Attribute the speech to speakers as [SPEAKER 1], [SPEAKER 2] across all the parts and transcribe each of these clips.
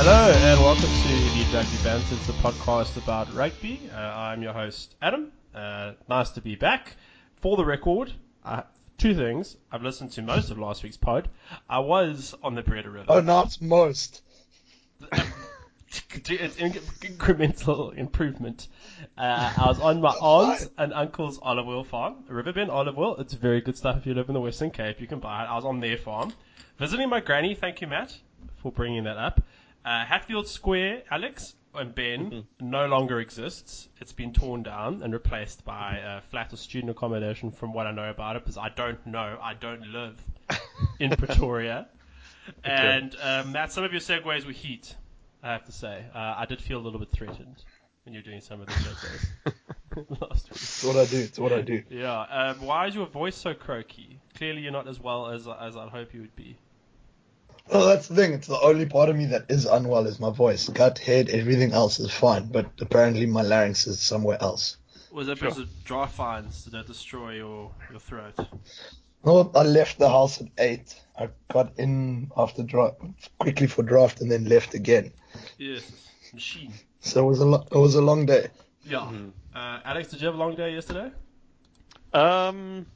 [SPEAKER 1] Hello and welcome to the Rugby Banters, the podcast about rugby. Uh, I'm your host Adam. Uh, nice to be back. For the record, I, two things: I've listened to most of last week's pod. I was on the Breda River.
[SPEAKER 2] Oh, not most.
[SPEAKER 1] Do- it's in- incremental improvement. Uh, I was on my aunt's and uncle's olive oil farm, Riverbend Olive Oil. It's very good stuff if you live in the Western Cape. You can buy it. I was on their farm. Visiting my granny. Thank you, Matt, for bringing that up. Uh, Hatfield Square, Alex and Ben, no longer exists. It's been torn down and replaced by a flat or student accommodation, from what I know about it, because I don't know. I don't live in Pretoria. And um, Matt, some of your segues were heat. I have to say, uh, I did feel a little bit threatened when you were doing some of the shows last week.
[SPEAKER 2] It's what I do. It's what I do.
[SPEAKER 1] Yeah. Um, why is your voice so croaky? Clearly, you're not as well as as I'd hope you would be.
[SPEAKER 2] Well, Oh, that's the thing. It's the only part of me that is unwell is my voice. Gut, head, everything else is fine, but apparently my larynx is somewhere else.
[SPEAKER 1] Was that because of dry fines that destroy your, your throat?
[SPEAKER 2] Well, I left the house at eight. I got in after draft quickly for draft and then left again.
[SPEAKER 1] Yes, machine.
[SPEAKER 2] So it was a lo- it was a long day.
[SPEAKER 1] Yeah. Uh, Alex, did you have a long day yesterday?
[SPEAKER 3] Um,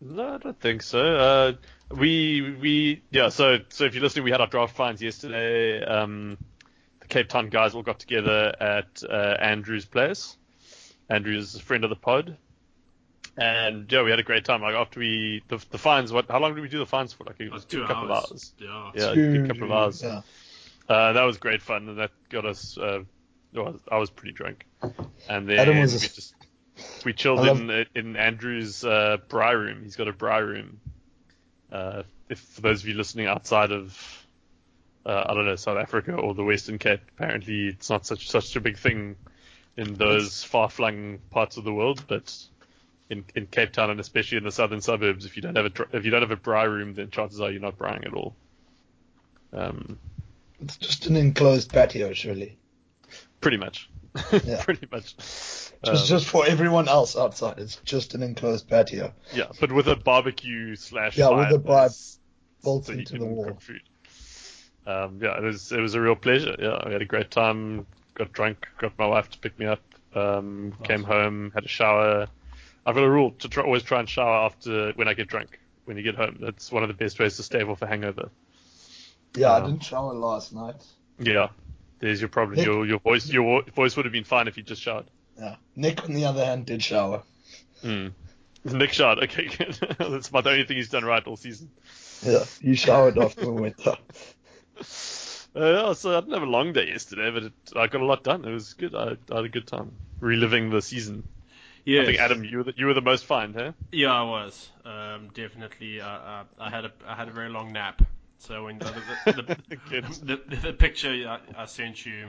[SPEAKER 3] no, I don't think so. Uh, we we yeah. So so if you're listening, we had our draft finds yesterday. Um, the Cape Town guys all got together at uh, Andrew's place. Andrew's a friend of the pod, and yeah, we had a great time. Like after we the, the finds, what? How long did we do the finds for? Like a, couple of hours.
[SPEAKER 1] Yeah.
[SPEAKER 3] Yeah, a couple of hours.
[SPEAKER 2] Yeah.
[SPEAKER 3] Uh, that was great fun, and that got us. Uh, well, I was pretty drunk, and then
[SPEAKER 2] Adam was
[SPEAKER 3] we
[SPEAKER 2] a-
[SPEAKER 3] just we chilled
[SPEAKER 2] I love-
[SPEAKER 3] in in Andrew's uh, bry room. He's got a bry room. Uh, if for those of you listening outside of, uh, I don't know, South Africa or the Western Cape, apparently it's not such such a big thing in those far flung parts of the world, but. In, in Cape Town and especially in the southern suburbs, if you don't have a dr- if you don't have a bry room, then chances are you're not brying at all. Um,
[SPEAKER 2] It's just an enclosed patio, surely.
[SPEAKER 3] Pretty much.
[SPEAKER 2] Yeah.
[SPEAKER 3] Pretty much.
[SPEAKER 2] It's
[SPEAKER 3] Um,
[SPEAKER 2] just for everyone else outside. It's just an enclosed patio
[SPEAKER 3] yeah, but with a barbecue slash
[SPEAKER 2] Yeah, with a
[SPEAKER 3] fireplace
[SPEAKER 2] built
[SPEAKER 3] so you
[SPEAKER 2] into
[SPEAKER 3] can
[SPEAKER 2] the wall.
[SPEAKER 3] cook food. Um, yeah, it was it was a real pleasure. Yeah, I had a great time. Got drunk. Got my wife to pick me up. Um, Came home. Had a shower. I've got a rule to try, always try and shower after when I get drunk. When you get home, that's one of the best ways to stave off a hangover.
[SPEAKER 2] Yeah, I
[SPEAKER 3] Yeah.
[SPEAKER 2] didn't shower last night.
[SPEAKER 3] Yeah, there's your problem.
[SPEAKER 2] Nick-
[SPEAKER 3] Your your voice your voice would have been fine if you just showered.
[SPEAKER 2] Yeah. Nick, on the other hand, did shower.
[SPEAKER 3] Mm. Nick shot. Okay, good. That's about the only thing he's done right all season.
[SPEAKER 2] Yeah, you showered after the winter.
[SPEAKER 3] Uh, yeah, so I didn't have a long day yesterday, but it, I got a lot done. It was good. I, I had a good time reliving the season.
[SPEAKER 1] Yes.
[SPEAKER 3] I think Adam, you were the, you were the most fined, huh?
[SPEAKER 1] Yeah, I was um, definitely. Uh, uh, I had a I had a very long nap. So when the the, the,
[SPEAKER 3] Good.
[SPEAKER 1] the, the, the picture I, I sent you,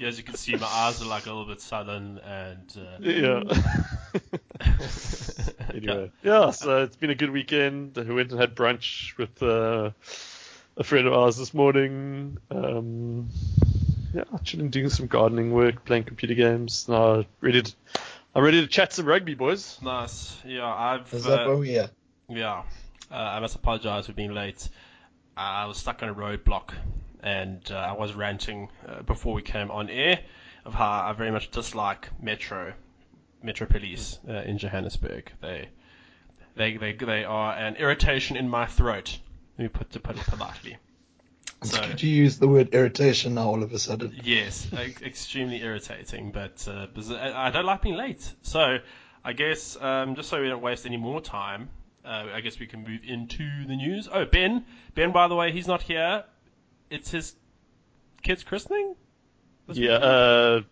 [SPEAKER 1] yeah, as you can see, my eyes are like a little bit sullen and uh,
[SPEAKER 3] Yeah. anyway, yeah. So it's been a good weekend. We went and had brunch with uh, a friend of ours this morning. Um, yeah, chilling, doing some gardening work, playing computer games. Now ready to, I'm ready to chat some rugby, boys.
[SPEAKER 1] nice. Yeah, I've
[SPEAKER 2] Is that
[SPEAKER 1] uh,
[SPEAKER 2] where we are?
[SPEAKER 1] Yeah, uh, I must apologize for being late. I was stuck on a roadblock, and uh, I was ranting uh, before we came on air of how I very much dislike Metro, Metro Police uh, in Johannesburg. They, they, they, they are an irritation in my throat. Let me put to put it politely. So
[SPEAKER 3] uh,
[SPEAKER 2] Did you use the word irritation now all of a sudden?
[SPEAKER 1] yes, ex- extremely irritating. But uh, because I I don't like being late, so I guess um, just so we don't waste any more time, uh, I guess we can move into the news. Oh, Ben, Ben, by the way, he's not here. It's his kid's christening. This
[SPEAKER 3] Yeah,
[SPEAKER 1] weekend?
[SPEAKER 3] uh,
[SPEAKER 2] No,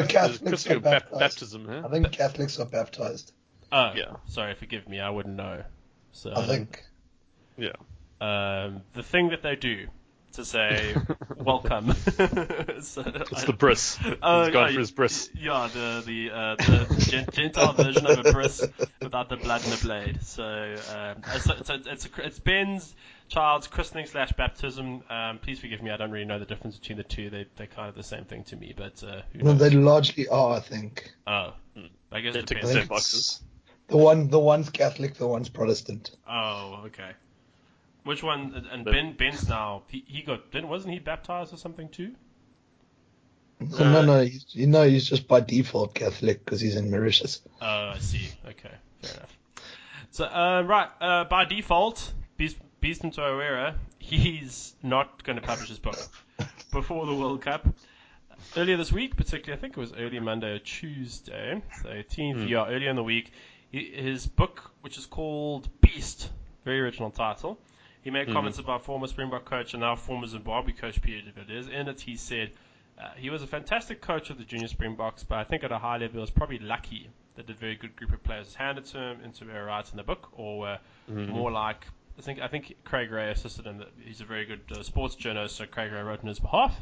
[SPEAKER 3] there's
[SPEAKER 2] Catholics are
[SPEAKER 3] Christian bap-
[SPEAKER 2] baptized.
[SPEAKER 3] baptism, huh?
[SPEAKER 2] I think Catholics are baptized.
[SPEAKER 1] oh,
[SPEAKER 3] yeah.
[SPEAKER 1] Sorry, forgive me. I wouldn't know. So
[SPEAKER 3] Uh,
[SPEAKER 2] I think.
[SPEAKER 3] Yeah.
[SPEAKER 1] um, the thing that they do to say welcome. So
[SPEAKER 3] It's
[SPEAKER 1] I-
[SPEAKER 3] the bris.
[SPEAKER 1] Oh,
[SPEAKER 3] He's gone
[SPEAKER 1] oh,
[SPEAKER 3] for his bris.
[SPEAKER 1] Yeah, the the, uh, the gen- gentile version of a bris without the blood and the blade. So, um, it's, it's, it's, a, it's Ben's child's christening slash baptism. Um, please forgive me, I don't really know the difference between the two. They they're kind of the same thing to me, but uh, who
[SPEAKER 2] No,
[SPEAKER 1] knows?
[SPEAKER 2] they largely are. I think.
[SPEAKER 1] oh, I guess
[SPEAKER 3] They
[SPEAKER 1] it
[SPEAKER 3] took
[SPEAKER 1] depends.
[SPEAKER 2] I think
[SPEAKER 3] the Same boxes.
[SPEAKER 2] it's- The one, the one's Catholic, the one's Protestant.
[SPEAKER 1] Oh, okay. Which one? And
[SPEAKER 3] The-
[SPEAKER 1] Ben Ben's now he, he got didn't wasn't he baptized or something too?
[SPEAKER 2] No, no, no. He's, you know, he's just by default Catholic because he's in Mauritius.
[SPEAKER 1] Oh, I see. Okay, fair enough. So uh, right uh, by default, Beast Beast Toawera, he's not going to publish his book before the World Cup. Earlier this week, particularly, I think it was early Monday or Tuesday, so 18th, yeah, earlier in the week, he, his book, which is called Beast, very original title, he made comments about former Springbok coach and now former Zimbabwe coach Peter de Villiers. In it, he said uh, he was a fantastic coach of the junior Springboks, but I think at a high level, he was probably lucky that a very good group of players was handed to him into their rights in the book, or were more like I think I think Craig Ray assisted him. That he's a very good uh, sports journalist, so Craig Ray wrote on his behalf.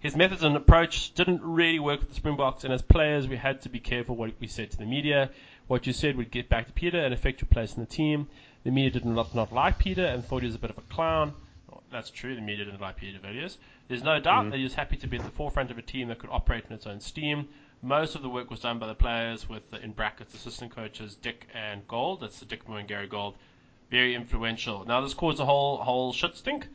[SPEAKER 1] His methods and approach didn't really work with the Springboks, and as players, we had to be careful what we said to the media. What you said would get back to Peter and affect your place in the team. The media did not, not like Peter and thought he was a bit of a clown. Well, that's true, the media didn't like Peter de Villiers. There's no doubt that he was happy to be at the forefront of a team that could operate in its own steam. Most of the work was done by the players, with, uh, in brackets, assistant coaches Dick and Gold. That's the Dick Moore and Gary Gold very influential. Now this caused a whole whole shit stink,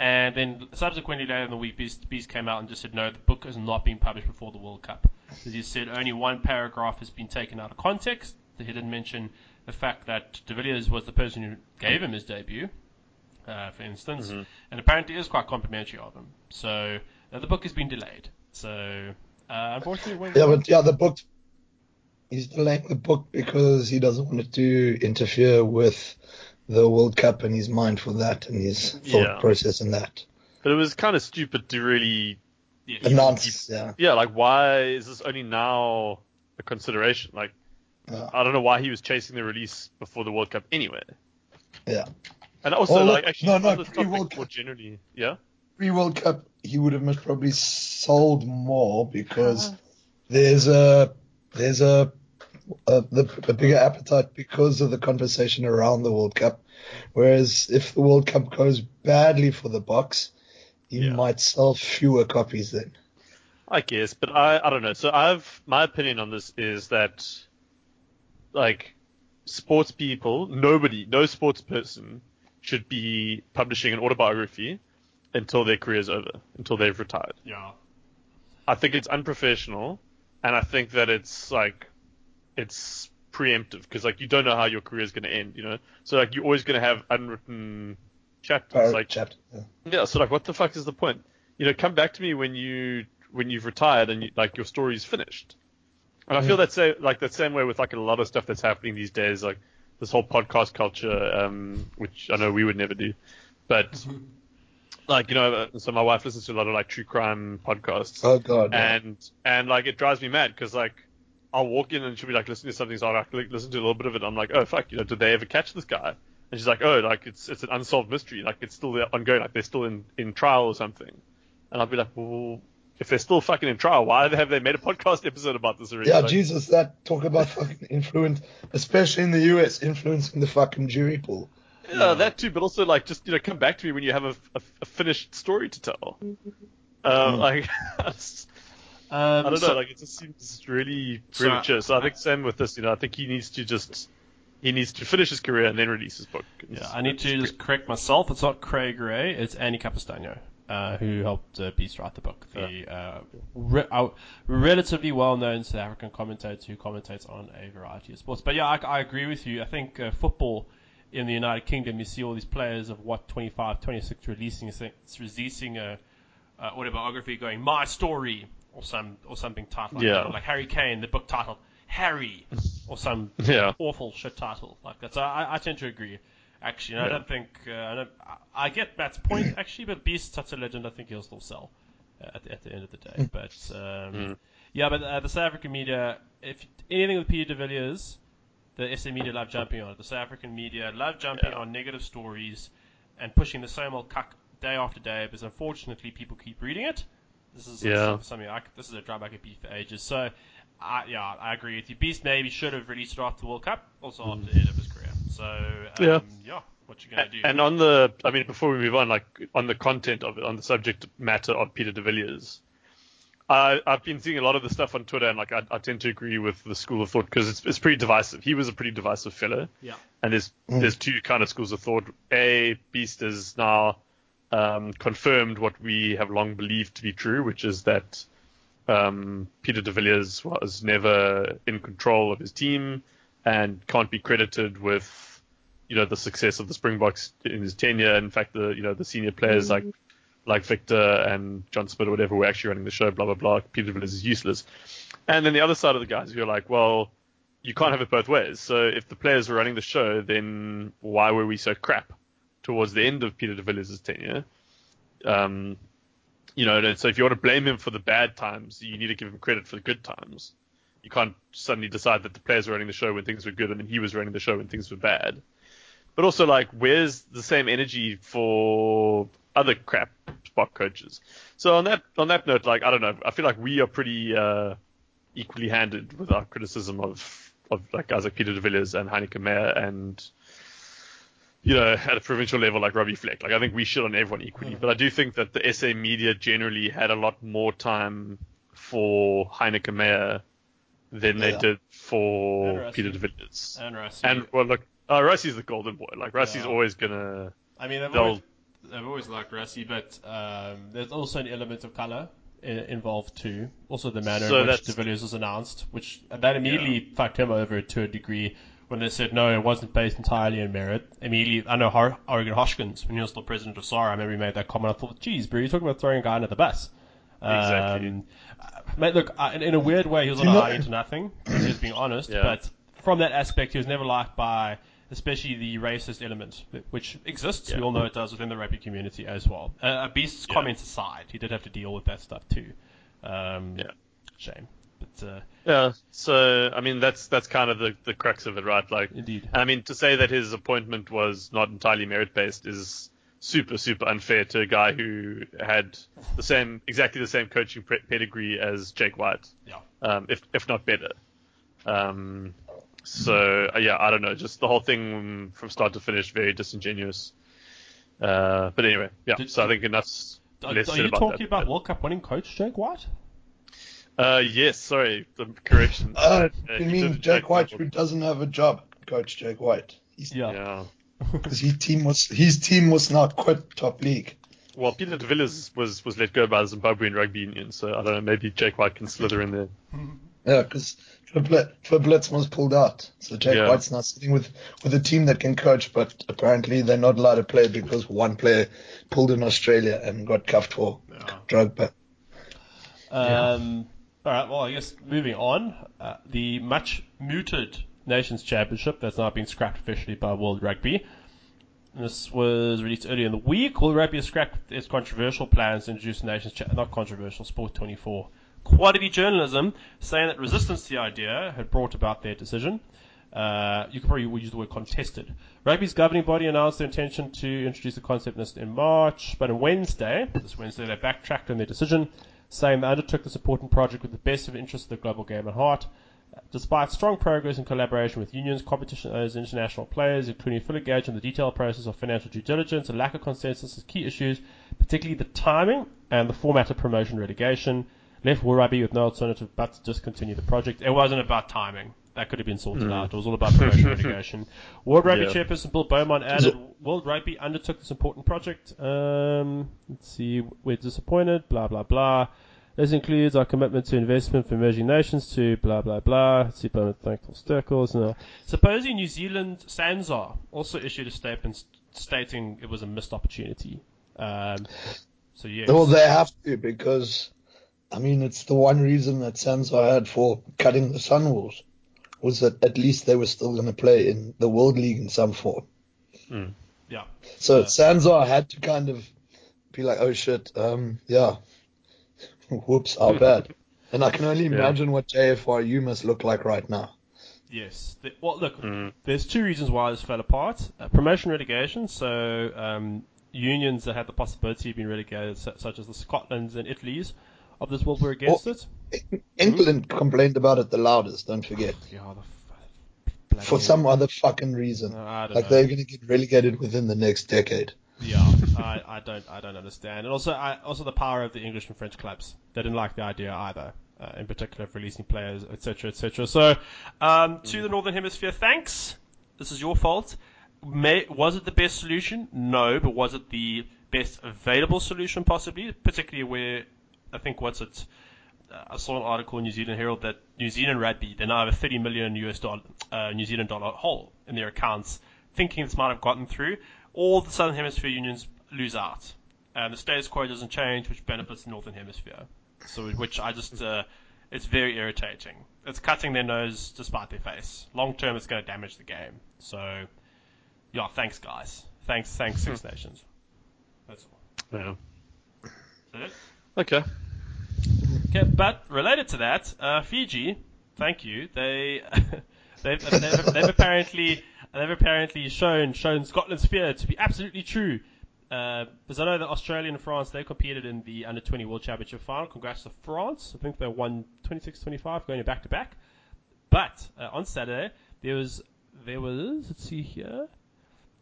[SPEAKER 1] and then subsequently later in the week, Beast, Beast came out and just said no, the book has not been published before the World Cup. As he said, only one paragraph has been taken out of context. He didn't mention the fact that De Villiers was the person who gave him his debut, uh, for instance,
[SPEAKER 3] Mm-hmm.
[SPEAKER 1] and apparently is quite complimentary of him. So uh, the book has been delayed. So uh, unfortunately, it won't-
[SPEAKER 2] Yeah, but yeah, the book. He's delaying the book because he doesn't want it to interfere with the World Cup and his mind for that and his thought
[SPEAKER 3] Yeah.
[SPEAKER 2] process and that.
[SPEAKER 3] But it was kind of stupid to really,
[SPEAKER 1] yeah,
[SPEAKER 2] Announce, yeah.
[SPEAKER 3] yeah, like why is this only now a consideration? Like,
[SPEAKER 2] Yeah.
[SPEAKER 3] I don't know why he was chasing the release before the World Cup anyway.
[SPEAKER 2] Yeah.
[SPEAKER 3] And also,
[SPEAKER 2] Well, look-
[SPEAKER 3] like, actually,
[SPEAKER 2] no, no,
[SPEAKER 3] on this topic
[SPEAKER 2] pre-World Cup.
[SPEAKER 3] more generally, yeah.
[SPEAKER 2] Pre World Cup, he would have most probably sold more because
[SPEAKER 3] Uh-huh.
[SPEAKER 2] there's a there's a a, the, a bigger appetite because of the conversation around the World Cup. Whereas if the World Cup goes badly for the box, he
[SPEAKER 3] Yeah.
[SPEAKER 2] might sell fewer copies then.
[SPEAKER 3] I guess, but I, I don't know. So I've my opinion on this is that like sports people, nobody, no sports person should be publishing an autobiography until their career's over, until they've retired.
[SPEAKER 1] yeah. Um,
[SPEAKER 3] I think it's unprofessional, and I think that it's like it's preemptive because like you don't know how your career is going to end, you know. So like you're always going to have unwritten chapters,
[SPEAKER 2] Per
[SPEAKER 3] like
[SPEAKER 2] chapter. Yeah.
[SPEAKER 3] yeah, so like, what the fuck is the point? You know, come back to me when you when you've retired and you, like your story's finished. And I feel that same like that same way with like a lot of stuff that's happening these days, like this whole podcast culture, um, which I know we would never do, but like you know, uh, so my wife listens to a lot of like true crime podcasts
[SPEAKER 2] Oh god. yeah.
[SPEAKER 3] and and like it drives me mad because like I'll walk in and she'll be like listening to something, so I'll like, li- listen to a little bit of it. And I'm like, oh fuck, you know, did they ever catch this guy? And she's like, oh, like it's it's an unsolved mystery, like it's still ongoing, like they're still in in trial or something. And I'll be like, well, if they're still fucking in trial, why have they made a podcast episode about this already?
[SPEAKER 2] Yeah,
[SPEAKER 3] Like,
[SPEAKER 2] Jesus, that talk about fucking influence, especially in the US, influencing the fucking jury pool.
[SPEAKER 3] yeah, that too, but also like just you know, come back to me when you have a, a, a finished story to tell.
[SPEAKER 2] Mm-hmm. Mm.
[SPEAKER 3] Um, like.
[SPEAKER 1] Um,
[SPEAKER 3] I don't
[SPEAKER 1] so-
[SPEAKER 3] know. Like it just seems really
[SPEAKER 1] So-
[SPEAKER 3] premature. So, I think same with this. You know, I think he needs to just he needs to finish his career and then release his book.
[SPEAKER 1] Yeah, I need to just correct myself. It's not Craig Ray. It's Andy Capistano, uh, who helped uh, Beast write the book. The uh, re- uh, relatively well-known South African commentator who commentates on a variety of sports. But yeah, I, I agree with you. I think uh, football in the United Kingdom, you see all these players of what 25, 26 releasing a- releasing a uh, autobiography going my story or some or something titled like,
[SPEAKER 3] Yeah.
[SPEAKER 1] that. Or like Harry Kane, the book titled Harry or some
[SPEAKER 3] Yeah.
[SPEAKER 1] awful shit title like that. So I, I tend to agree. Actually, and I
[SPEAKER 3] Yeah.
[SPEAKER 1] don't think uh, I, don't, I I get Matt's point. Actually, but Beast such a legend. I think he'll still sell uh, at the, at the end of the day. But um, yeah, but uh, the South African media, if anything with Peter de Villiers, the SA media love jumping on it. The South African media love jumping on negative stories and pushing the same old cuck day after day because unfortunately people keep reading it. This is
[SPEAKER 3] Yeah.
[SPEAKER 1] something I, c- this is a drum I could beat for ages. So, I, yeah, I agree with you. Beast maybe should have released it after the World Cup, also after the end of his career. So, um, yeah.
[SPEAKER 3] Yeah.
[SPEAKER 1] what you gonna do?
[SPEAKER 3] And on the, I mean, before we move on, like on the content of it, on the subject matter of Peter de Villiers, I, I've been seeing a lot of the stuff on Twitter, and like I, I tend to agree with the school of thought because it's, it's pretty divisive. He was a pretty divisive fellow,
[SPEAKER 1] Yeah.
[SPEAKER 3] and there's there's two kind of schools of thought. A Beast has now um, confirmed what we have long believed to be true, which is that um, Peter de Villiers was never in control of his team and can't be credited with you know the success of the Springboks in his tenure. In fact, the you know the senior players like like Victor and John Smith or whatever were actually running the show. Blah blah blah. Peter de Villiers is useless. And then the other side of the guys who are like, well, you can't have it both ways. So if the players were running the show, then why were we so crap towards the end of Peter de Villiers' tenure? Um, you know, and so if you want to blame him for the bad times, you need to give him credit for the good times. You can't suddenly decide that the players were running the show when things were good and then he was running the show when things were bad. But also, like, where's the same energy for other crap spot coaches? So on that on that note, like, I don't know, I feel like we are pretty uh, equally handed with our criticism of of like guys like Peter de Villiers and Heineke Meyer and you know, at a provincial level like Robbie Fleck. Like I think we shit on everyone equally. But I do think that the SA media generally had a lot more time for Heineke Meyer than they
[SPEAKER 2] Yeah.
[SPEAKER 3] did for
[SPEAKER 1] And
[SPEAKER 3] Peter de
[SPEAKER 1] Rusty.
[SPEAKER 3] Villiers.
[SPEAKER 1] And Rusty.
[SPEAKER 3] And well look uh, Rusty's the golden boy. Like Rusty's
[SPEAKER 1] Yeah.
[SPEAKER 3] always gonna
[SPEAKER 1] I mean, I've
[SPEAKER 3] They'll-
[SPEAKER 1] always, I've always liked Rusty, but um, there's also an element of color i- involved too. Also, the manner
[SPEAKER 3] So
[SPEAKER 1] in which
[SPEAKER 3] that's-
[SPEAKER 1] De Villiers was announced, which that immediately fucked him over to a degree when they said no, it wasn't based entirely on merit. Immediately, I know Har- Oregon Hoskins when he was still president of SAR, I remember he made that comment. I thought, geez, bro, you're talking about throwing a guy under the bus.
[SPEAKER 3] Exactly.
[SPEAKER 1] Um, uh, mate, look, I, in, in a weird way, he was on
[SPEAKER 2] you
[SPEAKER 1] an
[SPEAKER 2] know-
[SPEAKER 1] island to nothing. If he was being honest,
[SPEAKER 3] Yeah.
[SPEAKER 1] but from that aspect, he was never liked by, especially the racist element, which exists. We
[SPEAKER 3] Yeah.
[SPEAKER 1] all know it does within the rugby community as well. Uh, Beast's
[SPEAKER 3] Yeah.
[SPEAKER 1] comments aside, he did have to deal with that stuff too. Um,
[SPEAKER 3] Yeah.
[SPEAKER 1] Shame, but uh,
[SPEAKER 3] Yeah. So I mean, that's that's kind of the, the crux of it, right? Like,
[SPEAKER 1] Indeed.
[SPEAKER 3] And I mean, to say that his appointment was not entirely merit based is super super unfair to a guy who had the same exactly the same coaching pre- pedigree as Jake White,
[SPEAKER 1] yeah.
[SPEAKER 3] um, if if not better. Um, so uh, yeah, I don't know. Just the whole thing from start to finish, very disingenuous. Uh, but anyway, yeah.
[SPEAKER 1] Did-
[SPEAKER 3] so I think enough's
[SPEAKER 1] Are,
[SPEAKER 3] less
[SPEAKER 1] are
[SPEAKER 3] said
[SPEAKER 1] you
[SPEAKER 3] about
[SPEAKER 1] talking
[SPEAKER 3] that.
[SPEAKER 1] about World Cup winning coach Jake White?
[SPEAKER 3] Uh, yes. Sorry, the correction.
[SPEAKER 2] Uh,
[SPEAKER 3] Uh,
[SPEAKER 2] you
[SPEAKER 3] he
[SPEAKER 2] mean
[SPEAKER 3] did-
[SPEAKER 2] Jake White,
[SPEAKER 3] did-
[SPEAKER 2] who doesn't have a job? Coach Jake White.
[SPEAKER 1] Yeah.
[SPEAKER 3] Yeah.
[SPEAKER 2] Because he team was his team was not quit top league.
[SPEAKER 3] Well, Peter de Villiers was, was let go by the Zimbabwean Rugby Union, so I don't know, maybe Jake White can slither in there.
[SPEAKER 2] Yeah, because Triplets was pulled out, so Jake
[SPEAKER 3] Yeah.
[SPEAKER 2] White's now sitting with with a team that can coach, but apparently they're not allowed to play because one player pulled in Australia and got cuffed for
[SPEAKER 1] Yeah.
[SPEAKER 2] drug. But
[SPEAKER 1] Um, All right. Well, I guess moving on, uh, the much mooted Nations Championship that's now been scrapped officially by World Rugby. This was released earlier in the week. World Rugby has scrapped its controversial plans to introduce the Nations, cha- not controversial, Sport 24 quality journalism, saying that resistance to the idea had brought about their decision. Uh, you could probably use the word contested. Rugby's governing body announced their intention to introduce the concept list in March, but on Wednesday, this Wednesday, they backtracked on their decision, saying they undertook this important project with the best of interests of the global game at heart. Despite strong progress in collaboration with unions, competition owners, and international players, including full engagement in the detailed process of financial due diligence, a lack of consensus is key issues, particularly the timing and the format of promotion relegation, left War Rugby with no alternative but to discontinue the project. It wasn't about timing. That could have been sorted out. It was all about promotion relegation. World Rugby
[SPEAKER 3] Yeah.
[SPEAKER 1] chairperson Bill Beaumont added, World Rugby undertook this important project. Um, let's see, we're disappointed, blah, blah, blah. This includes our commitment to investment for emerging nations to blah blah blah. Super thankful circles. No. Supposedly New Zealand Sanzar also issued a statement stating it was a missed opportunity. Um, so yeah,
[SPEAKER 2] well, they have to because, I mean, it's the one reason that Sansa had for cutting the Sun Wolves was that at least they were still going to play in the World League in some form.
[SPEAKER 1] yeah,
[SPEAKER 2] So Sanzar had to kind of be like, oh shit, um, yeah, whoops, how bad. And I can only imagine what JFRU must look like right now.
[SPEAKER 1] yes. The, well, look, there's two reasons why this fell apart: uh, promotion relegation. So um, unions that had the possibility of being relegated, su- such as the Scotlands and Italy's of this world, were against it.
[SPEAKER 2] England complained about it the loudest, don't forget,
[SPEAKER 1] Yeah, the f- bloody
[SPEAKER 2] for some other fucking reason.
[SPEAKER 1] hell. I don't
[SPEAKER 2] Like
[SPEAKER 1] know.
[SPEAKER 2] they're going to get relegated within the next decade.
[SPEAKER 1] Yeah, I, I don't I don't understand. And also I, also the power of the English and French clubs. They didn't like the idea either, uh, in particular of releasing players, etc., etc. So um, to the Northern Hemisphere, thanks. This is your fault. May, was it the best solution? No, but was it the best available solution possibly? Particularly where I think what's it. Uh, I saw an article in New Zealand Herald that New Zealand rugby they now have a 30 million US dollar uh, New Zealand dollar hole in their accounts, thinking this might have gotten through. All the Southern Hemisphere unions lose out, and the status quo doesn't change, which benefits the Northern Hemisphere. So, which I just uh, it's very irritating. It's cutting their nose despite their face. Long term, it's going to damage the game. So, yeah, thanks guys. Thanks, thanks Six Nations. That's all.
[SPEAKER 3] Yeah.
[SPEAKER 1] Is that it?
[SPEAKER 3] Okay.
[SPEAKER 1] Okay, but related to that, uh, Fiji, thank you. They they've, they've, they've apparently they've apparently shown shown Scotland's fear to be absolutely true. Uh, because I know that Australia and France they competed in the under 20 World Championship final. Congrats to France. I think they won 26-25 going back to back. But uh, on Saturday there was there was let's see here.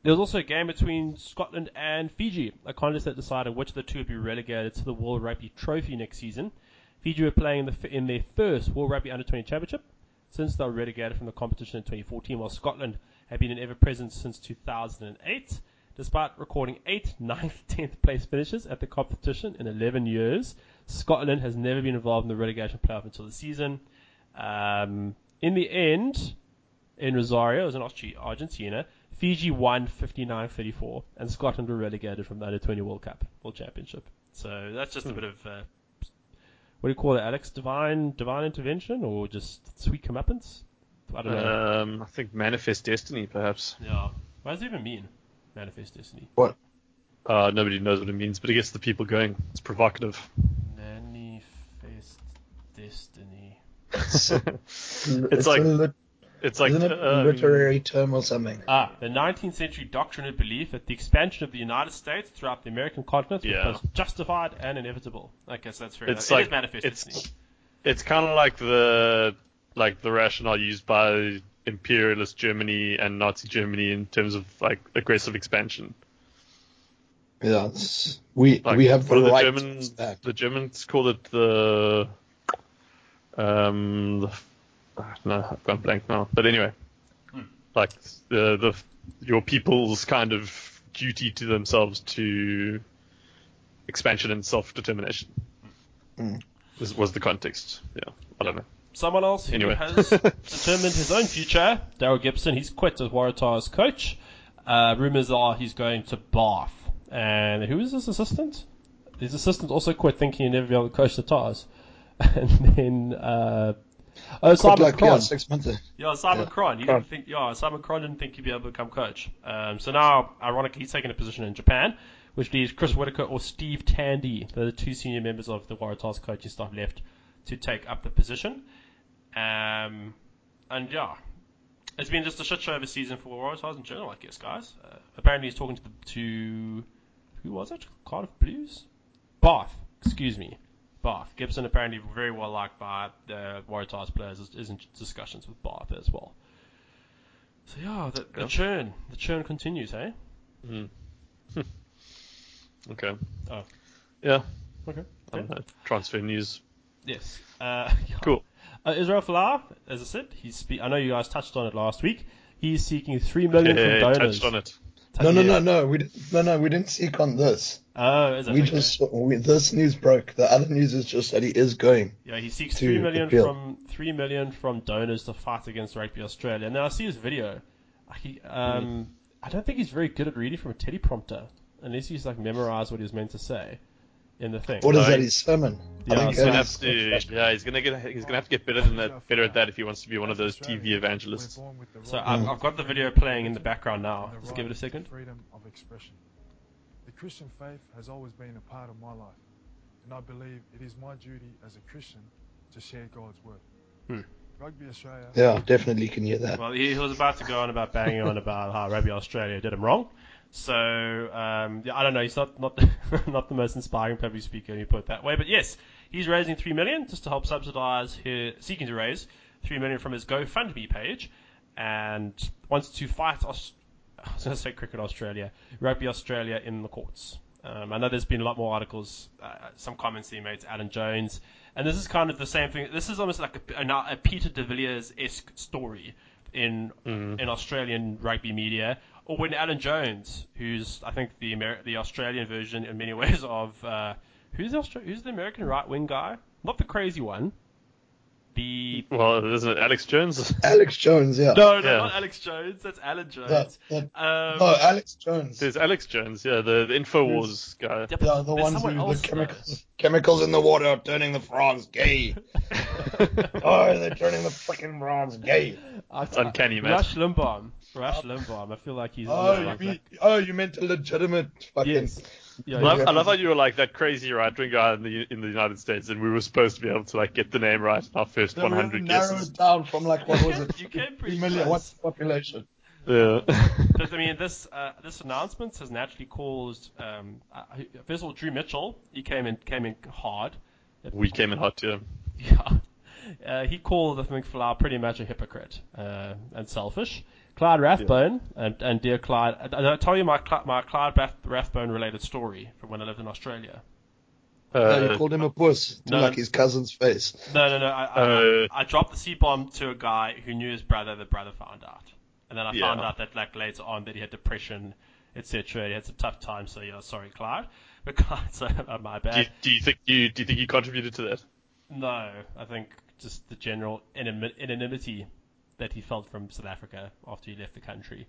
[SPEAKER 1] There was also a game between Scotland and Fiji, a contest that decided which of the two would be relegated to the World Rugby Trophy next season. Fiji were playing in, the, f- in their first World Rugby Under 20 Championship since they were relegated from the competition in 2014, while Scotland had been an ever present since 2008. Despite recording 8th, 9th, 10th place finishes at the competition in 11 years, Scotland has never been involved in the relegation playoff until the season. Um, in the end, in Rosario, it was in Arche- Argentina, Fiji won 59-34, and Scotland were relegated from the Under-20 World Cup, World Championship. So that's just a bit of, uh, what do you call it, Alex? Divine divine intervention, or just sweet comeuppance? I don't know.
[SPEAKER 3] Um, I think manifest destiny, perhaps.
[SPEAKER 1] yeah. What does it even mean, Manifest Destiny?
[SPEAKER 2] What?
[SPEAKER 3] Uh, nobody knows what it means, but it gets the people going. It's provocative.
[SPEAKER 1] Manifest Destiny.
[SPEAKER 2] It's, it's,
[SPEAKER 3] like-
[SPEAKER 2] a lit-
[SPEAKER 3] It's like
[SPEAKER 2] isn't it a
[SPEAKER 3] um,
[SPEAKER 2] literary term or something?
[SPEAKER 1] Ah, the 19th century doctrine and belief that the expansion of the United States throughout the American continent
[SPEAKER 3] Yeah.
[SPEAKER 1] was both justified and inevitable. I guess that's fair. enough.
[SPEAKER 3] It's
[SPEAKER 1] It
[SPEAKER 3] like-
[SPEAKER 1] is Manifest
[SPEAKER 3] it's-
[SPEAKER 1] Destiny.
[SPEAKER 3] it's kind of like the like the rationale used by imperialist Germany and Nazi Germany in terms of like aggressive expansion.
[SPEAKER 2] Yeah, it's, we
[SPEAKER 3] Like,
[SPEAKER 2] we have the
[SPEAKER 3] what are
[SPEAKER 2] right.
[SPEAKER 3] the Germans.
[SPEAKER 2] to that.
[SPEAKER 3] The Germans called it the um the, ah, no, I've gone blank now. But anyway, Hmm. like the the your people's kind of duty to themselves to expansion and self determination.
[SPEAKER 2] Hmm.
[SPEAKER 3] This was the context. Yeah, I don't know.
[SPEAKER 1] Someone else who
[SPEAKER 3] Anyway.
[SPEAKER 1] has determined his own future, Daryl Gibson, he's quit as Waratah's coach. Uh, rumors are he's going to Bath. And who is his assistant? His assistant also quit thinking he'd never be able to coach the Tars. And then, uh, oh,
[SPEAKER 2] Quite
[SPEAKER 1] Simon
[SPEAKER 2] like yeah,
[SPEAKER 1] Cron.
[SPEAKER 2] six months. in.
[SPEAKER 1] Yeah, Simon
[SPEAKER 2] Yeah.
[SPEAKER 1] Cron. He didn't think. Yeah, Simon Cron didn't think he'd be able to become coach. Um, so now, ironically, he's taken a position in Japan, which leaves Chris Whitaker or Steve Tandy, the two senior members of the Waratahs coaching staff left, to take up the position. Um, and yeah, it's been just a shit show of a season for Waratahs in general, I guess, guys. Uh, apparently, he's talking to the to who was it? Cardiff Blues, Bath. Excuse me. Bath. Gibson apparently very well liked by the Waratahs players is, is in discussions with Bath as well. So yeah, the, the
[SPEAKER 3] Yeah.
[SPEAKER 1] churn, the churn continues, eh?
[SPEAKER 3] Okay.
[SPEAKER 1] Oh.
[SPEAKER 3] Yeah.
[SPEAKER 1] Okay.
[SPEAKER 3] I
[SPEAKER 2] Hmm.
[SPEAKER 3] don't know. Transfer news.
[SPEAKER 1] Yes. Uh, yeah.
[SPEAKER 3] Cool.
[SPEAKER 1] Uh, Israel Folau, as I said, he's. Spe- I know you guys touched on it last week. He's seeking three million
[SPEAKER 3] Yeah,
[SPEAKER 1] from donors.
[SPEAKER 3] touched on it.
[SPEAKER 2] No, no, no, no. We didn't, no, no. We didn't seek on this.
[SPEAKER 1] Oh, is that
[SPEAKER 2] We
[SPEAKER 1] okay?
[SPEAKER 2] just we, this news broke. The other news is just that he is going.
[SPEAKER 1] Yeah, he seeks
[SPEAKER 2] to
[SPEAKER 1] three million
[SPEAKER 2] appeal.
[SPEAKER 1] from three million from donors to fight against Rugby Australia. And then I see his video. He,
[SPEAKER 2] Mm.
[SPEAKER 1] um, I don't think he's very good at reading from a teleprompter, unless he's like memorized what he was meant to say in the thing.
[SPEAKER 2] What is
[SPEAKER 3] Right.
[SPEAKER 2] that? His sermon.
[SPEAKER 1] Yeah,
[SPEAKER 2] think
[SPEAKER 1] he's
[SPEAKER 3] He's
[SPEAKER 1] gonna
[SPEAKER 3] gonna
[SPEAKER 2] that's-
[SPEAKER 3] have to, yeah, he's gonna get, he's gonna have to get better than that, better at that if he wants to be one of those TV evangelists.
[SPEAKER 1] So
[SPEAKER 2] Mm.
[SPEAKER 1] I've, I've got the video playing in the background now. Just give it a second.
[SPEAKER 4] Freedom of expression. The Christian faith has always been a part of my life, and I believe it is my duty as a Christian to share God's word.
[SPEAKER 1] Hmm.
[SPEAKER 4] Rugby Australia.
[SPEAKER 2] Yeah, definitely can hear that.
[SPEAKER 1] Well, he, he was about to go on about banging on about how Rugby Australia did him wrong. So um, yeah, I don't know. He's not not not the most inspiring public speaker when you put it that way. But yes, he's raising three million just to help subsidise his seeking to raise three million from his GoFundMe page, and wants to fight Aus- uh, I was going to say Cricket Australia, Rugby Australia in the courts. Um, I know there's been a lot more articles, uh, some comments he made to Alan Jones, and this is kind of the same thing. This is almost like a, a, a Peter de Villiers esque story in in Australian rugby media, or when Alan Jones, who's I think the Amer- the Australian version in many ways of uh, who's the Austra- who's the American right wing guy, not the crazy one, the
[SPEAKER 3] Well, isn't it Alex Jones?
[SPEAKER 2] Alex Jones, yeah.
[SPEAKER 1] no, no,
[SPEAKER 3] Yeah.
[SPEAKER 1] not Alex Jones, that's Alan
[SPEAKER 2] That-
[SPEAKER 1] Jones.
[SPEAKER 2] that-
[SPEAKER 1] Um,
[SPEAKER 2] no, Alex Jones.
[SPEAKER 3] There's Alex Jones, yeah, the, the InfoWars guy.
[SPEAKER 1] yeah, but
[SPEAKER 2] Yeah, the
[SPEAKER 1] there's
[SPEAKER 2] ones
[SPEAKER 1] someone
[SPEAKER 2] who
[SPEAKER 1] else,
[SPEAKER 2] the
[SPEAKER 1] though.
[SPEAKER 2] chemicals, chemicals in the water are turning the frogs gay. oh, they're turning the freaking frogs gay.
[SPEAKER 3] It's uncanny, man.
[SPEAKER 1] Rush Limbaugh, Rush Limbaugh. I feel like he's.
[SPEAKER 2] Oh,
[SPEAKER 1] like
[SPEAKER 2] you mean,
[SPEAKER 1] that.
[SPEAKER 2] oh, you meant a legitimate fucking.
[SPEAKER 1] Yes. Yeah,
[SPEAKER 3] I love, I love how you were like that crazy right wing guy in the in the United States, and we were supposed to be able to like get the name right in our first
[SPEAKER 2] So we have
[SPEAKER 3] 100
[SPEAKER 2] to narrow
[SPEAKER 3] guesses.
[SPEAKER 2] it down from like what was it?
[SPEAKER 1] You came pretty
[SPEAKER 2] 3 million.
[SPEAKER 1] close.
[SPEAKER 2] What's the population?
[SPEAKER 3] Yeah.
[SPEAKER 1] But I mean, this uh, this announcement has naturally caused. Um, uh, first of all, Drew Mitchell, he came in came in hard.
[SPEAKER 3] we came in hot, yeah.
[SPEAKER 1] Yeah. Uh, he called I think Flower pretty much a hypocrite uh, and selfish. Clyde Rathbone and, and dear Clyde, and I'll tell you my Cl- my Clyde Rath- Rathbone related story from when I lived in Australia.
[SPEAKER 2] no, you
[SPEAKER 3] Uh,
[SPEAKER 2] called him a puss, to
[SPEAKER 1] no.
[SPEAKER 2] like his cousin's face.
[SPEAKER 1] No, no, no. I, I,
[SPEAKER 3] Uh,
[SPEAKER 1] I dropped the C bomb to a guy who knew his brother. The brother found out, and then I
[SPEAKER 3] Yeah.
[SPEAKER 1] found out that like later on that he had depression, etc. He had some tough times. So yeah, sorry, Clyde. But Clyde, so uh, my
[SPEAKER 3] do, you,
[SPEAKER 1] bad.
[SPEAKER 3] do you think you do you think you contributed to that?
[SPEAKER 1] No, I think just the general animi- anonymity that he felt from South Africa after he left the country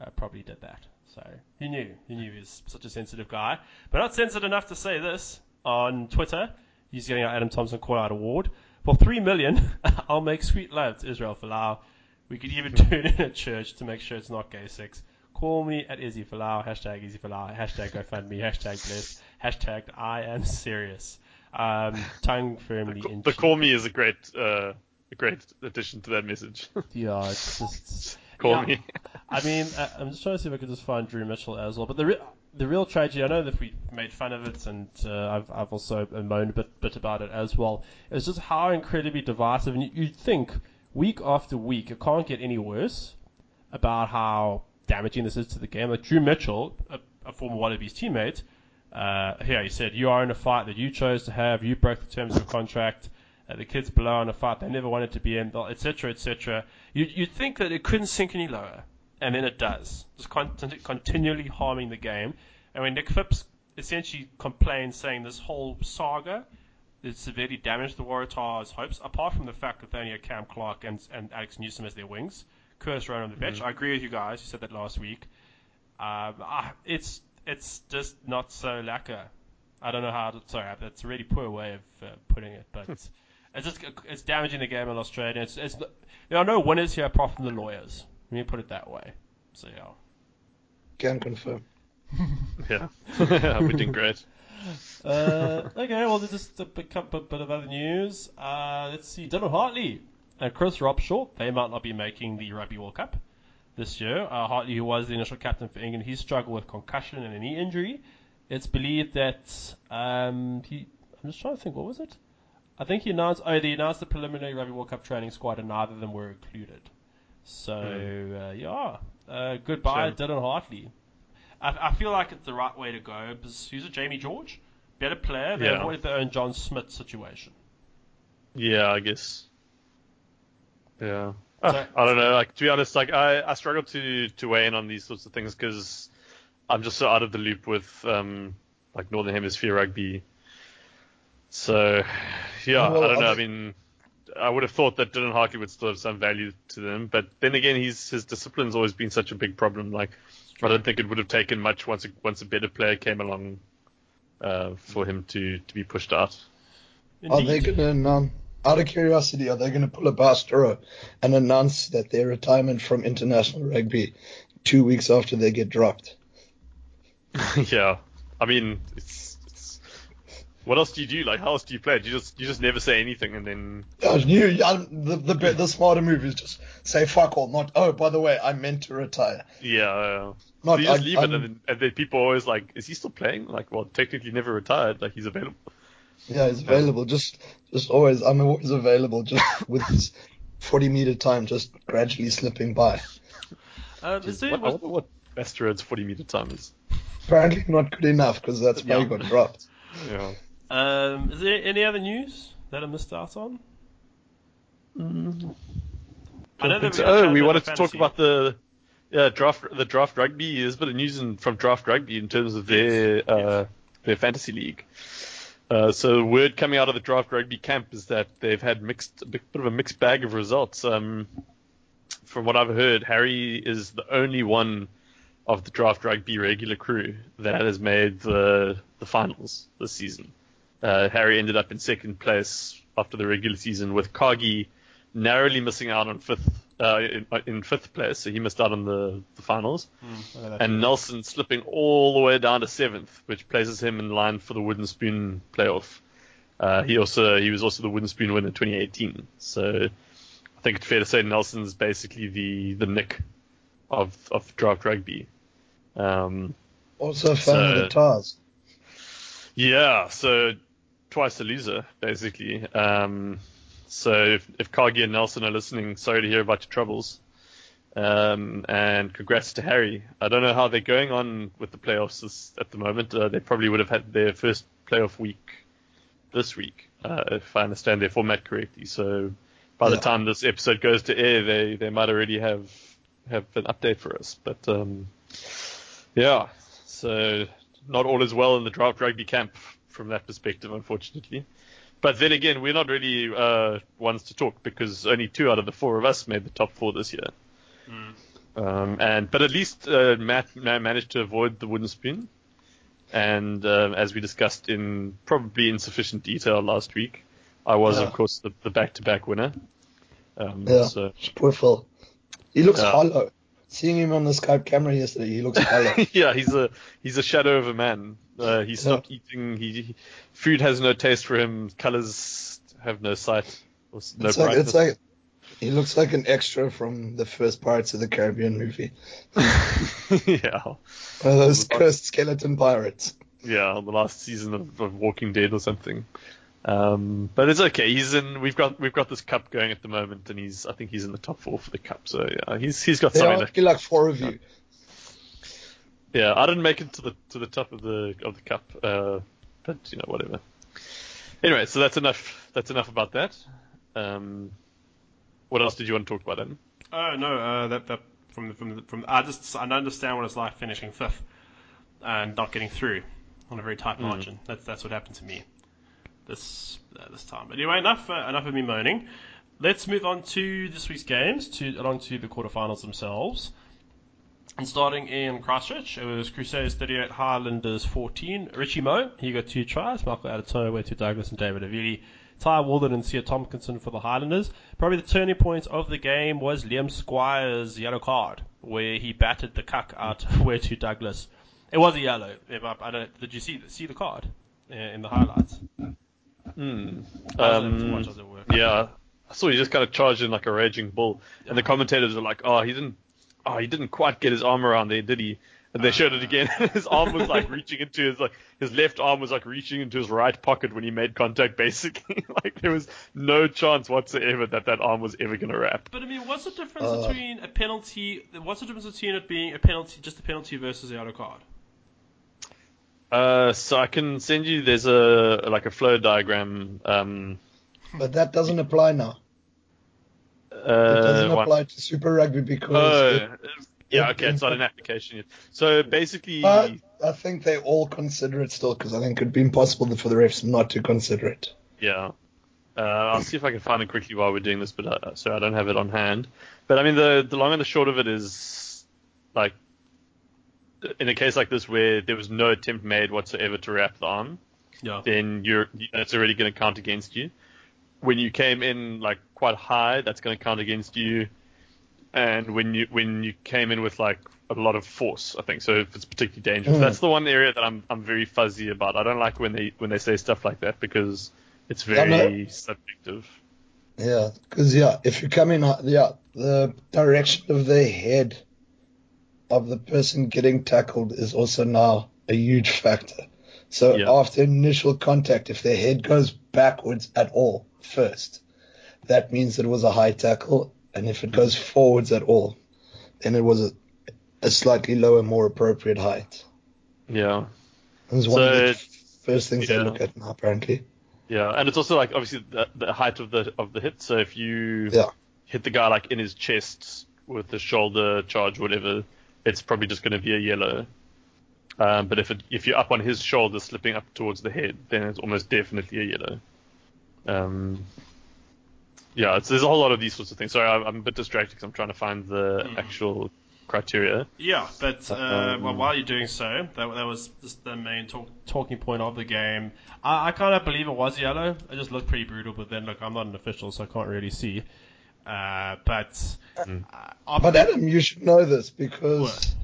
[SPEAKER 1] uh, probably did that. So he knew. He knew he was such a sensitive guy. But not sensitive enough to say this on Twitter. He's getting our Adam Thompson Call Out Award. For three million, I'll make sweet love to Israel Folau. We could even do it in a church to make sure it's not gay sex. Call me at Izzy Folau, hashtag Izzy Folau, hashtag GoFundMe, hashtag blessed, hashtag I am serious. Um, tongue firmly in
[SPEAKER 3] The
[SPEAKER 1] cheek.
[SPEAKER 3] call me is a great uh, a great addition to that message.
[SPEAKER 1] Yeah, it's just.
[SPEAKER 3] call
[SPEAKER 1] Yeah.
[SPEAKER 3] me.
[SPEAKER 1] I mean, I, I'm just trying to see if I could just find Drew Mitchell as well. But the re- the real tragedy, I know that we made fun of it, and uh, I've I've also moaned a bit, bit about it as well. It's just how incredibly divisive, and you, you'd think week after week it can't get any worse about how damaging this is to the game. Like Drew Mitchell, a, a former Wallabies teammate, uh, here he said, "You are in a fight that you chose to have. You broke the terms of a contract. Uh, the kids below in a fight they never wanted to be in, etc., etc." You, you'd think that it couldn't sink any lower, and then it does. Just con- continually harming the game. And when Nick Phipps essentially complains, saying this whole saga it severely damaged the Waratahs' hopes, apart from the fact that they only had Cam Clark and, and Alex Newsom as their wings. Curtis Rowan on the bench. I agree with you guys. You said that last week. Um, ah, it's it's just not so lacquer. I don't know how. To, sorry, that's a really poor way of uh, putting it, but it's just it's damaging the game in Australia. It's, it's there are no winners here apart from the lawyers. Let me put it that way. So yeah.
[SPEAKER 2] Can confirm.
[SPEAKER 3] yeah, we're doing great.
[SPEAKER 1] Uh, okay, well, there's just a bit, a bit bit of other news. Uh, let's see, Dylan Hartley and Chris Robshaw, they might not be making the Rugby World Cup this year. Uh, Hartley, who was the initial captain for England, he struggled with concussion and a knee injury. It's believed that um, he. I'm just trying to think, what was it? I think he announced. Oh, they announced the preliminary Rugby World Cup training squad, and neither of them were included. So uh, yeah, uh, goodbye,
[SPEAKER 3] Shame.
[SPEAKER 1] Dylan Hartley. I, I feel like it's the right way to go because he's a Jamie George, better player. They
[SPEAKER 3] Yeah.
[SPEAKER 1] avoided their own John Smith situation.
[SPEAKER 3] Yeah, I guess. Yeah.
[SPEAKER 1] So-
[SPEAKER 3] I don't know. Like to be honest, like I, I struggle to to weigh in on these sorts of things because I'm just so out of the loop with um like Northern Hemisphere rugby. So yeah,
[SPEAKER 2] Well,
[SPEAKER 3] I don't know.
[SPEAKER 2] I
[SPEAKER 3] I mean, I would have thought that Dylan Hartley would still have some value to them, but then again, he's his discipline's always been such a big problem. Like I don't think it would have taken much once a, once a better player came along uh, for him to to be pushed out.
[SPEAKER 2] Are they going to announce? Out of curiosity, are they going to pull a Bastero and announce that their retirement from international rugby two weeks after they get dropped?
[SPEAKER 3] yeah, I mean, it's, it's what else do you do? Like, how else do you play? it? You just you just never say anything, and then
[SPEAKER 2] I knew I, the, the be- the smarter move is just say fuck all, not oh by the way I meant to retire.
[SPEAKER 3] yeah, uh,
[SPEAKER 2] Not
[SPEAKER 3] you just
[SPEAKER 2] I-
[SPEAKER 3] leave
[SPEAKER 2] I'm-
[SPEAKER 3] it, and then, and then people are always like, is he still playing? Like, well, technically never retired. Like, he's available.
[SPEAKER 2] Yeah, he's available. Just just always I'm always available. Just with his forty meter time, just gradually slipping by.
[SPEAKER 1] Um, is there,
[SPEAKER 3] What, I
[SPEAKER 1] was,
[SPEAKER 3] wonder what Basterhood's 40 meter timers.
[SPEAKER 2] Apparently not good enough because that's why he got dropped.
[SPEAKER 3] Yeah.
[SPEAKER 1] Um, is there any other news that I missed out on? I know that we
[SPEAKER 3] oh, we
[SPEAKER 1] had
[SPEAKER 3] wanted
[SPEAKER 1] the
[SPEAKER 3] to talk
[SPEAKER 1] fantasy-
[SPEAKER 3] about the yeah, draft the draft rugby. There's a bit of news in, from draft rugby in terms of their
[SPEAKER 1] Yes,
[SPEAKER 3] uh, their fantasy league. Uh, so word coming out of the draft rugby camp is that they've had mixed a bit bit of a mixed bag of results. Um, from what I've heard, Harry is the only one of the draft rugby regular crew that has made the the finals this season. Uh, Harry ended up in second place after the regular season with Kagi narrowly missing out on fifth uh, in, in fifth place, so he missed out on the, the finals. And Nelson slipping all the way down to seventh, which places him in line for the Wooden Spoon playoff. Uh, he also he was also the Wooden Spoon winner in 2018. So I think it's fair to say Nelson's basically the the Nick of of draft rugby. Um,
[SPEAKER 2] Also a fan of
[SPEAKER 3] So-
[SPEAKER 2] the Tars.
[SPEAKER 3] yeah, so twice a loser, basically. Um, so if, if Kagi and Nelson are listening, sorry to hear about your troubles. Um, and congrats to Harry. I don't know how they're going on with the playoffs this, at the moment. Uh, they probably would have had their first playoff week this week, uh, if I understand their format correctly. So by the
[SPEAKER 2] Yeah.
[SPEAKER 3] time this episode goes to air, they, they might already have have an update for us. But um, yeah, so not all is well in the draft rugby camp from that perspective, unfortunately. But then again, we're not really uh, ones to talk because only two out of the four of us made the top four this year. Um, and but at least uh, Matt ma- managed to avoid the wooden spoon, and um as we discussed in probably insufficient detail last week, I was
[SPEAKER 2] Yeah.
[SPEAKER 3] of course the, the back-to-back winner. Um,
[SPEAKER 2] Yeah.
[SPEAKER 3] So
[SPEAKER 2] Poor Phil. He looks
[SPEAKER 3] Yeah.
[SPEAKER 2] hollow. Seeing him on the Skype camera yesterday, he looks hollow.
[SPEAKER 3] yeah, he's a he's a shadow of a man. Uh, he stopped eating. He, he- food has no taste for him. Colors have no sight. Or s- no
[SPEAKER 2] it's like it's
[SPEAKER 3] brightness.
[SPEAKER 2] like he looks like an extra from the first Pirates of the Caribbean movie.
[SPEAKER 3] yeah,
[SPEAKER 2] One of those cursed skeleton pirates.
[SPEAKER 3] yeah, the last season of, of Walking Dead or something. Um, but it's okay. He's in. We've got we've got this cup going at the moment, and he's I think he's in the top four for the cup. So yeah, he's he's got
[SPEAKER 2] There are
[SPEAKER 3] something. Left.
[SPEAKER 2] only like four of you.
[SPEAKER 3] Yeah, I didn't make it to the to the top of the of the cup, uh, but you know whatever. Anyway, so that's enough. That's enough about that. Um, what else did you want to talk about, Adam?
[SPEAKER 1] Oh no, uh, that that from the, from the, from I just I don't understand what it's like finishing fifth and not getting through on a very
[SPEAKER 3] Hmm.
[SPEAKER 1] tight margin. That's that's what happened to me this uh, this time. But anyway, enough uh, enough of me moaning. Let's move on to this week's games, to along to the quarterfinals themselves. And starting in Christchurch, it was Crusaders 38, Highlanders 14. Richie Moe, he got two tries. Michael Adetono went to Douglas and David Avili. Ty Walden and Sia Tompkinson for the Highlanders. Probably the turning point of the game was Liam Squire's yellow card, where he batted the cuck out of where to Douglas. It was a yellow. If I, I don't, did you see see the card uh, in the highlights? I was able to watch as it worked.
[SPEAKER 3] Um, Yeah, I saw he just kind of charged in like a raging bull, and the commentators were like, "Oh, he didn't, oh, he didn't quite get his arm around there, did he?" And they showed it again. his arm was like reaching into his like his left arm was like reaching into his right pocket when he made contact. Basically, like there was no chance whatsoever that that arm was ever gonna wrap.
[SPEAKER 1] But I mean, what's the difference between a penalty? What's the difference between it being a penalty, just a penalty versus a yellow card?
[SPEAKER 3] Uh, so I can send you. There's a like a flow diagram. Um,
[SPEAKER 2] But that doesn't apply now.
[SPEAKER 3] uh,
[SPEAKER 2] It doesn't
[SPEAKER 3] one-
[SPEAKER 2] apply to Super Rugby because
[SPEAKER 3] Oh, yeah,
[SPEAKER 2] it- Uh,
[SPEAKER 3] okay, it's not an application yet. So basically,
[SPEAKER 2] But I think they all consider it still because I think it'd be impossible for the refs not to consider it.
[SPEAKER 3] Yeah. Uh, I'll see if I can find it quickly while we're doing this, but uh, so I don't have it on hand. But I mean, the the long and the short of it is, like, in a case like this where there was no attempt made whatsoever to wrap the arm,
[SPEAKER 1] Yeah.
[SPEAKER 3] then you're that's already going to count against you. When you came in like quite high, that's going to count against you. And when you when you came in with like a lot of force, I think so. If it's particularly dangerous,
[SPEAKER 2] Mm.
[SPEAKER 3] that's the one area that I'm I'm very fuzzy about. I don't like when they when they say stuff like that because it's very subjective.
[SPEAKER 2] Yeah, because yeah, if you come in, uh, yeah, the direction of the head of the person getting tackled is also now a huge factor. So
[SPEAKER 3] Yeah.
[SPEAKER 2] after initial contact, if their head goes backwards at all first, that means it was a high tackle, and if it goes forwards at all, then it was a a slightly lower, more appropriate height.
[SPEAKER 3] Yeah.
[SPEAKER 2] That's one of
[SPEAKER 3] So
[SPEAKER 2] the
[SPEAKER 3] it-
[SPEAKER 2] first things
[SPEAKER 3] yeah.
[SPEAKER 2] they look at now, apparently.
[SPEAKER 3] Yeah, and it's also like obviously the, the height of the of the hit. So if you
[SPEAKER 2] Yeah.
[SPEAKER 3] hit the guy like in his chest with the shoulder charge, whatever, it's probably just going to be a yellow. Um, but if it, if you're up on his shoulder, slipping up towards the head, then it's almost definitely a yellow. Um, yeah, it's, there's a whole lot of these sorts of things. Sorry, I'm, I'm a bit distracted because I'm trying to find the actual criteria.
[SPEAKER 1] Yeah, but uh,
[SPEAKER 3] Um,
[SPEAKER 1] well, while you're doing so, that, that was just the main talk, talking point of the game. I, I kind of believe it was yellow. It just looked pretty brutal, but then look, I'm not an official, so I can't really see. Uh, but
[SPEAKER 3] Mm.
[SPEAKER 1] uh,
[SPEAKER 2] But Adam, you should know this because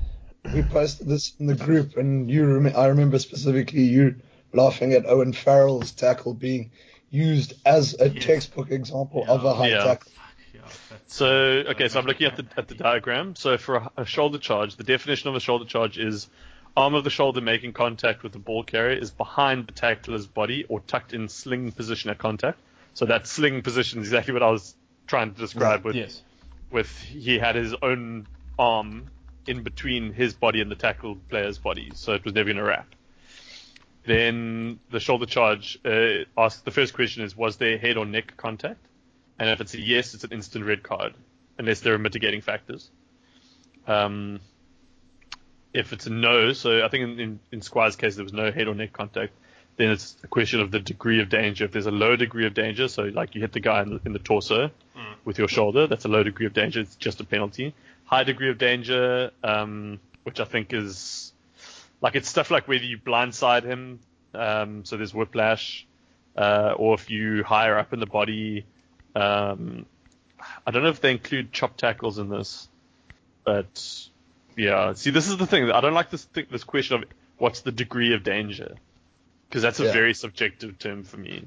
[SPEAKER 1] What?
[SPEAKER 2] we posted this in the group, and you. Rem- I remember specifically you laughing at Owen Farrell's tackle being used as a textbook example of a high
[SPEAKER 3] Yeah.
[SPEAKER 2] tackle.
[SPEAKER 1] yeah, that's-
[SPEAKER 3] So okay, so I'm looking at the at the diagram. So for a, a shoulder charge, the definition of a shoulder charge is arm of the shoulder making contact with the ball carrier is behind the tackler's body or tucked in sling position at contact. So that sling position is exactly what I was trying to describe with
[SPEAKER 1] yes,
[SPEAKER 3] with he had his own arm in between his body and the tackle player's body, so it was never going to wrap. Then the shoulder charge uh, asks the first question is was there head or neck contact, and if it's a yes, it's an instant red card unless there are mitigating factors. Um, if it's a no, so I think in, in, in Squire's case there was no head or neck contact, then it's a question of the degree of danger. If there's a low degree of danger, so like you hit the guy in the, in the torso with your shoulder, that's a low degree of danger. It's just a penalty. High degree of danger, um, which I think is like it's stuff like whether you blindside him, um, so there's whiplash, uh, or if you higher up in the body. Um, I don't know if they include chop tackles in this, but yeah. See, this is the thing. I don't like this thi- this question of what's the degree of danger, because that's a
[SPEAKER 2] Yeah.
[SPEAKER 3] very subjective term for me.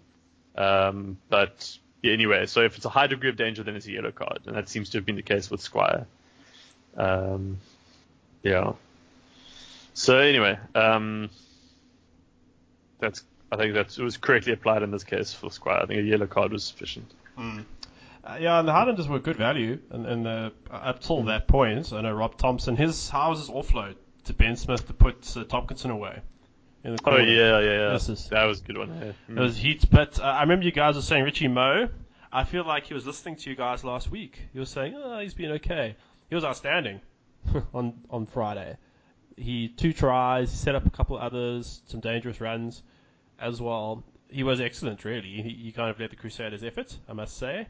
[SPEAKER 3] Um, but yeah, anyway, so if it's a high degree of danger, then it's a yellow card, and that seems to have been the case with Squire. Um, yeah. So anyway, um, that's I think that's it was correctly applied in this case for Squire. I think a yellow card was sufficient.
[SPEAKER 1] uh, yeah, and the Highlanders were good value, and, and the, uh, up till that point, I know Rob Thompson, his houses offload to Ben Smith to put uh, Tompkinson away. In the
[SPEAKER 3] Oh
[SPEAKER 1] corner.
[SPEAKER 3] yeah, yeah, yeah.
[SPEAKER 1] This is-
[SPEAKER 3] that was a good one. Mm. Yeah.
[SPEAKER 1] It was heat, but uh, I remember you guys were saying Richie Moe. I feel like he was listening to you guys last week. He was saying, "Oh, he's been okay. He was outstanding on on Friday. He two tries, set up a couple others, some dangerous runs as well. He was excellent, really. He, he kind of led the Crusaders' effort, I must say.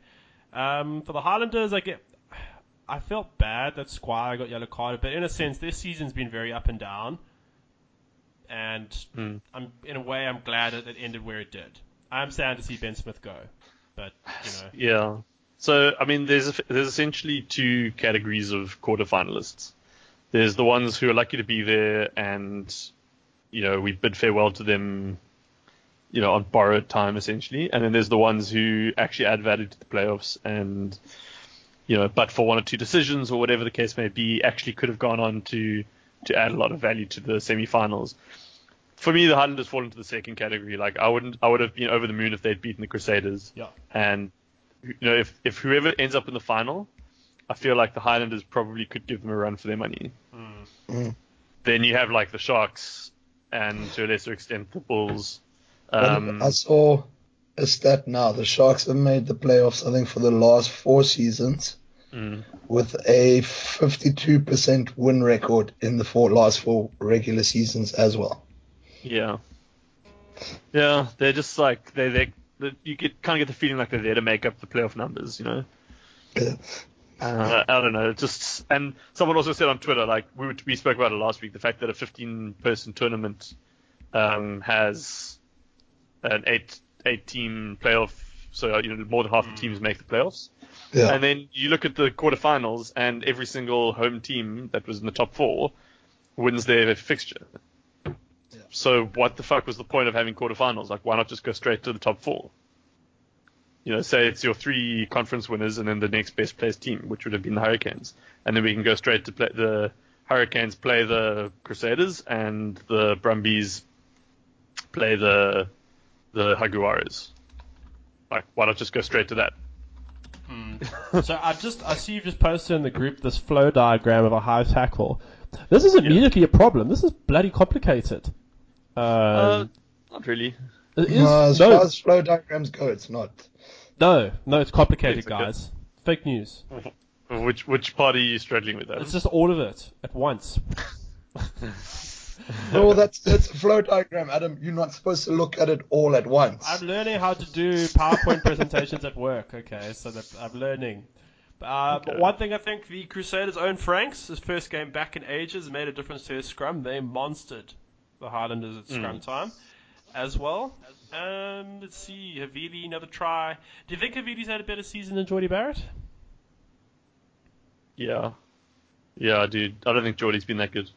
[SPEAKER 1] Um, for the Highlanders, I get, I felt bad that Squire got yellow carded, but in a sense, this season's been very up and down, and
[SPEAKER 3] Mm.
[SPEAKER 1] I'm in a way I'm glad that it ended where it did. I'm sad to see Ben Smith go, but you know,
[SPEAKER 3] Yeah. So I mean, there's there's essentially two categories of quarterfinalists. There's the ones who are lucky to be there, and you know we bid farewell to them, you know, on borrowed time essentially. And then there's the ones who actually add value to the playoffs, and you know, but for one or two decisions or whatever the case may be, actually could have gone on to to add a lot of value to the semi-finals. For me, the Highlanders fall into the second category. Like I wouldn't, I would have been over the moon if they'd beaten the Crusaders
[SPEAKER 1] yeah,
[SPEAKER 3] and you know if if whoever ends up in the final, I feel like the Highlanders probably could give them a run for their money.
[SPEAKER 2] Mm.
[SPEAKER 3] Then you have like the Sharks and to a lesser extent the Bulls. Um,
[SPEAKER 2] I saw a stat now. The Sharks have made the playoffs, I think, for the last four seasons
[SPEAKER 3] Mm.
[SPEAKER 2] with a 52% win record in the four last four regular seasons as well.
[SPEAKER 3] yeah, yeah, they're just like they they they- you get kind of get the feeling like they're there to make up the playoff numbers, you know.
[SPEAKER 2] Yeah.
[SPEAKER 3] Uh, I don't know. Just and someone also said on Twitter, like we were, we spoke about it last week, the fact that a 15 person tournament um, has an eight eight team playoff, so you know more than half the teams make the playoffs.
[SPEAKER 2] Yeah.
[SPEAKER 3] And then you look at the quarterfinals, and every single home team that was in the top four wins their fixture. So what the fuck was the point of having quarterfinals? Like, why not just go straight to the top four? You know, say it's your three conference winners and then the next best placed team, which would have been the Hurricanes, and then we can go straight to play the Hurricanes play the Crusaders and the Brumbies play the the Jaguares. Like, why not just go straight to that?
[SPEAKER 1] So I've just I see you've just posted in the group this flow diagram of a hive tackle. This is immediately a problem. This is bloody complicated. Um,
[SPEAKER 3] Uh, not really.
[SPEAKER 1] it is,
[SPEAKER 2] No, as far
[SPEAKER 1] no,
[SPEAKER 2] as flow diagrams go, it's not.
[SPEAKER 1] no, no, it's complicated,
[SPEAKER 3] It's okay.
[SPEAKER 1] guys. Fake news.
[SPEAKER 3] Which which party are you struggling with? Adam?
[SPEAKER 1] It's just all of it at once.
[SPEAKER 2] No, that's that's a flow diagram, Adam. You're not supposed to look at it all at once.
[SPEAKER 1] I'm learning how to do PowerPoint presentations at work. Okay, so that I'm learning. Uh, But
[SPEAKER 3] Okay.
[SPEAKER 1] one thing I think the Crusaders' own Franks, his first game back in ages, made a difference to their scrum. They monstered the Highlanders at
[SPEAKER 3] Mm.
[SPEAKER 1] scrum time as well. Um, let's see, Havili, another try. Do you think Havili's had a better season than Geordie Barrett?
[SPEAKER 3] yeah, yeah, dude. I don't think Geordie's been that good.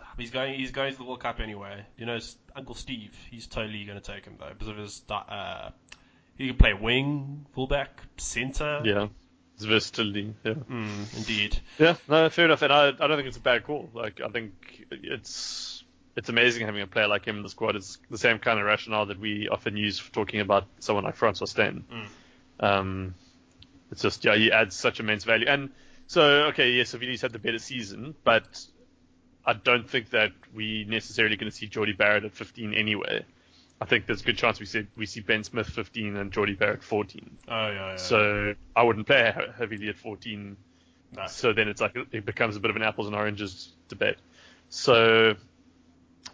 [SPEAKER 1] Um, He's going. He's going to the World Cup anyway. You know, s- Uncle Steve. He's totally going to take him though because of his. di- Uh, he can play wing, fullback, center.
[SPEAKER 3] Yeah, it's versatility. Yeah,
[SPEAKER 1] Mm, indeed.
[SPEAKER 3] yeah. No, fair enough. And I, I don't think it's a bad call. Like I think it's it's amazing having a player like him in the squad. It's the same kind of rationale that we often use for talking about someone like Francois Stain. Um, it's just yeah, he adds such immense value. And so okay, yes, Savini's had the better season, but I don't think that we necessarily going to see Geordie Barrett at 15 anyway. I think there's a good chance we see we see Ben Smith 15 and Geordie Barrett 14.
[SPEAKER 1] Oh yeah. yeah.
[SPEAKER 3] So I wouldn't play Ho- heavily at 14.
[SPEAKER 1] No.
[SPEAKER 3] So then it's like it becomes a bit of an apples and oranges debate. So,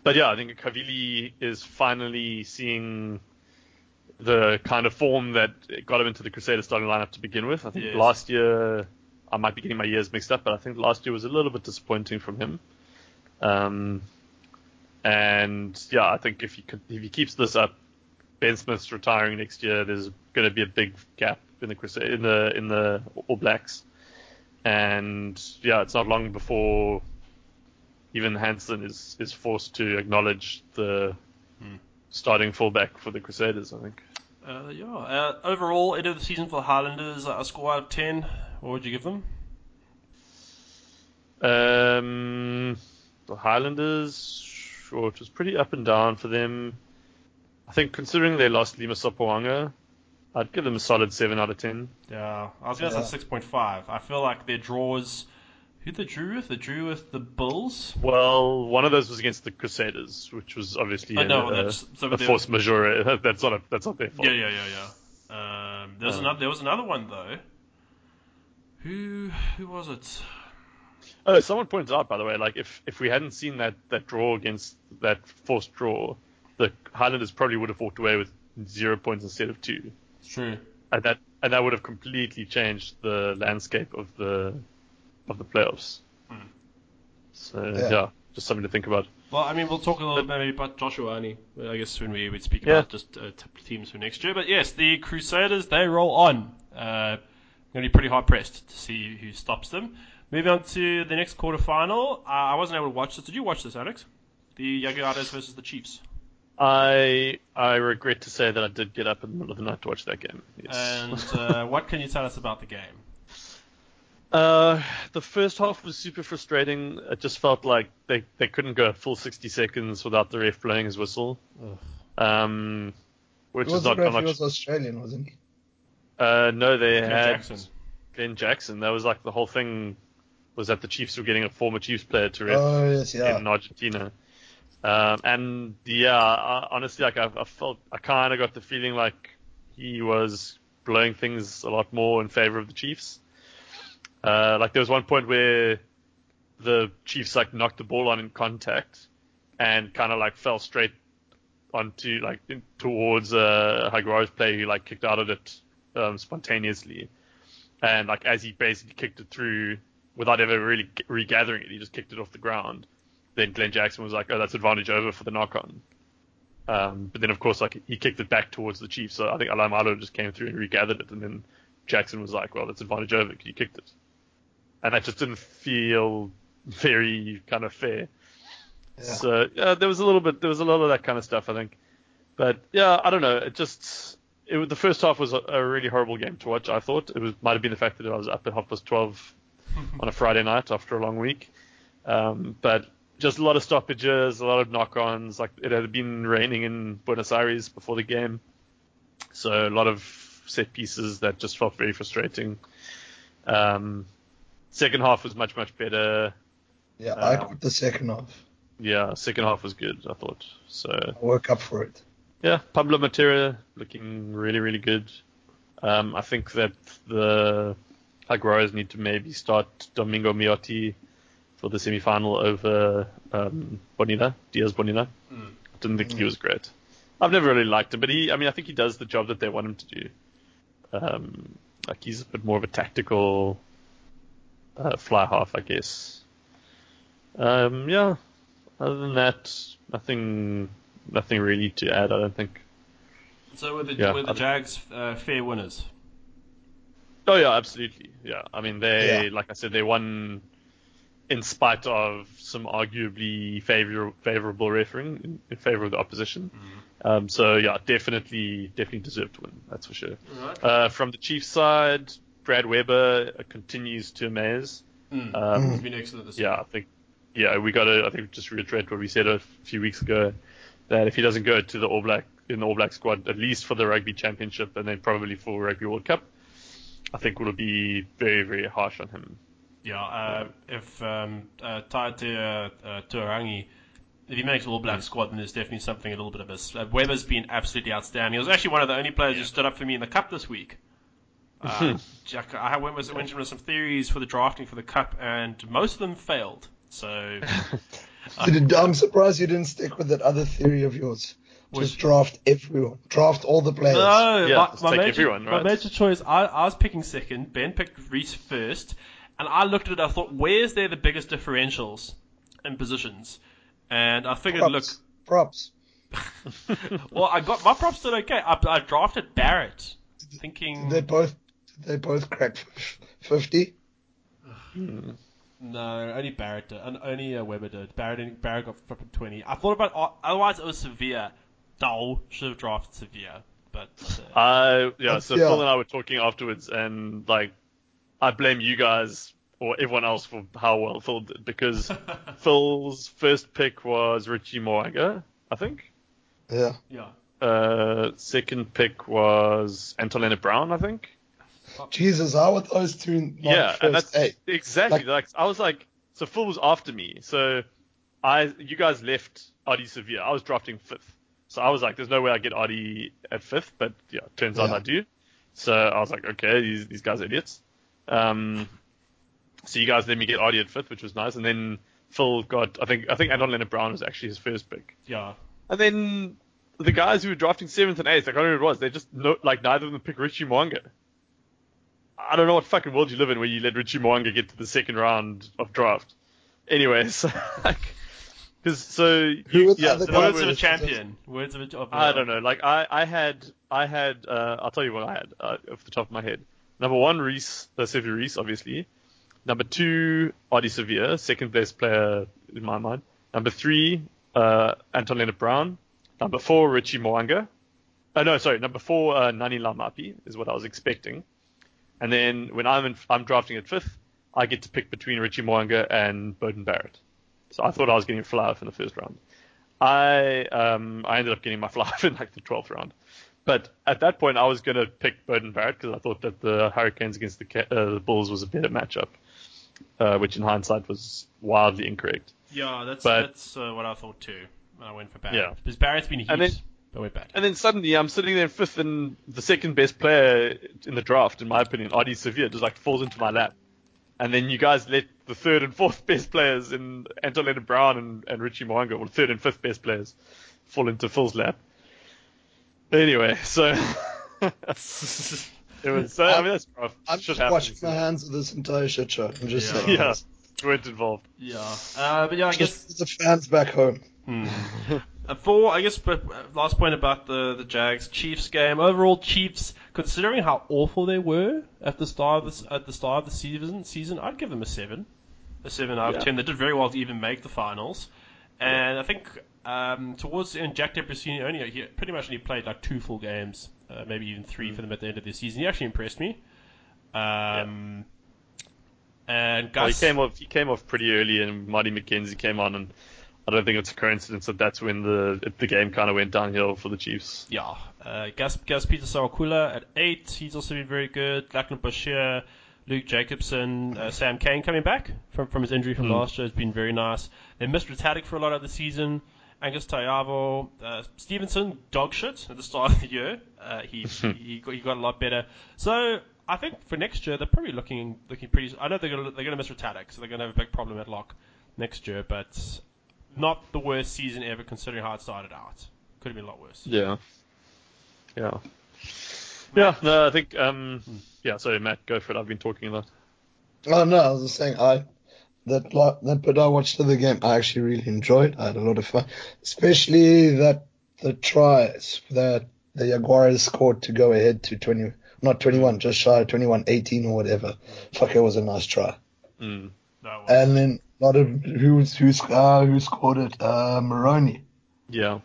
[SPEAKER 3] but yeah, I think Kavili is finally seeing the kind of form that got him into the Crusaders starting lineup to begin with. I think
[SPEAKER 1] Yes.
[SPEAKER 3] last year I might be getting my years mixed up, but I think last year was a little bit disappointing from him. Um, and yeah, I think if he could, if he keeps this up, Ben Smith's retiring next year. There's going to be a big gap in the Crusade, in the in the All Blacks, and yeah, it's not long before even Hansen is is forced to acknowledge the
[SPEAKER 1] Hmm.
[SPEAKER 3] starting fullback for the Crusaders. I think.
[SPEAKER 1] Uh, yeah. Uh, overall, end of the season for the Highlanders, uh, a score out of ten. What would you give them?
[SPEAKER 3] Um, the Highlanders, sure, it was pretty up and down for them. I think considering they lost Lima Sopoanga, I'd give them a solid seven out of ten.
[SPEAKER 1] Yeah, I was going to
[SPEAKER 2] Yeah.
[SPEAKER 1] say six point five. I feel like their draws. Who they drew with? They drew with the Bulls.
[SPEAKER 3] Well, one of those was against the Crusaders, which was obviously
[SPEAKER 1] Oh,
[SPEAKER 3] a,
[SPEAKER 1] no,
[SPEAKER 3] a-
[SPEAKER 1] that's- so
[SPEAKER 3] a
[SPEAKER 1] they-
[SPEAKER 3] uh, force majeure. That's not a, that's not their fault.
[SPEAKER 1] Yeah, yeah, yeah, yeah. Um, there was
[SPEAKER 3] Uh.
[SPEAKER 1] another. There was another one though. Who who was it?
[SPEAKER 3] Oh, someone pointed out, by the way, like if if we hadn't seen that that draw against that forced draw, the Highlanders probably would have walked away with zero points instead of two,
[SPEAKER 1] It's true.
[SPEAKER 3] and that and that would have completely changed the landscape of the of the playoffs. So yeah.
[SPEAKER 2] Yeah.
[SPEAKER 3] just something to think about.
[SPEAKER 1] Well, I mean, we'll talk a little bit maybe about Joshua Ani, I guess, when we, we speak
[SPEAKER 3] Yeah.
[SPEAKER 1] about just uh, t- teams for next year. But yes, the Crusaders, they roll on. Uh, going to be pretty hard pressed to see who stops them. Moving on to the next quarterfinal. Uh, I wasn't able to watch this. Did you watch this, Alex? The Jaguares versus the Chiefs.
[SPEAKER 3] I I regret to say that I did get up in the middle of the night to watch that game. Yes.
[SPEAKER 1] And uh, what can you tell us about the game?
[SPEAKER 3] Uh, the first half was super frustrating. It just felt like they, they couldn't go a full 60 seconds without the ref blowing his whistle. Um, which
[SPEAKER 2] It
[SPEAKER 3] is
[SPEAKER 2] was,
[SPEAKER 3] not
[SPEAKER 2] not
[SPEAKER 3] not
[SPEAKER 2] he was
[SPEAKER 3] much.
[SPEAKER 2] Australian, wasn't he?
[SPEAKER 3] Uh, no, they
[SPEAKER 1] Joe
[SPEAKER 3] had
[SPEAKER 1] Jackson.
[SPEAKER 3] Glenn Jackson. That was like the whole thing was that the Chiefs were getting a former Chiefs player to ref
[SPEAKER 2] Oh yes, yeah.
[SPEAKER 3] in Argentina. Um, and yeah, I, honestly, like I, I felt, I kind of got the feeling like he was blowing things a lot more in favor of the Chiefs. Uh, like there was one point where the Chiefs like knocked the ball on in contact and kind of like fell straight onto like in, towards uh, Higuera's player who like kicked out at it um, spontaneously. And like as he basically kicked it through without ever really g- regathering it, he just kicked it off the ground then Glenn Jackson was like, "Oh, that's advantage over for the knock on." Um, but then, of course, like he kicked it back towards the Chiefs, so I think Alamalo just came through and regathered it, and then Jackson was like, "Well, that's advantage over because you kicked it," and that just didn't feel very kind of fair.
[SPEAKER 2] Yeah.
[SPEAKER 3] So yeah, there was a little bit, there was a lot of that kind of stuff, I think. But yeah, I don't know. It just it was- the first half was a, a really horrible game to watch. I thought it was might have been the fact that I was up at half past twelve on a Friday night after a long week. Um, but just a lot of stoppages, a lot of knock-ons. Like it had been raining in Buenos Aires before the game, so a lot of set pieces that just felt very frustrating. Um, second half was much much better.
[SPEAKER 2] Yeah, I
[SPEAKER 3] Um,
[SPEAKER 2] caught the second half.
[SPEAKER 3] Yeah, second half was good. I thought so.
[SPEAKER 2] I woke up for it.
[SPEAKER 3] Yeah, Pablo Matera looking really really good. Um, I think that the Agueros need to maybe start Domingo Miotti for the semi-final over um, Bonilla, Diaz Bonilla. Didn't think he was great. I've never really liked him, but he, I mean, I think he does the job that they want him to do. Um, like he's a bit more of a tactical uh, fly half, I guess. Um, yeah. Other than that, nothing, nothing really to add. I don't think.
[SPEAKER 1] So were the,
[SPEAKER 3] Yeah.
[SPEAKER 1] were the Jags uh, fair winners?
[SPEAKER 3] Oh yeah, absolutely. Yeah, I mean they,
[SPEAKER 2] Yeah.
[SPEAKER 3] like I said, they won in spite of some arguably favor- favorable refereeing in, in favor of the opposition. Um, so yeah, definitely, definitely deserved to win. That's for sure.
[SPEAKER 1] Right.
[SPEAKER 3] Uh, from the Chiefs side, Brad Weber uh, continues to amaze.
[SPEAKER 1] Mm.
[SPEAKER 3] Um,
[SPEAKER 1] It's been excellent this
[SPEAKER 3] yeah, I think yeah, we got to I think just reiterate what we said a few weeks ago that if he doesn't go to the All Black in the All Black squad at least for the Rugby Championship and then probably for Rugby World Cup, I think will be very very harsh on him.
[SPEAKER 1] Yeah, uh, if um, uh, tied to uh, uh, Turangi, if he makes All Black squad, then there's definitely something a little bit of us. Uh, Weber's been absolutely outstanding. He was actually one of the only players who stood up for me in the cup this week. Uh, Jack, I went with, went with some theories for the drafting for the cup, and most of them failed. So
[SPEAKER 2] Dude, I'm surprised you didn't stick with that other theory of yours.
[SPEAKER 1] Which-
[SPEAKER 2] Just draft everyone. Draft all the players.
[SPEAKER 1] No,
[SPEAKER 3] Yeah,
[SPEAKER 1] Oh, my,
[SPEAKER 3] let's
[SPEAKER 1] my
[SPEAKER 3] take
[SPEAKER 1] major,
[SPEAKER 3] everyone,
[SPEAKER 1] my
[SPEAKER 3] right?
[SPEAKER 1] major choice. I, I was picking second. Ben picked Reese first, and I looked at it. I thought, where's there the biggest differentials in positions? And I figured,
[SPEAKER 2] props. Props.
[SPEAKER 1] look, well, I got my props did okay. I, I drafted Barrett, thinking
[SPEAKER 2] They both they both cracked 50.
[SPEAKER 1] no, only Barrett did, and only uh, Weber did. Barrett Barrett got fucking twenty. I thought about uh, otherwise it was Sevilla. Dull should have drafted Sevilla, but uh,
[SPEAKER 3] I yeah, so
[SPEAKER 2] Yeah.
[SPEAKER 3] Phil and I were talking afterwards and like I blame you guys or everyone else for how well Phil did because Phil's first pick was Richie Moaga, I think.
[SPEAKER 2] Yeah.
[SPEAKER 1] yeah.
[SPEAKER 3] Uh, second pick was Antolina Brown, I think.
[SPEAKER 2] Jesus, how were those two not
[SPEAKER 3] Oh. yeah, and
[SPEAKER 2] first
[SPEAKER 3] that's
[SPEAKER 2] eight?
[SPEAKER 3] exactly
[SPEAKER 2] Like-
[SPEAKER 3] like, I was like, so Phil was after me, so I you guys left Adi Sevilla. I was drafting fifth, so I was like, there's no way I get Adi at fifth, but yeah, turns out
[SPEAKER 2] Yeah.
[SPEAKER 3] I do. So I was like, okay, these these guys are idiots. Um, so you guys let me get Adi at fifth, which was nice, and then Phil got I think I think Anton Leonard Brown was actually his first pick.
[SPEAKER 1] Yeah,
[SPEAKER 3] And then the guys who were drafting seventh and eighth, I can't remember who it was, they just no, like neither of them picked Richie Mwanga. I don't know what fucking world you live in where you let Richie Mwanga get to the second round of draft. Anyway, so like, cause, so
[SPEAKER 2] Who were the
[SPEAKER 3] yeah,
[SPEAKER 2] other
[SPEAKER 3] so
[SPEAKER 2] guys?
[SPEAKER 1] words
[SPEAKER 3] that
[SPEAKER 1] of a
[SPEAKER 3] was-
[SPEAKER 1] champion. Words of a of a-
[SPEAKER 3] I don't know. Like I, I had, I had. Uh, I'll tell you what I had uh, off the top of my head. Number one, Reese, uh, Sevier Reese, obviously. Number two, Adi Sevilla, second best player in my mind. Number three, uh, Anton Leonard Brown. Number four, Richie Mwanga. Oh no, sorry. Number four, uh, Nani Lamapi is what I was expecting. And then when I'm in, I'm drafting at fifth, I get to pick between Richie Mwanga and Bowden Barrett. So I thought I was getting a flower in the first round. I um I ended up getting my fly in like the twelfth round, but at that point I was gonna pick Bowden Barrett because I thought that the Hurricanes against the, Ca- uh, the Bulls was a better matchup, uh, which in hindsight was wildly incorrect.
[SPEAKER 1] Yeah, that's
[SPEAKER 3] But-
[SPEAKER 1] that's uh, what I thought too. when I went for Barrett.
[SPEAKER 3] Yeah.
[SPEAKER 1] Because Barrett's been a
[SPEAKER 3] And
[SPEAKER 1] heat,
[SPEAKER 3] then-
[SPEAKER 1] but we're bad.
[SPEAKER 3] And then suddenly I'm sitting there in fifth and the second best player in the draft, in my opinion, Adi Sevilla, just like falls into my lap. And then you guys let the third and fourth best players in Anton Leonard Brown and, and Richie Moanga, well, third and fifth best players, fall into Phil's lap. Anyway, so it was. So, I mean, that's rough.
[SPEAKER 2] I'm
[SPEAKER 3] Shit
[SPEAKER 2] just washing
[SPEAKER 3] happens.
[SPEAKER 2] my hands of this entire shit show. I'm just
[SPEAKER 1] Yeah.
[SPEAKER 2] saying.
[SPEAKER 3] Yeah, you weren't involved.
[SPEAKER 1] yeah. Uh, but yeah, I guess
[SPEAKER 2] Just for the fans back home.
[SPEAKER 1] uh, for I guess but uh, last point about the the Jags Chiefs game. Overall, Chiefs, considering how awful they were at the start of this, at the start of the season, season, I'd give them a seven, a seven out of
[SPEAKER 3] Yeah.
[SPEAKER 1] ten. They did very well to even make the finals, and I think. Um, towards the end, Jack Depressini only he pretty much only played like two full games, uh, maybe even three
[SPEAKER 3] Mm.
[SPEAKER 1] for them at the end of the season. He actually impressed me. Um, And
[SPEAKER 3] Well, he
[SPEAKER 1] Gus,
[SPEAKER 3] came off. He came off pretty early, and Marty McKenzie came on, and I don't think it's a coincidence that that's when the the game kind of went downhill for the Chiefs.
[SPEAKER 1] eh, yeah, uh, Gus, Gus Peter Sawakula at eight. He's also been very good. Lachlan Bashir, Luke Jacobson, uh, Sam Kane coming back from, from his injury from last year has been very nice. They missed Retallick for a lot of the season. Angus Tayavo, uh, Stevenson, dog shit at the start of the year. Uh, he, he, got, he got a lot better. So I think for next year they're probably looking looking pretty. I know they're gonna they're gonna miss Retallick, so they're gonna have a big problem at lock next year. But not the worst season ever considering how it started out. Could have been a lot worse.
[SPEAKER 3] Yeah. Yeah. Yeah, no, I think, um, yeah, sorry, Matt, go for it. I've been talking a lot.
[SPEAKER 2] Oh no, I was just saying I that la- that bit I watched of the game I actually really enjoyed. I had a lot of fun, especially that the tries that the Jaguars scored to go ahead to twenty, not twenty one, just shy of 21, 18 or whatever. Fuck, it was a nice try.
[SPEAKER 3] Mm.
[SPEAKER 1] No, it
[SPEAKER 2] And then a lot of who's who's uh, who scored it? Uh, Moroni.
[SPEAKER 3] Yeah.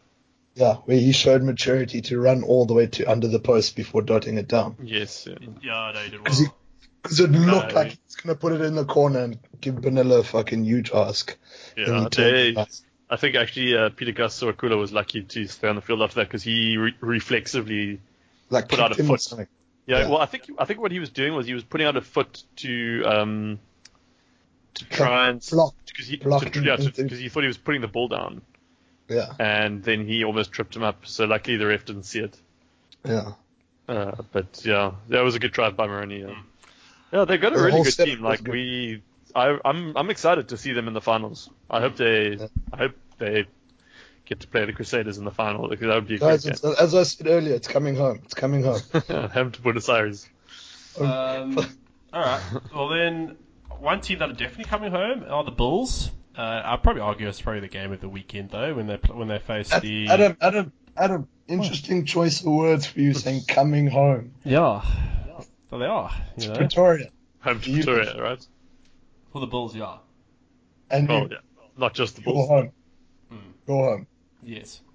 [SPEAKER 2] Yeah, where he showed maturity to run all the way to under the post before dotting it down.
[SPEAKER 3] Yes. Yeah.
[SPEAKER 1] wasn't. yeah, no, you did well.
[SPEAKER 2] Because it looked
[SPEAKER 3] No.
[SPEAKER 2] like he's gonna put it in the corner and give Benilla a fucking huge ask. And he
[SPEAKER 3] Yeah,
[SPEAKER 2] turned
[SPEAKER 3] they-
[SPEAKER 2] it back.
[SPEAKER 3] I think actually uh, Peter Gassoakula was lucky to stay on the field after that because he re- reflexively,
[SPEAKER 2] like
[SPEAKER 3] put out
[SPEAKER 2] kicked
[SPEAKER 3] a
[SPEAKER 2] him or
[SPEAKER 3] foot.
[SPEAKER 2] something.
[SPEAKER 3] yeah,
[SPEAKER 2] Yeah.
[SPEAKER 3] Well, I think I think what he was doing was he was putting out a foot to um, to try and
[SPEAKER 2] Blocked.
[SPEAKER 3] because he
[SPEAKER 2] blocked
[SPEAKER 3] to- yeah,
[SPEAKER 2] him.
[SPEAKER 3] to- 'cause he thought he was putting the ball down
[SPEAKER 2] Yeah,
[SPEAKER 3] and then he almost tripped him up. So luckily the ref didn't see it.
[SPEAKER 2] yeah.
[SPEAKER 3] Uh, but yeah, that was a good drive by Maroney. Yeah, Mm. yeah they've got a
[SPEAKER 2] The
[SPEAKER 3] really
[SPEAKER 2] whole
[SPEAKER 3] good
[SPEAKER 2] setup
[SPEAKER 3] team.
[SPEAKER 2] was
[SPEAKER 3] Like
[SPEAKER 2] good.
[SPEAKER 3] we, I, I'm, I'm excited to see them in the finals. I hope they,
[SPEAKER 2] Yeah.
[SPEAKER 3] I hope they get to play the Crusaders in the final because that would be a great
[SPEAKER 2] Guys,
[SPEAKER 3] game.
[SPEAKER 2] it's, as I said earlier, it's coming home. It's coming home.
[SPEAKER 3] Have to Buenos Aires.
[SPEAKER 1] Um, all right. Well, then one team that are definitely coming home are the Bulls. Uh, I'll probably argue it's probably the game of the weekend though when they pl- when they face
[SPEAKER 2] That's-
[SPEAKER 1] the
[SPEAKER 2] Adam, Adam, Adam. Interesting choice of words for you saying coming home.
[SPEAKER 1] yeah. So they are, you know.
[SPEAKER 2] Pretoria.
[SPEAKER 3] Home to
[SPEAKER 2] You-
[SPEAKER 3] Victoria, right?
[SPEAKER 1] For the Bulls, yeah.
[SPEAKER 2] And
[SPEAKER 3] Well,
[SPEAKER 2] you
[SPEAKER 3] Oh, yeah, Hmm. not just the
[SPEAKER 2] go
[SPEAKER 3] Bulls.
[SPEAKER 2] home. Go home.
[SPEAKER 1] Yes.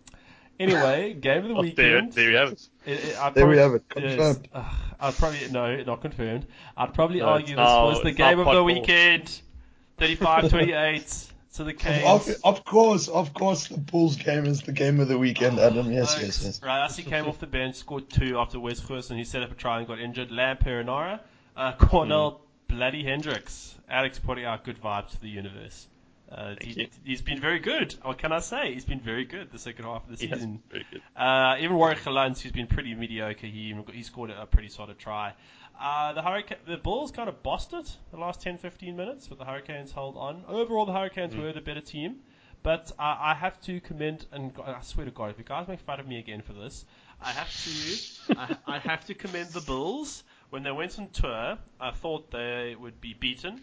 [SPEAKER 1] Anyway, game of the
[SPEAKER 3] Oh, there,
[SPEAKER 1] weekend.
[SPEAKER 3] there you have it.
[SPEAKER 1] It- it- I'd
[SPEAKER 2] There we
[SPEAKER 1] probably-
[SPEAKER 2] have it,
[SPEAKER 1] yes.
[SPEAKER 2] confirmed.
[SPEAKER 1] Ugh, I'd probably no, not confirmed. I'd probably
[SPEAKER 3] No,
[SPEAKER 1] argue this
[SPEAKER 3] it's now-
[SPEAKER 1] was the
[SPEAKER 3] it's now
[SPEAKER 1] game of
[SPEAKER 3] pot
[SPEAKER 1] the
[SPEAKER 3] ball.
[SPEAKER 1] weekend. 35-28 to the
[SPEAKER 2] Of,
[SPEAKER 1] Canes.
[SPEAKER 2] of course, of course, the Bulls game is the game of the weekend,
[SPEAKER 3] Oh,
[SPEAKER 2] Adam. Yes, yes, yes.
[SPEAKER 1] Right, Rassi came off the bench, scored two after West Coast, and he set up a try and got injured. Lamb Perinara, uh,
[SPEAKER 2] Mm.
[SPEAKER 1] Cornell, bloody Hendricks. Alex putting out good vibes to the universe. Uh, he,
[SPEAKER 3] you.
[SPEAKER 1] he's been very good. What can I say? He's been very good the second half of the
[SPEAKER 3] Yes,
[SPEAKER 1] season.
[SPEAKER 3] very good.
[SPEAKER 1] Uh, even Warwick Halance, who's been pretty mediocre, he even got- he scored a pretty solid try. Uh, the Hurricane, the Bulls kind of bossed it the last 10, 15 minutes, but the Hurricanes held on. Overall, the Hurricanes were the better team, but uh, I have to commend and go- I swear to God, if you guys make fun of me again for this, I have to I, I have to commend the Bulls when they went on tour. I thought they would be beaten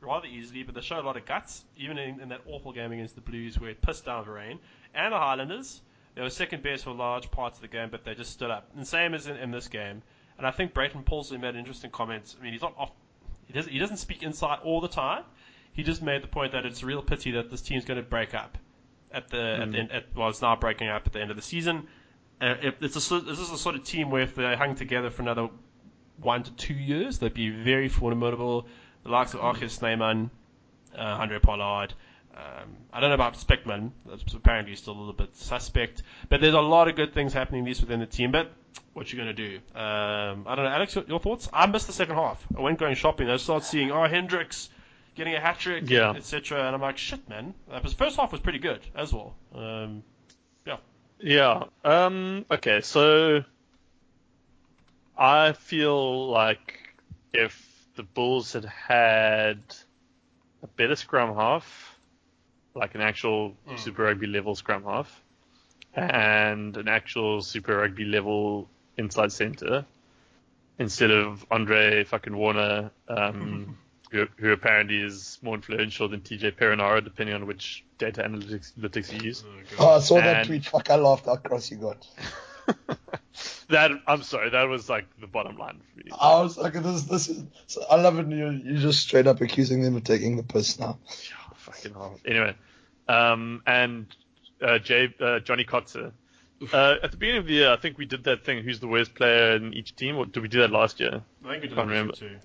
[SPEAKER 1] rather easily, but they showed a lot of guts, even in, in that awful game against the Blues where it pissed down the rain. And the Highlanders, they were second best for large parts of the game, but they just stood up. And same as in, in this game. And I think Brayton Paulson made an interesting comment. I mean, he's not off. He doesn't, he doesn't speak inside all the time. He just made the point that it's a real pity that this team's going to break up at the at the end, at, well, it's now breaking up at the end of the season. Uh, if it's a, sor- this is a sort of team where if they hung together for another one to two years, they'd be very formidable. The likes of Archis Neyman, uh, Andre Pollard. Um, I don't know about Spickman. That's apparently still a little bit suspect. But there's a lot of good things happening at least within the team. But what you going to do? Um, I don't know, Alex. Your, your thoughts? I missed the second half. I went going shopping. I started seeing oh Hendricks getting a hat trick,
[SPEAKER 3] Yeah.
[SPEAKER 1] etc. And I'm like, shit, man. Uh, but the first half was pretty good as well. Um,
[SPEAKER 3] Yeah. Um. Okay. So I feel like if the Bulls had had a better scrum half, like an actual Super Rugby level scrum half, and an actual Super Rugby level inside centre, instead of Andre fucking Warner, um, who, who apparently is more influential than TJ Perinara, depending on which data analytics, analytics you use.
[SPEAKER 2] Oh, I saw that
[SPEAKER 3] And-
[SPEAKER 2] tweet. Fuck, I laughed. How cross you got.
[SPEAKER 3] that I'm sorry, that was like the bottom line for me.
[SPEAKER 2] I was like, this, this is. so I love it. You're, you're just straight up accusing them of taking the piss now.
[SPEAKER 3] Fucking hell. Anyway, um, and uh, Jay, uh, Johnny Kotzer. Uh, at the beginning of the year, I think we did that thing. Who's the worst player in each team? Or did we do that last year?
[SPEAKER 1] I think we did
[SPEAKER 3] Can't
[SPEAKER 1] that
[SPEAKER 3] remember.
[SPEAKER 1] too.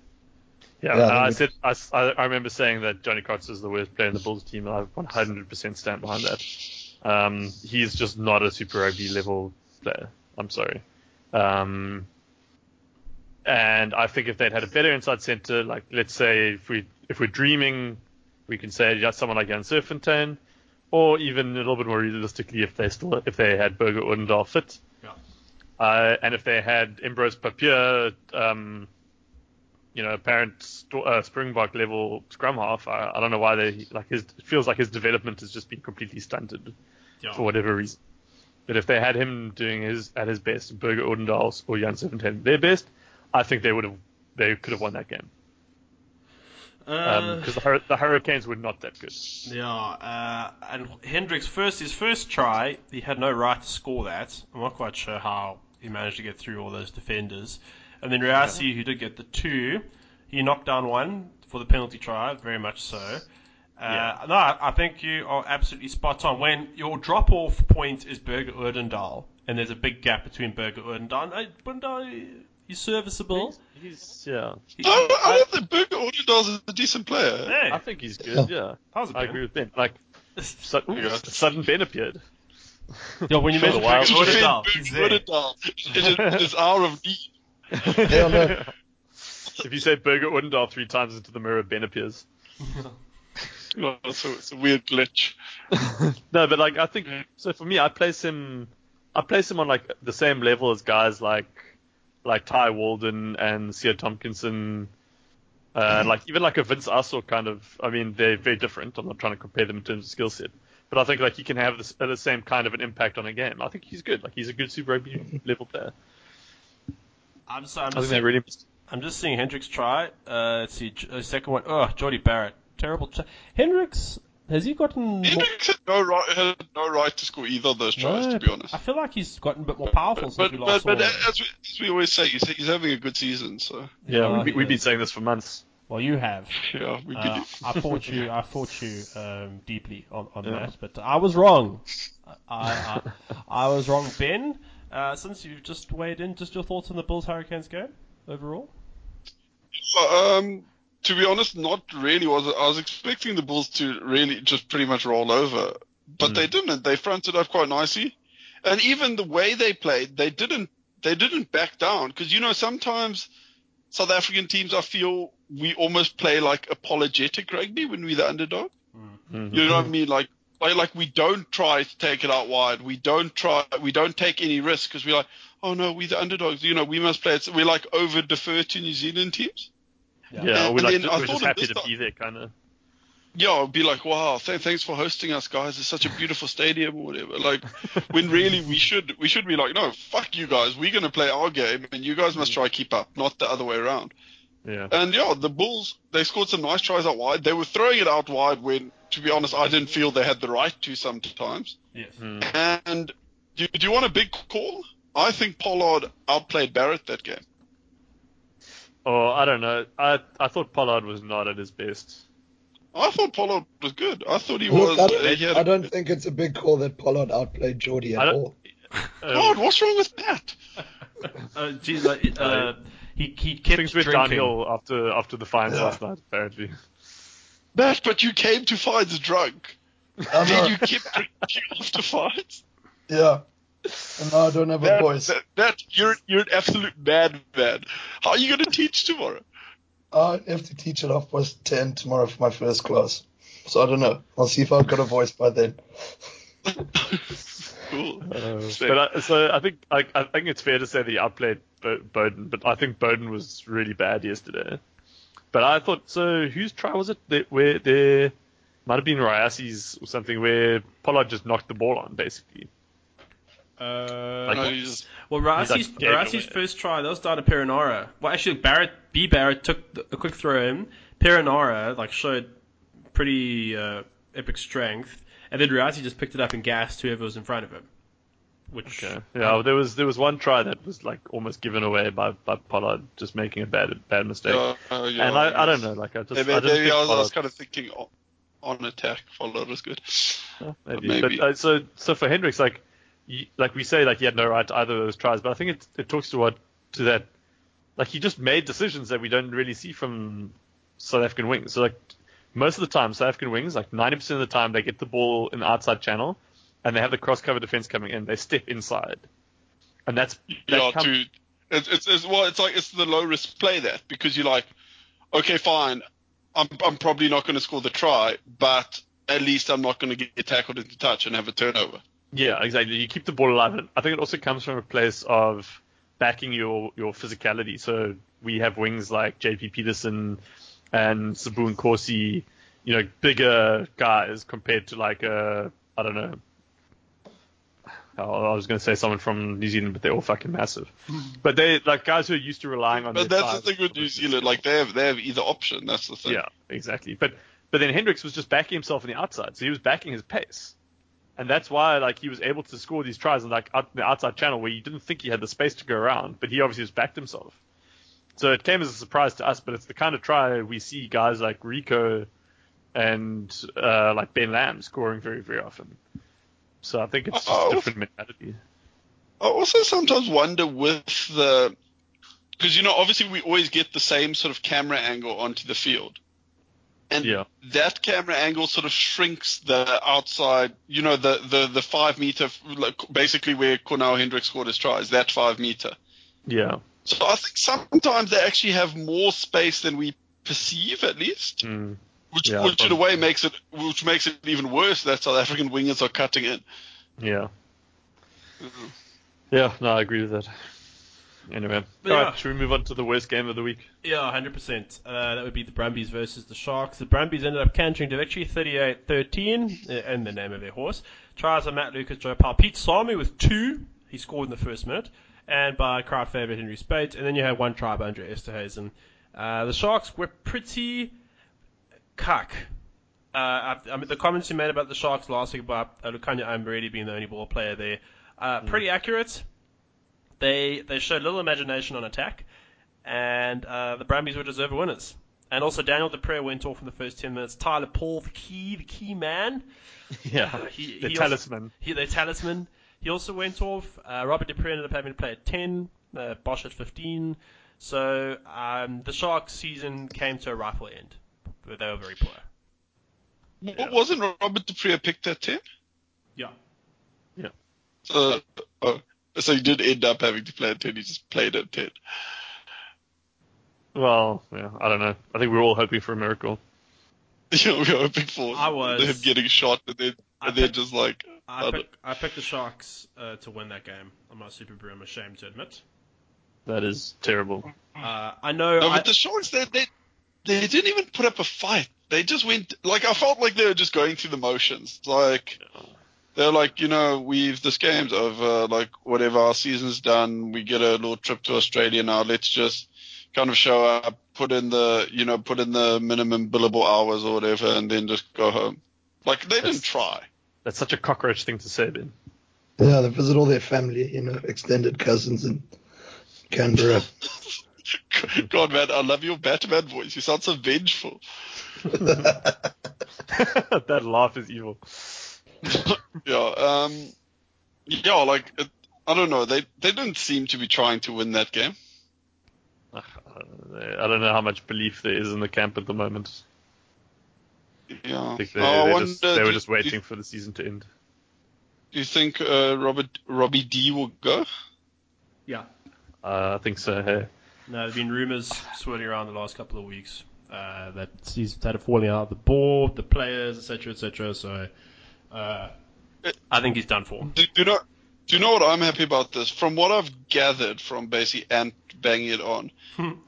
[SPEAKER 3] Yeah, uh,
[SPEAKER 2] Yeah, I
[SPEAKER 3] I,
[SPEAKER 2] think
[SPEAKER 3] said I, s- I- I remember saying that Johnny Kotzer is the worst player in the Bulls team, and I 100% stand behind that. Um, he's just not a Super Rugby level player. I'm sorry. Um, And I think if they'd had a better inside centre, like let's say if we if we're dreaming, we can say yeah, someone like Jan Serfontein, or even a little bit more realistically, if they still if they had Berger Udendal fit,
[SPEAKER 1] Yeah.
[SPEAKER 3] uh, and if they had Ambrose Papier, um, you know, apparent st- uh, Springbok level scrum half, I, I don't know why they like his. It feels like his development has just been completely stunted
[SPEAKER 1] Yeah.
[SPEAKER 3] for whatever reason. But if they had him doing his at his best, Berger Ordendals or Jan Serpentin their best, I think they would have they could have won that game
[SPEAKER 1] Uh,
[SPEAKER 3] because the the, the Hurricanes were not that good.
[SPEAKER 1] yeah, uh, and Hendricks first his first try, he had no right to score that. I'm not quite sure how he managed to get through all those defenders. And then Riasi, who did get the two, he knocked down one for the penalty try, very much so. Uh,
[SPEAKER 3] Yeah.
[SPEAKER 1] No, I I think you are absolutely spot on. When your drop off point is Berger Urdendahl, and there's a big gap between Berger Urdendahl and Bundal, he's serviceable.
[SPEAKER 3] He's yeah,
[SPEAKER 5] I, I don't think Berger Ordendals is a decent player.
[SPEAKER 1] Hey, Oh.
[SPEAKER 3] I think he's good. Yeah,
[SPEAKER 1] that was a
[SPEAKER 3] I
[SPEAKER 1] bit.
[SPEAKER 3] agree with Ben. Like su-
[SPEAKER 5] Yeah.
[SPEAKER 3] sudden Ben appeared.
[SPEAKER 1] Yo, when you
[SPEAKER 3] Sure,
[SPEAKER 1] mention
[SPEAKER 3] the Wild-
[SPEAKER 1] Berger Urdendahl, he's there.
[SPEAKER 5] Ordendals. It's hour of need.
[SPEAKER 2] Yeah, no.
[SPEAKER 3] if you say Berger Udendal three times into the mirror, Ben appears.
[SPEAKER 5] Oh, it's, a, it's a weird glitch.
[SPEAKER 3] No, but like I think so for me, I place him, I place him on like the same level as guys like like Ty Walden and Sia Tompkinson, uh, and like even like a Vince Ussel kind of. I mean, they're very different. I'm not trying to compare them in terms of skill set, but I think like he can have this, uh, the same kind of an impact on a game. I think he's good. Like he's a good Super Rugby level player.
[SPEAKER 1] I'm sorry, I'm
[SPEAKER 3] I think
[SPEAKER 1] just
[SPEAKER 3] they really.
[SPEAKER 1] I'm just seeing Hendricks try. Uh, let's see, J- uh, second one. Oh, Jordy Barrett, terrible. Tra- Hendricks has he gotten? More,
[SPEAKER 5] Hendricks had no right had no right to score either of those tries, to be honest.
[SPEAKER 1] I feel like he's gotten a bit more powerful
[SPEAKER 5] But
[SPEAKER 1] since
[SPEAKER 5] but,
[SPEAKER 1] we last
[SPEAKER 5] but, uh,
[SPEAKER 1] saw him.
[SPEAKER 5] as, we, as we always say, he's, he's having a good season. So
[SPEAKER 3] Yeah,
[SPEAKER 1] Yeah,
[SPEAKER 3] we,
[SPEAKER 1] he
[SPEAKER 3] we've been
[SPEAKER 1] is.
[SPEAKER 3] saying this for months.
[SPEAKER 1] Well, you have.
[SPEAKER 5] yeah, we
[SPEAKER 1] Uh,
[SPEAKER 5] could,
[SPEAKER 1] I fought you. I fought you um, deeply on, on that, but I was wrong. I, I, I was wrong, Ben. Uh, since you've just weighed in, just your thoughts on the Bulls Hurricanes game overall?
[SPEAKER 5] Um, to be honest, not really. Was I was expecting the Bulls to really just pretty much roll over, but
[SPEAKER 1] Hmm.
[SPEAKER 5] they didn't. They fronted up quite nicely, and even the way they played, they didn't they didn't back down because you know sometimes South African teams, I feel we almost play like apologetic rugby when we're the underdog.
[SPEAKER 3] Mm-hmm.
[SPEAKER 5] You know what I mean? Like. Like, like we don't try to take it out wide. We don't try. We don't take any risks because we're like, oh no, we're the underdogs. You know, we must play. it. So we like over defer to New Zealand teams.
[SPEAKER 3] Yeah,
[SPEAKER 5] And
[SPEAKER 3] we're, like,
[SPEAKER 5] then
[SPEAKER 3] ju-
[SPEAKER 5] I
[SPEAKER 3] we're just
[SPEAKER 5] thought at
[SPEAKER 3] happy
[SPEAKER 5] this
[SPEAKER 3] to
[SPEAKER 5] time-
[SPEAKER 3] be there, kind of.
[SPEAKER 5] yeah, I'd be like, wow, th- thanks for hosting us, guys. It's such a beautiful stadium or whatever. Like, when really we should we should be like, no, fuck you guys. We're gonna play our game, and you guys must try keep up, not the other way around.
[SPEAKER 3] Yeah.
[SPEAKER 5] And yeah, the Bulls they scored some nice tries out wide. They were throwing it out wide when, to be honest, I didn't feel they had the right to sometimes.
[SPEAKER 1] Yes.
[SPEAKER 5] Mm. And do, do you want a big call? I think Pollard outplayed Barrett that game.
[SPEAKER 3] Or I don't know. I I thought Pollard was not at his best.
[SPEAKER 5] I thought Pollard was good. I thought he
[SPEAKER 2] Look,
[SPEAKER 5] was.
[SPEAKER 2] I
[SPEAKER 5] uh, he
[SPEAKER 2] don't,
[SPEAKER 5] had
[SPEAKER 2] I
[SPEAKER 5] a-
[SPEAKER 2] don't think it's a big call that Pollard outplayed Geordie
[SPEAKER 3] I
[SPEAKER 2] at
[SPEAKER 3] don't-
[SPEAKER 2] all.
[SPEAKER 3] Uh,
[SPEAKER 5] God, what's wrong with that?
[SPEAKER 1] Uh, geez, uh, uh, he he kept
[SPEAKER 3] Things went
[SPEAKER 1] drinking.
[SPEAKER 3] downhill after after the fines last night, apparently.
[SPEAKER 5] Matt, but you came to fights drunk.
[SPEAKER 2] I know.
[SPEAKER 5] Did you keep drinking after fights?
[SPEAKER 2] Yeah. And now I don't have a
[SPEAKER 5] Matt,
[SPEAKER 2] voice.
[SPEAKER 5] Matt, Matt, you're you're an absolute madman. How are you going to teach tomorrow?
[SPEAKER 2] I have to teach at half past 10 tomorrow for my first class. So I don't know. I'll see if I've got a voice by then.
[SPEAKER 5] Cool.
[SPEAKER 3] Uh, But I, so I think I, I think it's fair to say that he outplayed Bo- Bowden, but I think Bowden was really bad yesterday. But I thought so. Whose try was it? That where there might have been Riasi's or something where Pollard just knocked the ball on basically.
[SPEAKER 1] Uh,
[SPEAKER 3] Like,
[SPEAKER 5] No, you just-
[SPEAKER 1] Well, Rasi's,
[SPEAKER 3] He's like, yeah,
[SPEAKER 1] Rasi's
[SPEAKER 3] yeah.
[SPEAKER 1] first try, that was down to Perinara. Well, actually, Barrett, B. Barrett took the, a quick throw in. Perinara, like, showed pretty uh, epic strength. And then Rasi just picked it up and gassed whoever was in front of him. Which,
[SPEAKER 3] Yeah, well, there was there was one try that was like almost given away by, by Pollard just making a bad bad mistake.
[SPEAKER 5] Uh, uh, yeah,
[SPEAKER 3] and I, I don't know, like I just
[SPEAKER 5] Maybe,
[SPEAKER 3] I
[SPEAKER 5] I,
[SPEAKER 3] didn't
[SPEAKER 5] maybe
[SPEAKER 3] think
[SPEAKER 5] I, was, I was
[SPEAKER 3] Pollard-
[SPEAKER 5] kind of thinking on, on attack. Followed was good.
[SPEAKER 3] maybe.
[SPEAKER 5] Maybe.
[SPEAKER 3] But uh, so so for Hendricks, like you, like we say, like he had no right to either of those tries, but I think it it talks to what to that, like he just made decisions that we don't really see from South African wings. So like most of the time, South African wings, like ninety percent of the time, they get the ball in the outside channel, and they have the cross cover defense coming in. They step inside, and that's that
[SPEAKER 5] yeah,
[SPEAKER 3] come-
[SPEAKER 5] to It's, it's, it's well, it's like it's the low risk play that because you're like, okay, fine, I'm I'm probably not going to score the try, but at least I'm not going to get tackled into touch and have a turnover.
[SPEAKER 3] Yeah, exactly. You keep the ball alive. And I think it also comes from a place of backing your, your physicality. So we have wings like JP Peterson and Sabu and Corsi, you know, bigger guys compared to like a, I don't know. I was going to say someone from New Zealand, but they're all fucking massive. But they like guys who are used to relying on.
[SPEAKER 5] Hmm. But
[SPEAKER 3] their
[SPEAKER 5] that's the
[SPEAKER 3] size
[SPEAKER 5] thing with New
[SPEAKER 3] versus-
[SPEAKER 5] Zealand, like they have they have either option. That's the thing.
[SPEAKER 3] yeah, exactly. But but then Hendricks was just backing himself on the outside, so he was backing his pace, and that's why like he was able to score these tries on like out, the outside channel where you didn't think he had the space to go around, but he obviously just backed himself. So it came as a surprise to us, but it's the kind of try we see guys like Rico and uh, like Ben Lamb scoring very very often. So I think it's just
[SPEAKER 5] Oh.
[SPEAKER 3] a different mentality.
[SPEAKER 5] I also sometimes wonder with the because you know obviously we always get the same sort of camera angle onto the field, and
[SPEAKER 3] Yeah.
[SPEAKER 5] that camera angle sort of shrinks the outside. You know the the the five meter like, basically where Cornell Hendricks scored his tries. That five meter.
[SPEAKER 3] Yeah.
[SPEAKER 5] So I think sometimes they actually have more space than we perceive at
[SPEAKER 1] Hmm.
[SPEAKER 5] least.
[SPEAKER 3] Mm.
[SPEAKER 5] Which,
[SPEAKER 3] Yeah,
[SPEAKER 5] which in a
[SPEAKER 3] probably.
[SPEAKER 5] way makes it, which makes it even worse that South African wingers are cutting in.
[SPEAKER 3] Yeah.
[SPEAKER 5] Mm-hmm.
[SPEAKER 3] Yeah, no, I agree with that. Anyway,
[SPEAKER 1] But
[SPEAKER 3] all
[SPEAKER 1] yeah.
[SPEAKER 3] right, should we move on to the worst game of the week?
[SPEAKER 1] Yeah, 100%. Uh, that would be the Brumbies versus the Sharks. The Brumbies ended up cantering to victory 38 13 in the name of their horse. Tries by Matt Lucas, Joe Powell. Pete Sami with two. He scored in the first minute. And by crowd favourite Henry Spate. And then you had one try by Andre Esterhazen. Uh, the Sharks were pretty cuck. Uh, I, I mean, the comments you made about the Sharks last week about uh, Lukanya Ambredi being the only ball player there, uh, pretty accurate. They they showed little imagination on attack and uh, the Brumbies were deserved winners. And also Daniel DePrez went off in the first ten minutes. Tyler Paul, the key, the key man,
[SPEAKER 5] Uh,
[SPEAKER 3] Yeah,
[SPEAKER 1] he-
[SPEAKER 3] Ah, the
[SPEAKER 1] he also-
[SPEAKER 3] talisman.
[SPEAKER 1] he, their talisman. He also went off. Uh, Robert Dupree ended up having to play at 10, uh, Bosch at 15. So um, the Sharks' season came to a rifle end. But they were very poor.
[SPEAKER 5] But Wasn't Robert Dupree picked at 10?
[SPEAKER 1] Yeah.
[SPEAKER 5] So, oh, so he did end up having to play at 10. He just played at 10.
[SPEAKER 3] Well, yeah, I don't know. I think we were all hoping for a miracle.
[SPEAKER 5] You know, we were hoping for
[SPEAKER 1] I was-
[SPEAKER 5] him getting shot and then,
[SPEAKER 1] I
[SPEAKER 5] and then
[SPEAKER 1] picked-
[SPEAKER 5] just like,
[SPEAKER 1] I,
[SPEAKER 5] I
[SPEAKER 1] pick, I picked the Sharks uh, to win that game. I'm not super brew. I'm ashamed to admit.
[SPEAKER 3] That is terrible.
[SPEAKER 1] Uh, I know.
[SPEAKER 5] no,
[SPEAKER 1] I,
[SPEAKER 5] but the Sharks, they, they, they didn't even put up a fight. They just went, like, I felt like they were just going through the motions. Like, they're like, you know, we've, this game's over. Like, whatever, our season's done. We get a little trip to Australia now. Let's just kind of show up, put in the, you know, put in the minimum billable hours or whatever, and then just go home. Like, they
[SPEAKER 3] That's-
[SPEAKER 5] didn't try.
[SPEAKER 3] That's such a cockroach thing to say, Ben.
[SPEAKER 2] Yeah, they visit all their family, you know, extended cousins in Canberra.
[SPEAKER 5] God, man, I love your Batman voice. You sound so vengeful.
[SPEAKER 3] that laugh is evil.
[SPEAKER 5] yeah, um, yeah, like it, I don't know. They they didn't seem to be trying to win that game.
[SPEAKER 3] Ugh, Uh, I don't know how much belief there is in the camp at the moment.
[SPEAKER 5] Yeah,
[SPEAKER 3] I think they,
[SPEAKER 5] Now, I
[SPEAKER 3] they
[SPEAKER 5] wonder,
[SPEAKER 3] just, they
[SPEAKER 5] do
[SPEAKER 3] were
[SPEAKER 5] you-
[SPEAKER 3] just
[SPEAKER 5] Do,
[SPEAKER 3] waiting for the season to end.
[SPEAKER 5] you think uh, Robert Robbie D will go?
[SPEAKER 1] yeah.
[SPEAKER 3] Uh, I think so. Hey.
[SPEAKER 1] No, there've been rumours swirling around the last couple of weeks uh, that he's had a falling out of the board, the players, etc., etc. So, uh, I think he's done for.
[SPEAKER 5] Do, do you know? Do you know what I'm happy about this? From what I've gathered from basically Ant banging it on,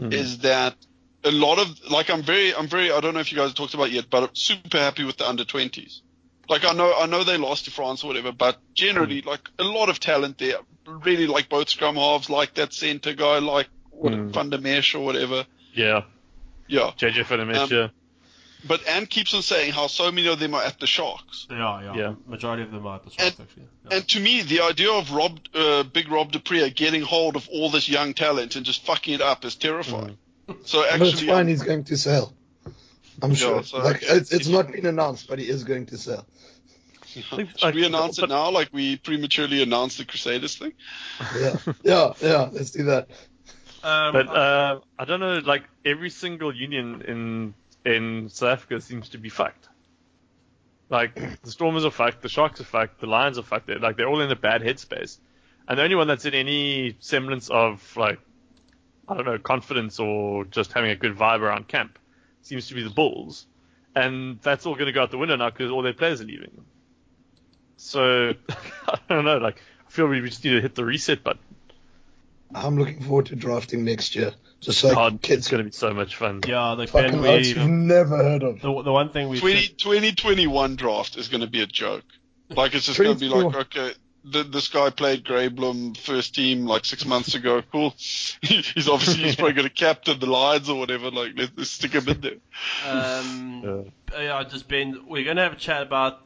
[SPEAKER 5] is that a lot of like I'm very I'm very I don't know if you guys talked about it yet, but I'm super happy with the under twenties. Like I know I know they lost to France or whatever, but generally like a lot of talent there. Really like both scrum halves, like that centre guy, like what,
[SPEAKER 3] Mm.
[SPEAKER 5] Van der Mesh or whatever.
[SPEAKER 3] Yeah,
[SPEAKER 5] Yeah,
[SPEAKER 3] JJ
[SPEAKER 5] Um,
[SPEAKER 3] Fanamecha.
[SPEAKER 5] but Ant keeps on saying how so many of them are at the Sharks.
[SPEAKER 1] They are, yeah.
[SPEAKER 3] Yeah.
[SPEAKER 1] Majority of them are at the Sharks, actually. Yeah.
[SPEAKER 5] And to me, the idea of Rob, uh, big Rob Dupria getting hold of all this young talent and just fucking it up is terrifying. So
[SPEAKER 2] But it's
[SPEAKER 5] actually, um,
[SPEAKER 2] fine, he's going to sell. I'm sure.
[SPEAKER 5] so-
[SPEAKER 2] like, it's, it's not been announced, but he is going to sell.
[SPEAKER 3] I think-
[SPEAKER 5] should we
[SPEAKER 3] like,
[SPEAKER 5] announce it
[SPEAKER 3] but-
[SPEAKER 5] now? Like we prematurely announced the Crusaders thing?
[SPEAKER 2] Yeah, yeah, yeah, let's do that.
[SPEAKER 1] Um,
[SPEAKER 3] But uh, I don't know. Like every single union in in South Africa seems to be fucked. Like the Stormers are fucked, the Sharks are fucked, the Lions are fucked. They're, like they're all in a bad headspace, and the only one that's in any semblance of like I don't know, confidence or just having a good vibe around camp seems to be the Bulls. And that's all going to go out the window now because all their players are leaving. So, I don't know, like, I feel we we just need to hit the reset button.
[SPEAKER 2] I'm looking forward to drafting next year. Just so
[SPEAKER 3] Oh,
[SPEAKER 2] kids
[SPEAKER 3] it's going to be so much fun.
[SPEAKER 1] Yeah, the
[SPEAKER 2] fucking oats you've
[SPEAKER 1] bandwagon.
[SPEAKER 2] never heard of.
[SPEAKER 1] The, the one thing we
[SPEAKER 5] 20, 2021 draft is going to be a joke. Like, it's just going to be like, okay, th- this guy played Greyblum first team like six months ago. Cool. he's obviously, he's probably going to captain the Lions or whatever. Like, let, let's stick him in there.
[SPEAKER 1] Um,
[SPEAKER 3] Yeah.
[SPEAKER 1] uh, yeah, just been. We're going to have a chat about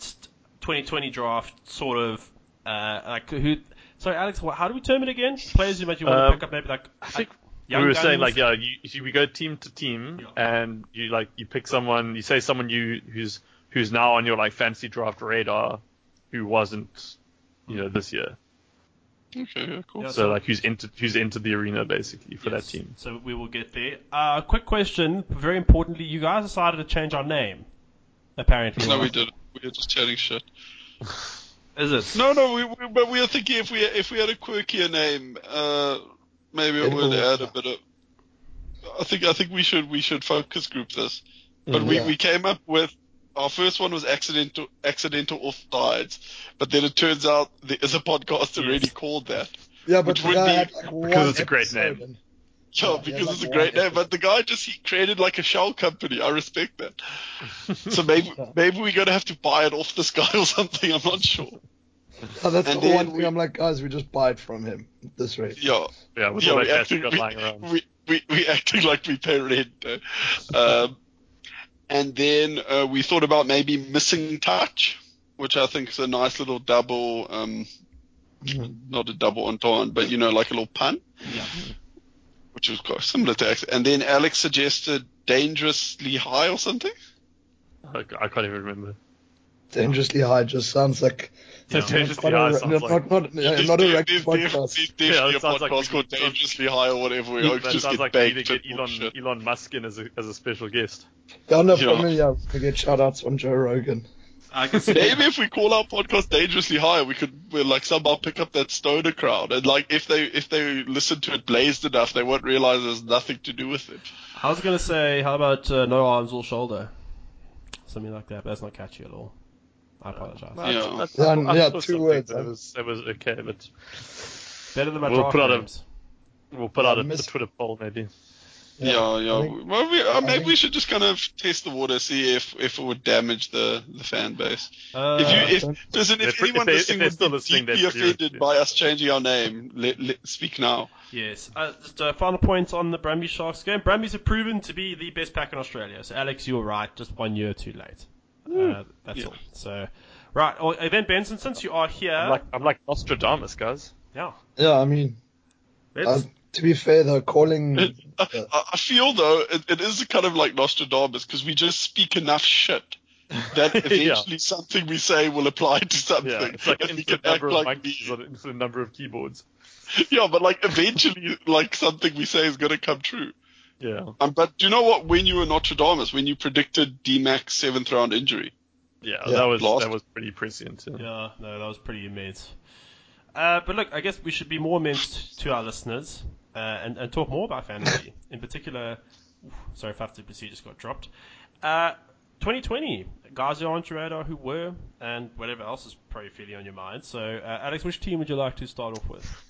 [SPEAKER 1] 2020 draft, sort of. Uh, like who? Sorry, Alex. What, how do we term it again? Players who might you want
[SPEAKER 3] Um,
[SPEAKER 1] to pick up, maybe like.
[SPEAKER 3] I think
[SPEAKER 1] like
[SPEAKER 3] we
[SPEAKER 1] young
[SPEAKER 3] were saying
[SPEAKER 1] guns?
[SPEAKER 3] like yeah, you, if you, we go team to team
[SPEAKER 1] Yeah.
[SPEAKER 3] and you like you pick someone, you say someone you who's who's now on your like fancy draft radar, who wasn't, you know, this year.
[SPEAKER 5] Okay, yeah, cool.
[SPEAKER 1] Yeah,
[SPEAKER 3] So like who's into who's into the arena basically for
[SPEAKER 1] yes.
[SPEAKER 3] that team.
[SPEAKER 1] So we will get there. Uh, quick question. Very importantly, you guys decided to change our name. Apparently.
[SPEAKER 5] No, we did. We were just chatting shit.
[SPEAKER 1] Is it?
[SPEAKER 5] No, no, we, we but we were thinking if we if we had a quirkier name, uh, maybe it
[SPEAKER 2] It
[SPEAKER 5] would
[SPEAKER 2] will-
[SPEAKER 5] add a bit of. I think I think we should we should focus group this, but we,
[SPEAKER 2] Mm, Yeah.
[SPEAKER 5] we came up with our first one was accidental accidental offsides, but then it turns out there is a podcast
[SPEAKER 1] Yes.
[SPEAKER 5] already called that.
[SPEAKER 2] Yeah, but
[SPEAKER 5] Which
[SPEAKER 2] the
[SPEAKER 5] would
[SPEAKER 2] guy
[SPEAKER 5] be-
[SPEAKER 2] had, like, one
[SPEAKER 3] because it's a great
[SPEAKER 2] episode
[SPEAKER 3] name.
[SPEAKER 2] and-
[SPEAKER 5] Yeah,
[SPEAKER 2] Yeah,
[SPEAKER 5] because
[SPEAKER 2] yeah,
[SPEAKER 5] it's a
[SPEAKER 2] yeah,
[SPEAKER 5] great
[SPEAKER 2] yeah.
[SPEAKER 5] name, but the guy just he created like a shell company. I respect that. So maybe maybe we're gonna have to buy it off this guy or something. I'm not sure.
[SPEAKER 2] Oh, that's
[SPEAKER 5] And
[SPEAKER 2] the
[SPEAKER 5] then
[SPEAKER 2] one thing
[SPEAKER 5] we-
[SPEAKER 2] I'm like, guys, we just buy it from him at this rate.
[SPEAKER 5] Yeah.
[SPEAKER 3] Yeah, with
[SPEAKER 5] Yeah,
[SPEAKER 3] all
[SPEAKER 5] we
[SPEAKER 3] that cash we
[SPEAKER 5] actually-
[SPEAKER 3] got lying around.
[SPEAKER 5] we, we, we acting like we pay rent. uh, Um, and then uh, we thought about maybe missing touch, which I think is a nice little double, um, not a double entendre, but you know, like a little pun,
[SPEAKER 1] Yeah.
[SPEAKER 5] which was quite similar to. Ax- And then Alex suggested dangerously high or something.
[SPEAKER 3] I, I can't even remember.
[SPEAKER 2] Dangerously high just sounds like
[SPEAKER 3] So
[SPEAKER 1] Yeah.
[SPEAKER 3] Dangerously
[SPEAKER 2] not, a-
[SPEAKER 3] High
[SPEAKER 2] not,
[SPEAKER 3] sounds like
[SPEAKER 2] not, not, yeah,
[SPEAKER 5] There's
[SPEAKER 2] not a
[SPEAKER 5] de-
[SPEAKER 2] rec
[SPEAKER 5] there's
[SPEAKER 2] podcast.
[SPEAKER 5] def- there's definitely
[SPEAKER 3] Yeah,
[SPEAKER 5] a
[SPEAKER 3] it sounds like
[SPEAKER 5] podcast
[SPEAKER 3] we
[SPEAKER 5] called
[SPEAKER 3] could-
[SPEAKER 5] Dangerously High or whatever. We
[SPEAKER 3] that
[SPEAKER 5] just
[SPEAKER 3] sounds
[SPEAKER 5] get
[SPEAKER 3] like we
[SPEAKER 5] baked
[SPEAKER 3] need to get
[SPEAKER 5] with
[SPEAKER 3] Elon
[SPEAKER 5] bullshit.
[SPEAKER 3] Elon Musk in as a as a special guest.
[SPEAKER 2] Yeah, no,
[SPEAKER 5] Yeah.
[SPEAKER 2] yeah. yeah, we get shout outs from Joe Rogan.
[SPEAKER 1] I can see.
[SPEAKER 5] Maybe if we call our podcast dangerously high, we could we like somehow pick up that stoner crowd, and like if they if they listen to it blazed enough, they won't realize there's nothing to do with it.
[SPEAKER 1] I was gonna say, how about uh, no arms, all shoulder, something like that. But that's not catchy at all. I apologize.
[SPEAKER 5] Yeah. that's- that's-
[SPEAKER 2] Yeah,
[SPEAKER 3] I
[SPEAKER 2] yeah,
[SPEAKER 3] thought
[SPEAKER 2] two
[SPEAKER 3] something
[SPEAKER 2] words,
[SPEAKER 3] That
[SPEAKER 2] huh?
[SPEAKER 3] was, that was okay, but
[SPEAKER 1] Better than my
[SPEAKER 3] We'll
[SPEAKER 1] draft
[SPEAKER 3] put out a-
[SPEAKER 1] names.
[SPEAKER 3] we'll put out a,
[SPEAKER 2] miss-
[SPEAKER 3] a Twitter poll maybe.
[SPEAKER 5] Yeah, yeah.
[SPEAKER 2] I think-
[SPEAKER 5] well, we, uh,
[SPEAKER 2] I
[SPEAKER 5] maybe
[SPEAKER 2] think-
[SPEAKER 5] we should just kind of test the water, see if if it would damage the the fan base.
[SPEAKER 1] Uh,
[SPEAKER 5] If
[SPEAKER 2] I
[SPEAKER 5] you if
[SPEAKER 2] don't-
[SPEAKER 5] listen, if,
[SPEAKER 3] If they- if
[SPEAKER 5] anyone
[SPEAKER 3] they- if
[SPEAKER 5] listening
[SPEAKER 3] they're
[SPEAKER 5] would
[SPEAKER 3] still
[SPEAKER 5] be
[SPEAKER 3] listening, they're
[SPEAKER 5] deeply
[SPEAKER 3] pretty
[SPEAKER 5] offended
[SPEAKER 3] ruthless.
[SPEAKER 5] by us changing our name, let, let speak now.
[SPEAKER 1] Yes. Uh, just a final point on the Brumbies Sharks game. Brumbies have proven to be the best pack in Australia. So, Alex, you were right. Just one year too late. Uh, that's
[SPEAKER 5] Yeah.
[SPEAKER 1] all. So, right. Well, uh, then, Benson, since you are here,
[SPEAKER 3] I'm like I'm like Nostradamus, guys.
[SPEAKER 1] yeah,
[SPEAKER 2] Yeah, I mean, uh,
[SPEAKER 1] let's,
[SPEAKER 2] to be fair, though, calling.
[SPEAKER 5] I, I I feel though it, it is kind of like Nostradamus because we just speak enough shit that
[SPEAKER 3] Yeah.
[SPEAKER 5] eventually something we say will apply to something,
[SPEAKER 3] Yeah, it's like
[SPEAKER 5] and we can
[SPEAKER 3] infinite
[SPEAKER 5] act
[SPEAKER 3] number of
[SPEAKER 5] like
[SPEAKER 3] monkeys on an infinite number of keyboards.
[SPEAKER 5] yeah, but like eventually, like something we say is gonna come true.
[SPEAKER 3] Yeah,
[SPEAKER 5] Um, but do you know what? When you were Nostradamus, when you predicted DMAC's seventh round injury,
[SPEAKER 3] yeah,
[SPEAKER 2] Yeah,
[SPEAKER 3] that was
[SPEAKER 5] blast.
[SPEAKER 3] that was pretty prescient. Yeah.
[SPEAKER 1] yeah, no, that was pretty immense. Uh, but look, I guess we should be more immense to our listeners uh, and, and talk more about fantasy. In particular, oof, sorry, 5TPC just got dropped. Uh, 2020, guys who aren't your radar, who were, and whatever else is probably feeling on your mind. So, uh, Alex, which team would you like to start off with?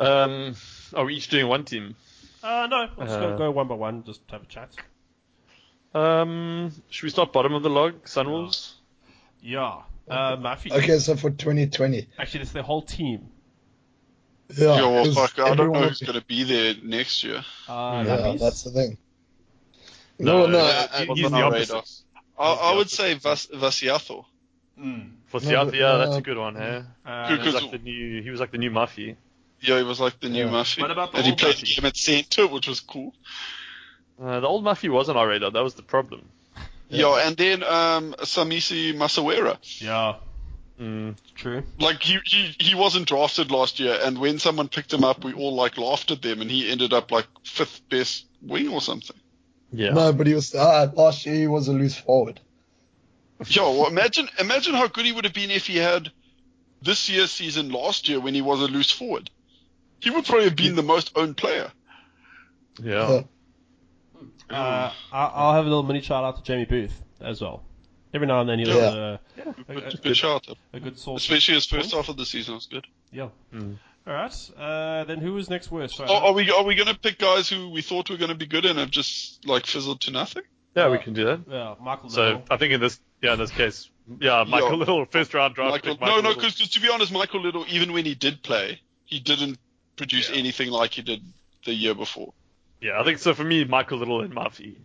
[SPEAKER 3] Um, are we each doing one team?
[SPEAKER 1] Uh, no, I'm just going
[SPEAKER 3] Uh,
[SPEAKER 1] to go one by one, just have a chat.
[SPEAKER 3] Um, should we start bottom of the log? Sunwolves.
[SPEAKER 1] Yeah. Uh, Murphy.
[SPEAKER 2] Okay, so for 2020.
[SPEAKER 1] Actually, it's the whole team.
[SPEAKER 2] Yeah,
[SPEAKER 5] yeah, well,
[SPEAKER 2] 'cause
[SPEAKER 5] fuck, I don't
[SPEAKER 2] everyone
[SPEAKER 5] know
[SPEAKER 2] will
[SPEAKER 5] who's
[SPEAKER 2] be-
[SPEAKER 5] gonna be there next year.
[SPEAKER 1] Uh,
[SPEAKER 2] Yeah,
[SPEAKER 1] Lappies?
[SPEAKER 2] that's the thing. No, no,
[SPEAKER 5] uh,
[SPEAKER 2] I- I-
[SPEAKER 3] he-
[SPEAKER 5] what's
[SPEAKER 3] he's
[SPEAKER 5] on
[SPEAKER 3] the
[SPEAKER 5] our
[SPEAKER 3] opposite.
[SPEAKER 5] radar? I,
[SPEAKER 3] He's the
[SPEAKER 5] I would
[SPEAKER 3] opposite.
[SPEAKER 5] say Vas- Vasiatho.
[SPEAKER 3] For
[SPEAKER 2] No,
[SPEAKER 3] Seattle,
[SPEAKER 2] but,
[SPEAKER 3] yeah,
[SPEAKER 2] uh,
[SPEAKER 3] that's a good one. Yeah,
[SPEAKER 1] Uh,
[SPEAKER 5] Who
[SPEAKER 3] he was
[SPEAKER 5] Because-
[SPEAKER 3] like the new he was like the new Muffy.
[SPEAKER 5] Yeah, he was like the new
[SPEAKER 2] Yeah.
[SPEAKER 5] Murphy.
[SPEAKER 1] What about the
[SPEAKER 5] and he
[SPEAKER 1] old
[SPEAKER 5] played
[SPEAKER 1] Murphy?
[SPEAKER 5] him at centre, which was cool.
[SPEAKER 3] Uh, the old Muffy was on our radar. That was the problem.
[SPEAKER 5] Yeah, and then um, Samisi Masawera.
[SPEAKER 1] yeah,
[SPEAKER 3] Mm.
[SPEAKER 1] true.
[SPEAKER 5] Like he, he he wasn't drafted last year, and when someone picked him up, we all like laughed at them, and he ended up like fifth best wing or something.
[SPEAKER 3] Yeah.
[SPEAKER 2] No, but he was uh, last year. He was a loose forward.
[SPEAKER 5] Yo, well, imagine imagine how good he would have been if he had this year's season last year when he was a loose forward. He would probably have been the most owned player.
[SPEAKER 3] Yeah.
[SPEAKER 2] Yeah.
[SPEAKER 1] Uh, I- I'll have a little mini shout out to Jamie Booth as well. Every now and then he does
[SPEAKER 2] Yeah.
[SPEAKER 5] Good, good shout.
[SPEAKER 1] a, a good source.
[SPEAKER 5] Especially his first half of the season was good.
[SPEAKER 1] Yeah.
[SPEAKER 3] Hmm.
[SPEAKER 1] All right. Uh, then who was next worst? Sorry,
[SPEAKER 5] Are, are we are we going to pick guys who we thought were going to be good and have just like fizzled to nothing?
[SPEAKER 3] Yeah, we can do that.
[SPEAKER 1] yeah, Michael.
[SPEAKER 3] So uh,
[SPEAKER 1] Little.
[SPEAKER 3] I think in this, yeah, in this case, yeah, Michael
[SPEAKER 5] Yeah.
[SPEAKER 3] Little, first round draft
[SPEAKER 5] Michael,
[SPEAKER 3] pick.
[SPEAKER 5] no,
[SPEAKER 3] Michael
[SPEAKER 5] no,
[SPEAKER 3] Little.
[SPEAKER 5] because to be honest, Michael Little, even when he did play, he didn't produce
[SPEAKER 3] Yeah.
[SPEAKER 5] anything like he did the year before.
[SPEAKER 3] yeah, I think so. For me, Michael Little and Muffy.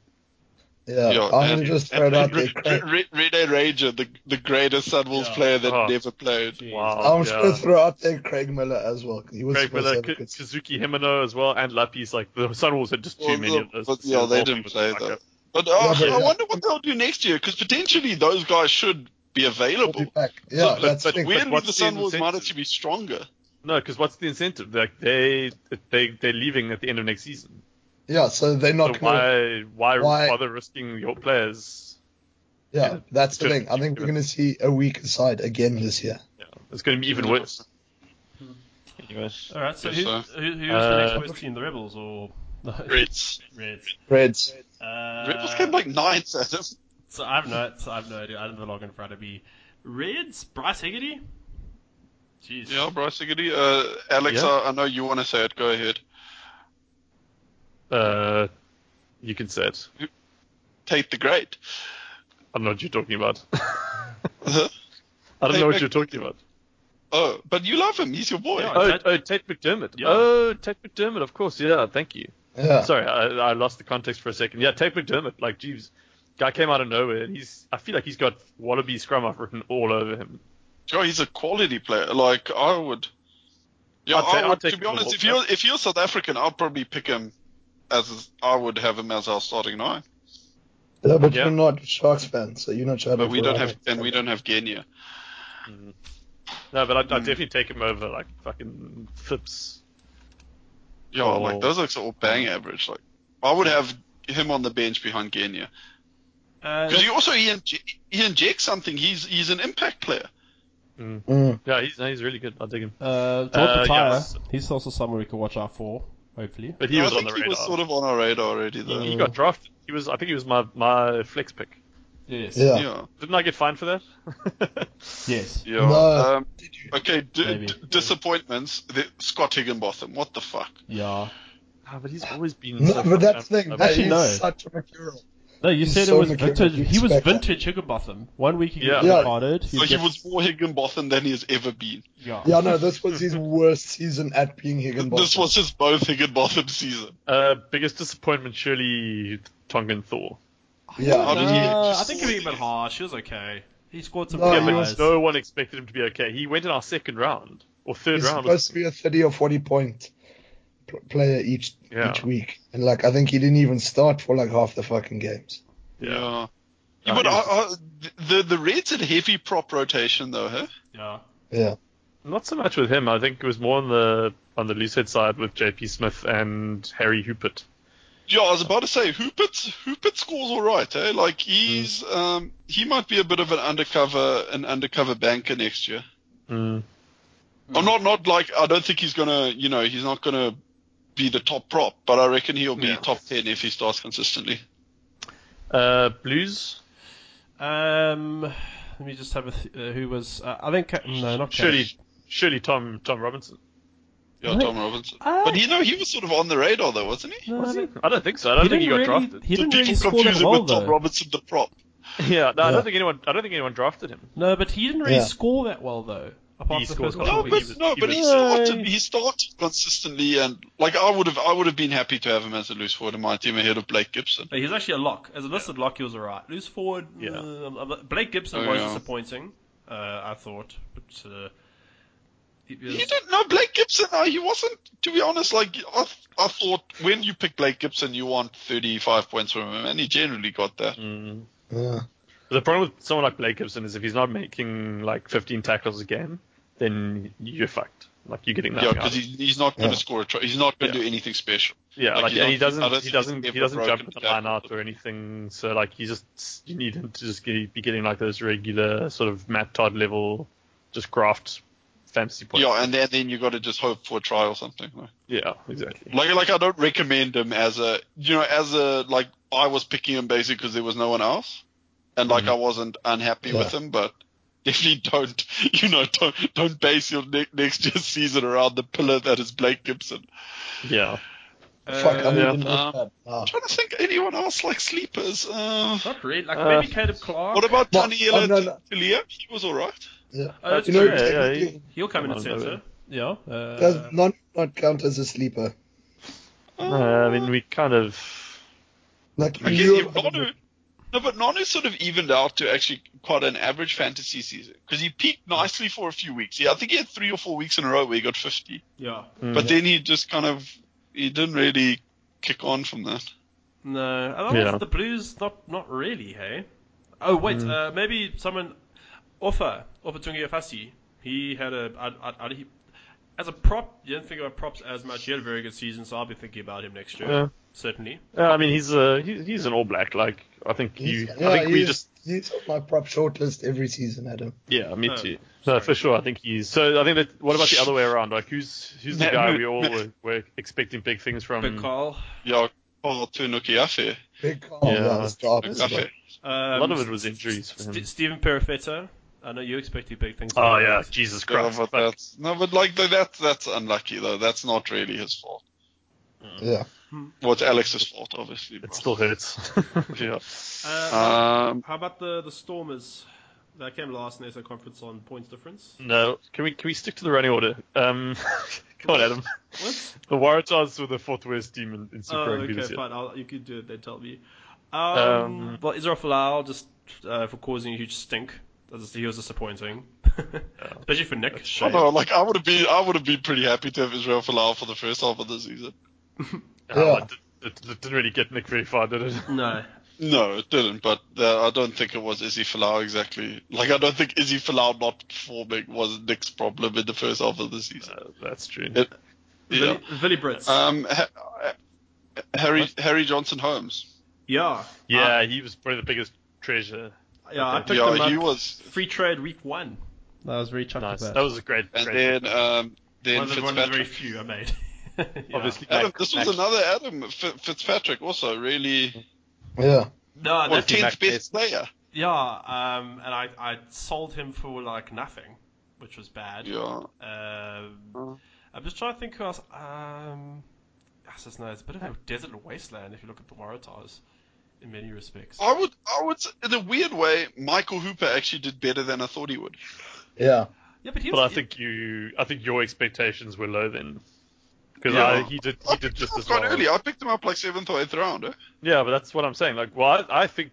[SPEAKER 2] Yeah,
[SPEAKER 5] Yeah,
[SPEAKER 2] I'm gonna
[SPEAKER 5] and-
[SPEAKER 2] just throw it out
[SPEAKER 5] Re-
[SPEAKER 2] there.
[SPEAKER 5] Re-
[SPEAKER 2] Craig,
[SPEAKER 5] Re- Rene Ranger, the the greatest Sunwolves
[SPEAKER 1] Yeah.
[SPEAKER 5] player that
[SPEAKER 3] Oh.
[SPEAKER 5] never played.
[SPEAKER 1] Jeez.
[SPEAKER 3] Wow.
[SPEAKER 2] I'm just gonna
[SPEAKER 3] yeah.
[SPEAKER 2] throw out there Craig Miller as well. He was
[SPEAKER 3] Craig
[SPEAKER 2] supposed
[SPEAKER 3] Miller,
[SPEAKER 2] to
[SPEAKER 3] K-
[SPEAKER 2] have a good season.
[SPEAKER 3] Kazuki Himeno as well, and Lapis. Like the Sunwolves had just too
[SPEAKER 5] Well,
[SPEAKER 3] many of
[SPEAKER 5] the-
[SPEAKER 3] those.
[SPEAKER 5] but,
[SPEAKER 3] this
[SPEAKER 5] yeah,
[SPEAKER 3] year.
[SPEAKER 5] they
[SPEAKER 3] All
[SPEAKER 5] didn't
[SPEAKER 3] people
[SPEAKER 5] play
[SPEAKER 3] like
[SPEAKER 5] though.
[SPEAKER 3] that.
[SPEAKER 5] But oh,
[SPEAKER 2] Yeah, but-
[SPEAKER 5] I wonder what they'll do next year because potentially those guys should be available.
[SPEAKER 2] We'll be back. Yeah,
[SPEAKER 3] but-
[SPEAKER 2] that's
[SPEAKER 3] but
[SPEAKER 2] the thing.
[SPEAKER 5] Weirdly,
[SPEAKER 3] what's
[SPEAKER 5] the
[SPEAKER 3] the
[SPEAKER 5] Sunwolves might
[SPEAKER 3] incentive?
[SPEAKER 5] actually be stronger.
[SPEAKER 3] No, because what's the incentive? Like they they they're leaving at the end of next season.
[SPEAKER 2] Yeah, so they're
[SPEAKER 3] So
[SPEAKER 2] not gonna.
[SPEAKER 3] why, why
[SPEAKER 2] why-
[SPEAKER 3] bother risking your players?
[SPEAKER 2] Yeah, that's the
[SPEAKER 3] Just-
[SPEAKER 2] thing. I think we're gonna see a weaker side again this year.
[SPEAKER 3] Yeah, it's going to be even worse.
[SPEAKER 6] Anyway,
[SPEAKER 1] All right. So who,
[SPEAKER 5] Yes,
[SPEAKER 1] who,
[SPEAKER 5] sir.
[SPEAKER 1] who was the next
[SPEAKER 3] Uh,
[SPEAKER 1] worst team? The Rebels or
[SPEAKER 5] Reds.
[SPEAKER 1] Reds?
[SPEAKER 2] Reds.
[SPEAKER 1] Uh,
[SPEAKER 5] Rebels came like ninth, Adam.
[SPEAKER 1] So I've no, so I've no idea. I don't have a log in front of me. Reds, Bryce Higgity. Jeez.
[SPEAKER 5] Yeah, Bryce Higgity. Uh, Alex,
[SPEAKER 3] Yeah.
[SPEAKER 5] I, I know you want to say it. Go ahead.
[SPEAKER 3] Uh, you can say it.
[SPEAKER 5] Tate the Great.
[SPEAKER 3] I don't know what you're talking about.
[SPEAKER 5] Huh?
[SPEAKER 3] I don't
[SPEAKER 5] Hey,
[SPEAKER 3] know what
[SPEAKER 5] Mick.
[SPEAKER 3] you're talking about.
[SPEAKER 5] Uh-huh. oh, but you love him. He's your boy.
[SPEAKER 1] Yeah.
[SPEAKER 3] Oh,
[SPEAKER 1] Tate-
[SPEAKER 3] oh, Tate McDermott.
[SPEAKER 1] Yeah.
[SPEAKER 3] Oh, Tate McDermott, of course. Yeah, thank you.
[SPEAKER 2] Yeah.
[SPEAKER 3] Sorry, I, I lost the context for a second. Yeah, Tate McDermott. Like, jeez, guy came out of nowhere. And he's. I feel like he's got Wallaby scrum off written all over him.
[SPEAKER 5] Joe, he's a quality player. Like I would. Yeah,
[SPEAKER 3] I'd say-
[SPEAKER 5] I would,
[SPEAKER 3] I'd take
[SPEAKER 5] to be
[SPEAKER 3] him
[SPEAKER 5] honest,
[SPEAKER 3] over.
[SPEAKER 5] if you're if you're South African, I'll probably pick him as I would have him as our starting nine.
[SPEAKER 2] Yeah, but
[SPEAKER 3] Yeah.
[SPEAKER 2] you're not Sharks fan, so you're not shouting.
[SPEAKER 5] But we
[SPEAKER 2] for
[SPEAKER 5] don't
[SPEAKER 2] Ryan.
[SPEAKER 5] have and we don't have Genia.
[SPEAKER 3] Mm-hmm. No, but I'd,
[SPEAKER 5] Hmm.
[SPEAKER 3] I'd definitely take him over like fucking Phipps.
[SPEAKER 5] Yeah,
[SPEAKER 3] Oh.
[SPEAKER 5] like those looks all bang average. Like I would have him on the bench behind Genia
[SPEAKER 1] Uh,
[SPEAKER 5] because he also he, inje- he injects something. He's he's an impact player.
[SPEAKER 2] Mm.
[SPEAKER 3] Yeah, he's no, he's really good. I'll dig him.
[SPEAKER 1] uh, George
[SPEAKER 3] Uh,
[SPEAKER 1] Pataya.
[SPEAKER 3] yes.
[SPEAKER 1] He's also someone we could watch out for. Hopefully.
[SPEAKER 3] But he
[SPEAKER 5] No,
[SPEAKER 3] was
[SPEAKER 5] I
[SPEAKER 3] on
[SPEAKER 5] think
[SPEAKER 3] the
[SPEAKER 5] he
[SPEAKER 3] radar.
[SPEAKER 5] was sort of on our radar already though.
[SPEAKER 3] he got drafted. He was. I think he was my my flex pick.
[SPEAKER 1] Yes.
[SPEAKER 2] Yeah.
[SPEAKER 5] yeah.
[SPEAKER 3] Didn't I get fined for that?
[SPEAKER 1] Yes.
[SPEAKER 5] Yeah.
[SPEAKER 2] No.
[SPEAKER 5] Um, okay. D-
[SPEAKER 1] Maybe.
[SPEAKER 5] d- disappointments. The, Scott Higginbotham. What the fuck?
[SPEAKER 1] Yeah.
[SPEAKER 3] Ah, but he's always been.
[SPEAKER 2] No,
[SPEAKER 3] so
[SPEAKER 2] but that's the thing.
[SPEAKER 3] fucking up-
[SPEAKER 2] That
[SPEAKER 1] Actually,
[SPEAKER 2] is
[SPEAKER 1] no.
[SPEAKER 2] such a material.
[SPEAKER 1] No, you
[SPEAKER 2] He's
[SPEAKER 1] said
[SPEAKER 2] so
[SPEAKER 1] it was
[SPEAKER 2] material,
[SPEAKER 1] vintage.
[SPEAKER 2] you
[SPEAKER 1] He was
[SPEAKER 2] expect that.
[SPEAKER 1] vintage Higginbotham. One week he
[SPEAKER 3] Yeah.
[SPEAKER 1] gets
[SPEAKER 2] Yeah.
[SPEAKER 1] carded.
[SPEAKER 5] So he was more Higginbotham than he has ever been.
[SPEAKER 1] Yeah.
[SPEAKER 2] Yeah, no, this was his worst season at being Higginbotham.
[SPEAKER 5] This was his both Higginbotham season.
[SPEAKER 3] Uh, biggest disappointment, surely Tongan Thor.
[SPEAKER 5] How
[SPEAKER 2] yeah.
[SPEAKER 5] did he
[SPEAKER 1] Uh,
[SPEAKER 5] just-
[SPEAKER 1] I think he was a bit harsh. He was okay. He scored some
[SPEAKER 2] No,
[SPEAKER 1] good
[SPEAKER 2] he
[SPEAKER 3] but
[SPEAKER 1] tries.
[SPEAKER 3] no one expected him to be okay. He went in our second round or third
[SPEAKER 2] He's
[SPEAKER 3] round.
[SPEAKER 2] supposed to be a 30 or 40 point pl- player each
[SPEAKER 3] Yeah.
[SPEAKER 2] each week. And like I think he didn't even start for like half the fucking games.
[SPEAKER 3] yeah.
[SPEAKER 5] Yeah,
[SPEAKER 3] Uh,
[SPEAKER 5] but
[SPEAKER 3] he
[SPEAKER 5] I,
[SPEAKER 3] was-
[SPEAKER 5] I, the the Reds had heavy prop rotation though, huh?
[SPEAKER 1] Yeah.
[SPEAKER 2] Yeah.
[SPEAKER 3] Not so much with him. I think it was more on the on the loosehead side with JP Smith and Harry Hoopert.
[SPEAKER 5] Yeah, I was about to say Hoopit Hoopit scores all right, eh? Like he's um he might be a bit of an undercover an undercover banker next year. I'm not not like I don't think he's gonna you know he's not gonna be the top prop, but I reckon he'll be
[SPEAKER 3] Yeah.
[SPEAKER 5] top ten if he starts consistently.
[SPEAKER 3] Uh, Blues.
[SPEAKER 1] Um, let me just have a th- uh, who was uh, I think Ca- no not
[SPEAKER 3] Surely,
[SPEAKER 1] Cash.
[SPEAKER 3] surely Tom Tom Robinson.
[SPEAKER 5] Yeah, Tom Robinson. but you know he was sort of on the radar though, wasn't Ah. he?
[SPEAKER 1] No, I
[SPEAKER 3] Was he?
[SPEAKER 1] don't-
[SPEAKER 3] I don't think so. I don't
[SPEAKER 1] he
[SPEAKER 3] think he
[SPEAKER 1] didn't
[SPEAKER 3] got
[SPEAKER 1] really,
[SPEAKER 3] drafted.
[SPEAKER 1] He didn't
[SPEAKER 5] People
[SPEAKER 1] really score
[SPEAKER 5] confuse
[SPEAKER 1] that
[SPEAKER 5] him
[SPEAKER 1] well
[SPEAKER 5] with Tom
[SPEAKER 1] though.
[SPEAKER 5] Robinson the prop.
[SPEAKER 3] Yeah, no, I
[SPEAKER 2] Yeah.
[SPEAKER 3] don't think anyone. I don't think anyone drafted him.
[SPEAKER 1] No, but he didn't really
[SPEAKER 2] Yeah.
[SPEAKER 1] score that well though. Apart
[SPEAKER 3] He
[SPEAKER 1] from the
[SPEAKER 3] scored
[SPEAKER 1] first
[SPEAKER 3] well.
[SPEAKER 1] couple
[SPEAKER 5] No,
[SPEAKER 1] of
[SPEAKER 5] but
[SPEAKER 1] weeks.
[SPEAKER 3] was-
[SPEAKER 5] no,
[SPEAKER 3] he
[SPEAKER 5] but
[SPEAKER 3] was-
[SPEAKER 5] he started. He started consistently, and like I would have, I would have been happy to have him as a loose forward in my team ahead of Blake Gibson.
[SPEAKER 1] But he was actually a lock. As a listed lock, he was alright. Loose forward,
[SPEAKER 3] Yeah.
[SPEAKER 1] uh, Blake Gibson
[SPEAKER 5] Oh,
[SPEAKER 1] was
[SPEAKER 5] yeah.
[SPEAKER 1] disappointing. Uh, I thought, but uh, he uh, was-
[SPEAKER 5] He didn't know Blake Gibson. No, he wasn't. To be honest, like I, I thought when you pick Blake Gibson, you want 35 points from him, and he generally got that.
[SPEAKER 2] Yeah.
[SPEAKER 3] The problem with someone like Blake Gibson is if he's not making like 15 tackles a game, then you're fucked. Like you're getting that.
[SPEAKER 5] Yeah, because he's, he's not going to
[SPEAKER 2] Yeah.
[SPEAKER 5] score a try. He's not going to
[SPEAKER 3] Yeah.
[SPEAKER 5] do anything special.
[SPEAKER 3] yeah,
[SPEAKER 5] like,
[SPEAKER 3] like,
[SPEAKER 5] he's
[SPEAKER 3] and
[SPEAKER 5] not-
[SPEAKER 3] he doesn't,
[SPEAKER 5] I don't
[SPEAKER 3] he
[SPEAKER 5] think
[SPEAKER 3] doesn't,
[SPEAKER 5] he's
[SPEAKER 3] he
[SPEAKER 5] ever
[SPEAKER 3] doesn't
[SPEAKER 5] broken
[SPEAKER 3] jump at the
[SPEAKER 5] the
[SPEAKER 3] line
[SPEAKER 5] tackle.
[SPEAKER 3] out or anything. So like, you just you need him to just get, be getting like those regular sort of Matt Todd level, just graft fantasy point.
[SPEAKER 5] Yeah, and then, then you got to just hope for a try or something. Like,
[SPEAKER 3] yeah, exactly.
[SPEAKER 5] like, like I don't recommend him as a, you know, as a like I was picking him basically because there was no one else, and like I wasn't unhappy
[SPEAKER 2] Mm-hmm. Yeah.
[SPEAKER 5] with him, but definitely don't, you know, don't don't base your ne- next year's season around the pillar that is Blake Gibson.
[SPEAKER 3] Yeah,
[SPEAKER 1] uh,
[SPEAKER 2] Fuck, I'm
[SPEAKER 3] Uh, yeah,
[SPEAKER 2] even
[SPEAKER 5] um,
[SPEAKER 2] that now.
[SPEAKER 5] trying to think anyone else like sleepers. Uh,
[SPEAKER 1] Not really. Like
[SPEAKER 3] Uh,
[SPEAKER 1] maybe Caleb Clark.
[SPEAKER 5] what about
[SPEAKER 2] Well,
[SPEAKER 5] Tani
[SPEAKER 2] oh, no, no.
[SPEAKER 5] Tulia? He was all right.
[SPEAKER 2] Yeah.
[SPEAKER 1] Oh, that's
[SPEAKER 2] You know,
[SPEAKER 1] true.
[SPEAKER 3] yeah, yeah,
[SPEAKER 2] technically,
[SPEAKER 3] he-
[SPEAKER 1] He'll come in
[SPEAKER 3] Come
[SPEAKER 1] at
[SPEAKER 3] on, David.
[SPEAKER 1] center. Yeah. Uh,
[SPEAKER 2] does not not count as a sleeper.
[SPEAKER 5] Uh,
[SPEAKER 3] Uh, I mean, we kind of
[SPEAKER 2] Like
[SPEAKER 5] I
[SPEAKER 2] in
[SPEAKER 5] guess
[SPEAKER 2] lieu
[SPEAKER 5] if
[SPEAKER 2] of-
[SPEAKER 5] Nanu, no, but Nanu sort of evened out to actually quite an average fantasy season because he peaked nicely for a few weeks. Yeah, I think he had three or four weeks in a row where he got 50,
[SPEAKER 1] yeah.
[SPEAKER 3] Hmm.
[SPEAKER 5] but then he just kind of he didn't really kick on from that.
[SPEAKER 1] No, otherwise
[SPEAKER 3] Yeah. Hmm.
[SPEAKER 1] the Blues not not really. Hey, oh wait, uh, maybe someone Offa Ofatungi Fasi. He had a I, I, I, he, as a prop. You didn't think about props as much. He had a very good season, so I'll be thinking about him next year.
[SPEAKER 3] Yeah.
[SPEAKER 1] Certainly.
[SPEAKER 3] Yeah, I mean, he's a he, he's an All Black. Like, I think you.
[SPEAKER 2] yeah,
[SPEAKER 3] I think we
[SPEAKER 2] he's-
[SPEAKER 3] just.
[SPEAKER 2] he's on my prop shortlist every season, Adam.
[SPEAKER 3] Yeah, me
[SPEAKER 1] Oh,
[SPEAKER 3] too.
[SPEAKER 1] sorry.
[SPEAKER 3] No, for sure. I think he's. So I think that. What about the other way around? Like, who's who's the
[SPEAKER 5] No,
[SPEAKER 3] guy
[SPEAKER 5] no,
[SPEAKER 3] we all
[SPEAKER 5] no.
[SPEAKER 3] were, were expecting big things from?
[SPEAKER 1] Big
[SPEAKER 5] um,
[SPEAKER 1] Carl.
[SPEAKER 5] Yeah, Paul Tunukiafe.
[SPEAKER 2] Big call.
[SPEAKER 3] Yeah.
[SPEAKER 2] Yeah, it's dark as
[SPEAKER 5] Tunukiafe.
[SPEAKER 2] fuck.
[SPEAKER 1] Um,
[SPEAKER 3] a lot of it was injuries for him.
[SPEAKER 1] St- Stephen Perifetta. I know you expected big things.
[SPEAKER 3] oh
[SPEAKER 1] from him.
[SPEAKER 3] yeah, Jesus
[SPEAKER 5] Yeah,
[SPEAKER 3] Christ!
[SPEAKER 5] but
[SPEAKER 3] Fuck.
[SPEAKER 5] that's no, but like th- that's that's unlucky though. That's not really his fault.
[SPEAKER 2] Yeah.
[SPEAKER 5] Well, it's Alex's fault, obviously.
[SPEAKER 3] it
[SPEAKER 5] bro.
[SPEAKER 3] still hurts.
[SPEAKER 5] yeah.
[SPEAKER 1] Uh,
[SPEAKER 5] Um,
[SPEAKER 1] how about the the Stormers? They came last in the SA conference on points difference.
[SPEAKER 3] no, can we can we stick to the running order? Um, come on, Adam.
[SPEAKER 1] What?
[SPEAKER 3] The Waratahs were the fourth worst team in, in Super
[SPEAKER 1] Oh,
[SPEAKER 3] Rugby
[SPEAKER 1] okay,
[SPEAKER 3] this year.
[SPEAKER 1] fine. I'll, you could do it. Then tell me. Um,
[SPEAKER 3] Um,
[SPEAKER 1] well, Israel Folau just uh, for causing a huge stink. That was- He was disappointing, especially for Nick.
[SPEAKER 5] I don't know, like I would have been, I would have been pretty happy to have Israel Folau for the first half of the season.
[SPEAKER 3] Oh,
[SPEAKER 2] Yeah.
[SPEAKER 3] it, it- it didn't really get Nick very far, did it?
[SPEAKER 1] No,
[SPEAKER 5] No, it didn't. But uh, I don't think it was Izzy Folau exactly. Like I don't think Izzy Folau not performing was Nick's problem in the first half of the season.
[SPEAKER 3] Uh, that's true.
[SPEAKER 5] It- Yeah.
[SPEAKER 1] Villy, Villy Brits.
[SPEAKER 5] Um, ha- uh, Harry Harry Johnson Holmes. uh,
[SPEAKER 1] yeah,
[SPEAKER 3] yeah,
[SPEAKER 1] Ah.
[SPEAKER 3] he was probably the biggest treasure.
[SPEAKER 1] I, yeah. I picked him
[SPEAKER 5] Yeah,
[SPEAKER 1] up
[SPEAKER 5] he was.
[SPEAKER 1] free trade week one. That was very chuffed
[SPEAKER 3] Nice.
[SPEAKER 1] about.
[SPEAKER 3] That was a great.
[SPEAKER 5] And
[SPEAKER 3] great
[SPEAKER 5] then um, then
[SPEAKER 1] one of the, one of the very
[SPEAKER 5] Fitzpatrick.
[SPEAKER 1] few I made. Yeah.
[SPEAKER 3] Obviously,
[SPEAKER 5] Adam,
[SPEAKER 3] Mac-
[SPEAKER 5] this was
[SPEAKER 3] Mac-
[SPEAKER 5] another Adam F- Fitzpatrick also really
[SPEAKER 2] Yeah.
[SPEAKER 1] no,
[SPEAKER 5] well,
[SPEAKER 1] that,
[SPEAKER 3] team
[SPEAKER 5] tenth
[SPEAKER 3] Mac
[SPEAKER 5] best player.
[SPEAKER 1] yeah, um, and I, I sold him for like nothing, which was bad.
[SPEAKER 5] Yeah.
[SPEAKER 1] Um, I'm just trying to think who else. Um, that's just nice. It's a bit of a desert wasteland if you look at the Waratahs in many respects.
[SPEAKER 5] I would, I would, in a weird way, Michael Hooper actually did better than I thought he would.
[SPEAKER 2] Yeah.
[SPEAKER 1] Yeah, but he
[SPEAKER 3] But
[SPEAKER 1] was.
[SPEAKER 3] I think you, I think your expectations were low then, because
[SPEAKER 5] Yeah.
[SPEAKER 3] he did, he did just as
[SPEAKER 5] quite
[SPEAKER 3] well.
[SPEAKER 5] early. I picked him up like seventh or eighth round. Eh?
[SPEAKER 3] Yeah, but that's what I'm saying. Like, well, I, I think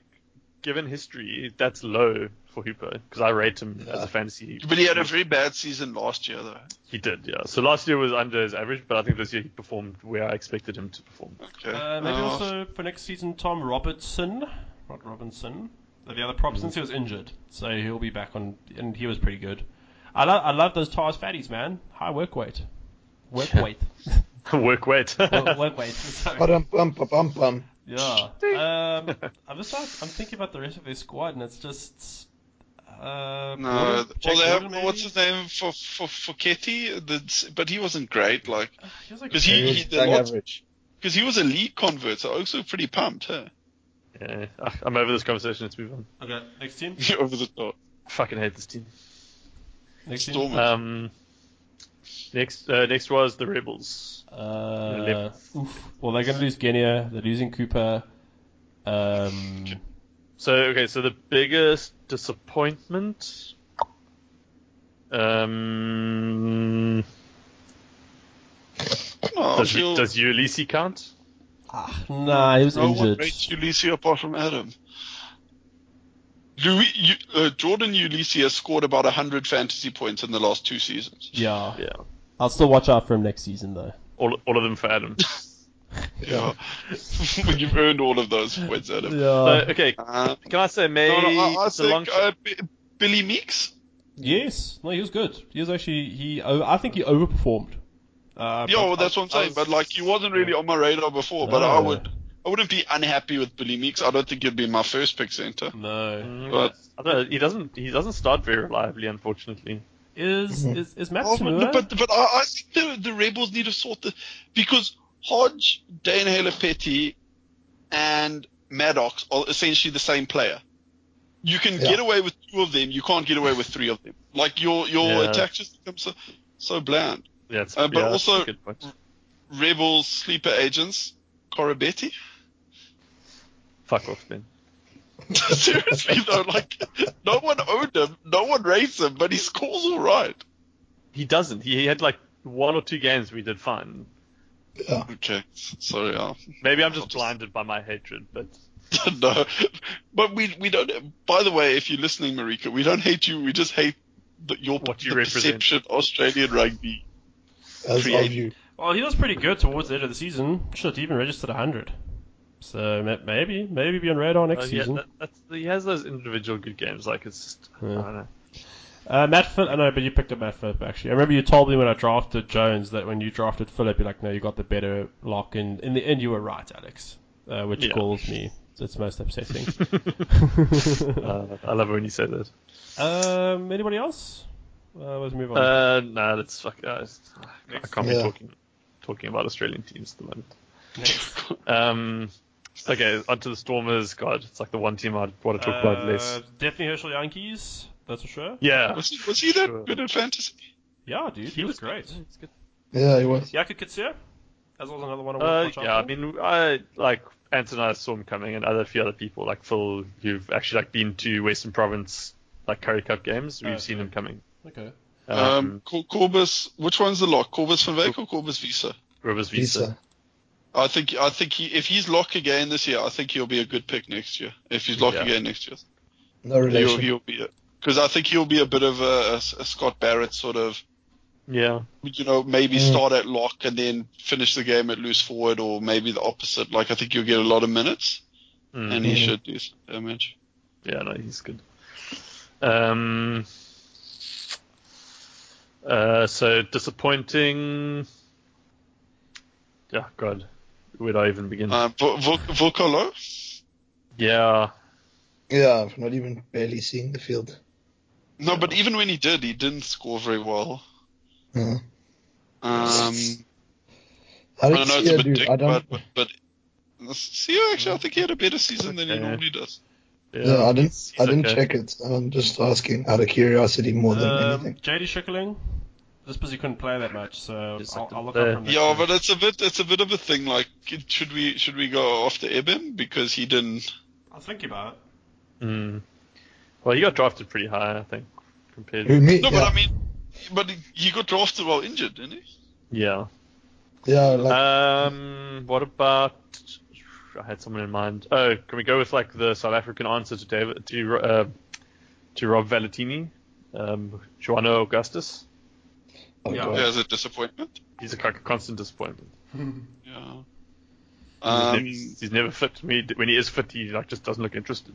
[SPEAKER 3] given history, that's low for Hooper because I rate him as
[SPEAKER 2] Yeah.
[SPEAKER 3] a fantasy.
[SPEAKER 5] But he had a very bad season last year, though.
[SPEAKER 3] He did, yeah. So last year was under his average, but I think this year he performed where I expected him to perform.
[SPEAKER 5] Okay.
[SPEAKER 1] uh, maybe
[SPEAKER 5] Uh,
[SPEAKER 1] also for next season, Tom Robertson, not Robinson, but the other prop since he was injured, so he'll be back on, and he was pretty good. I love, I love those Tars fatties, man. High work weight, work weight,
[SPEAKER 3] Work weight.
[SPEAKER 1] work, work weight. Sorry.
[SPEAKER 2] But um, bum, bum, bum, bum.
[SPEAKER 1] Yeah. Um, I'm just like, I'm thinking about the rest of their squad, and it's just. Uh,
[SPEAKER 5] No,
[SPEAKER 1] Gordon- Jack
[SPEAKER 5] well, they have,
[SPEAKER 1] Gordon, maybe?
[SPEAKER 5] what's his name for for for Ketty? The- But he wasn't great, like
[SPEAKER 1] He was like-
[SPEAKER 5] because
[SPEAKER 2] He
[SPEAKER 5] he,
[SPEAKER 2] was
[SPEAKER 5] he
[SPEAKER 2] bang
[SPEAKER 5] did
[SPEAKER 2] average.
[SPEAKER 5] because he was a league convert, so also pretty pumped, huh?
[SPEAKER 3] yeah, I- I'm over this conversation. Let's move on.
[SPEAKER 1] Okay, next team.
[SPEAKER 5] Over the top.
[SPEAKER 3] Fucking hate this team.
[SPEAKER 1] Next team.
[SPEAKER 5] Stormers.
[SPEAKER 3] Um, next, uh, next was the Rebels.
[SPEAKER 1] Uh, oof. Well, they're going to lose Genia. They're losing Cooper. Um,
[SPEAKER 3] So okay, so the biggest disappointment. Um,
[SPEAKER 5] no, I
[SPEAKER 3] does
[SPEAKER 5] feel
[SPEAKER 3] does Ulysses count?
[SPEAKER 1] ah, nah, he was
[SPEAKER 5] no one
[SPEAKER 1] injured.
[SPEAKER 5] rates Ulysses apart from Adam. Louis, you, uh, Jordan Ulysses has scored about hundred fantasy points in the last two seasons.
[SPEAKER 1] Yeah.
[SPEAKER 3] Yeah,
[SPEAKER 1] I'll still watch out for him next season, though.
[SPEAKER 3] all, all of them for Adam.
[SPEAKER 5] Yeah, you've earned all of those points, Adam.
[SPEAKER 3] So,
[SPEAKER 1] Yeah.
[SPEAKER 3] okay,
[SPEAKER 5] Um,
[SPEAKER 3] can I say May?
[SPEAKER 5] no, no, I, I
[SPEAKER 3] Uh, it's a long
[SPEAKER 5] think uh, B- Billy Meeks.
[SPEAKER 1] Yes. No, he was good. He was actually he. o- I think he overperformed. Uh,
[SPEAKER 5] Yeah, well, that's what I'm
[SPEAKER 3] I
[SPEAKER 5] saying.
[SPEAKER 3] was-
[SPEAKER 5] but like, he wasn't really on my radar before. But I
[SPEAKER 1] No.
[SPEAKER 5] would, I wouldn't be unhappy with Billy Meeks. I don't think he'd be my first pick center.
[SPEAKER 1] No.
[SPEAKER 3] Mm,
[SPEAKER 5] but-
[SPEAKER 3] I don't know, he doesn't he doesn't start very reliably, unfortunately.
[SPEAKER 1] is is, is Matt
[SPEAKER 5] Oh,
[SPEAKER 1] Tamura.
[SPEAKER 5] but, but but I, I think the, the rebels need to sort the because Hodge, Dane Halapeti, and Maddox are essentially the same player. You can
[SPEAKER 2] Yeah.
[SPEAKER 5] get away with two of them. You can't get away with three of them. Like your your
[SPEAKER 3] Yeah.
[SPEAKER 5] attack just becomes so, so bland.
[SPEAKER 3] Yeah, it's,
[SPEAKER 5] Uh, but
[SPEAKER 3] yeah, that's
[SPEAKER 5] also-
[SPEAKER 3] a good point.
[SPEAKER 5] Rebels sleeper agents, Corabetti.
[SPEAKER 3] Fuck off, man.
[SPEAKER 5] Seriously though, like no one owned him, no one rates him, but he scores all right.
[SPEAKER 3] He doesn't. He, he had like one or two games we did fine.
[SPEAKER 2] Yeah.
[SPEAKER 5] Okay, sorry. I'll
[SPEAKER 3] Maybe I'm just,
[SPEAKER 5] I'll just-
[SPEAKER 3] blinded by my hatred, but
[SPEAKER 5] no, but we we don't. By the way, if you're listening, Marika, we don't hate you. We just hate the, your
[SPEAKER 3] What you
[SPEAKER 5] the
[SPEAKER 3] represent.
[SPEAKER 5] perception of Australian rugby.
[SPEAKER 2] As
[SPEAKER 5] Create-
[SPEAKER 2] of you.
[SPEAKER 1] Well, he was pretty good towards the end of the season. Shit, he even registered 100. So ma- maybe, maybe be on radar next
[SPEAKER 3] uh, yeah,
[SPEAKER 1] season.
[SPEAKER 3] that, that's, he has those individual good games. Like it's just I
[SPEAKER 1] Yeah.
[SPEAKER 3] don't know.
[SPEAKER 1] Uh, Matt Phil, I know, but you picked up Matt Phillip actually. I remember you told me when I drafted Jones that when you drafted Phillip, you're like, no, you got the better lock, and in the end, you were right, Alex, uh, which
[SPEAKER 3] Yeah.
[SPEAKER 1] galls me. It's most upsetting.
[SPEAKER 3] Uh, I love it when you say that.
[SPEAKER 1] um, anybody else? Uh, let's move on.
[SPEAKER 3] Uh, no, that's fuck. Uh, I can't be
[SPEAKER 2] Yeah.
[SPEAKER 3] talking talking about Australian teams at the moment.
[SPEAKER 1] Next.
[SPEAKER 3] Um, okay, onto the Stormers. God, it's like the one team I want to talk about
[SPEAKER 1] Uh,
[SPEAKER 3] less.
[SPEAKER 1] definitely Herschel Yankees. That's for sure.
[SPEAKER 3] Yeah,
[SPEAKER 5] Was he, was he that
[SPEAKER 3] Sure.
[SPEAKER 5] good at fantasy?
[SPEAKER 1] Yeah, dude, he, was great.
[SPEAKER 2] Yeah, he was.
[SPEAKER 1] Yaku Kitsuya, as well as another one. I wanna
[SPEAKER 3] Uh,
[SPEAKER 1] watch out
[SPEAKER 3] yeah, I
[SPEAKER 1] for.
[SPEAKER 3] mean, I like Ant and I saw him coming, and other few other people like Phil, who've actually like been to Western Province like Curry Cup games. We've
[SPEAKER 1] Oh,
[SPEAKER 3] seen
[SPEAKER 1] okay.
[SPEAKER 3] him coming.
[SPEAKER 1] okay.
[SPEAKER 3] Um,
[SPEAKER 5] Um, Cor- Corbus. Which one's the lock? Corbus van Wyk or Corbus Visa?
[SPEAKER 3] Rivers Visa.
[SPEAKER 2] Visa.
[SPEAKER 5] I think I think he, if he's lock again this year, I think he'll be a good pick next year. If he's lock
[SPEAKER 3] Yeah.
[SPEAKER 5] again next year,
[SPEAKER 2] No
[SPEAKER 5] he'll,
[SPEAKER 2] relation.
[SPEAKER 5] he'll be because I think he'll be a bit of a, a S- a Scott Barrett sort of.
[SPEAKER 3] Yeah,
[SPEAKER 5] You know, maybe
[SPEAKER 2] Mm.
[SPEAKER 5] start at lock and then finish the game at loose forward, or maybe the opposite. Like I think you'll get a lot of minutes.
[SPEAKER 3] Mm.
[SPEAKER 5] and he
[SPEAKER 2] Mhm.
[SPEAKER 5] should do some damage.
[SPEAKER 3] yeah, no, he's good. Um, uh, so disappointing. Yeah, God, where do I even begin?
[SPEAKER 5] Uh, Vo- Vo- Vocalo?
[SPEAKER 3] yeah,
[SPEAKER 2] Yeah, I've not even barely seen the field.
[SPEAKER 5] No, but even when he did, he didn't score very well.
[SPEAKER 2] Yeah.
[SPEAKER 5] Um,
[SPEAKER 2] I
[SPEAKER 5] I
[SPEAKER 2] don't
[SPEAKER 5] don't know,
[SPEAKER 2] see
[SPEAKER 5] it's a
[SPEAKER 2] her,
[SPEAKER 5] bit
[SPEAKER 2] dude.
[SPEAKER 5] dick,
[SPEAKER 2] I don't.
[SPEAKER 5] but, but, but Sio actually, I think he had a better season than he
[SPEAKER 3] Okay.
[SPEAKER 5] normally does.
[SPEAKER 3] yeah,
[SPEAKER 2] Yeah, I
[SPEAKER 3] he's-
[SPEAKER 2] didn't. I
[SPEAKER 3] he's
[SPEAKER 2] didn't
[SPEAKER 3] okay.
[SPEAKER 2] check it. I'm just asking out of curiosity more than
[SPEAKER 1] Um,
[SPEAKER 2] anything.
[SPEAKER 1] JD Schickerling, just because he couldn't play that much, so
[SPEAKER 3] Just
[SPEAKER 1] I'll,
[SPEAKER 3] like
[SPEAKER 1] I'll look
[SPEAKER 3] the-
[SPEAKER 1] up from
[SPEAKER 5] Yeah, but it's a bit, it's a bit of a thing. Like, should we, should we go after Eben because he didn't?
[SPEAKER 1] I'll think about it.
[SPEAKER 3] Mm. Well, he got drafted pretty high, I think, compared.
[SPEAKER 2] Who me?
[SPEAKER 5] No,
[SPEAKER 2] yeah.
[SPEAKER 5] but I mean, but he got drafted while injured, didn't he?
[SPEAKER 3] Yeah.
[SPEAKER 2] yeah, like
[SPEAKER 3] Um, what about? I had someone in mind. Oh, can we go with like the South African answer to David to uh, to Rob Valentini, um, Joano Augustus? Um,
[SPEAKER 2] oh,
[SPEAKER 1] yeah.
[SPEAKER 2] God.
[SPEAKER 5] Yeah, as a disappointment.
[SPEAKER 3] He's a con- constant disappointment.
[SPEAKER 5] Yeah.
[SPEAKER 3] He's,
[SPEAKER 5] Um,
[SPEAKER 3] never, he's never fit. When he, when he is fit, he like just doesn't look interested.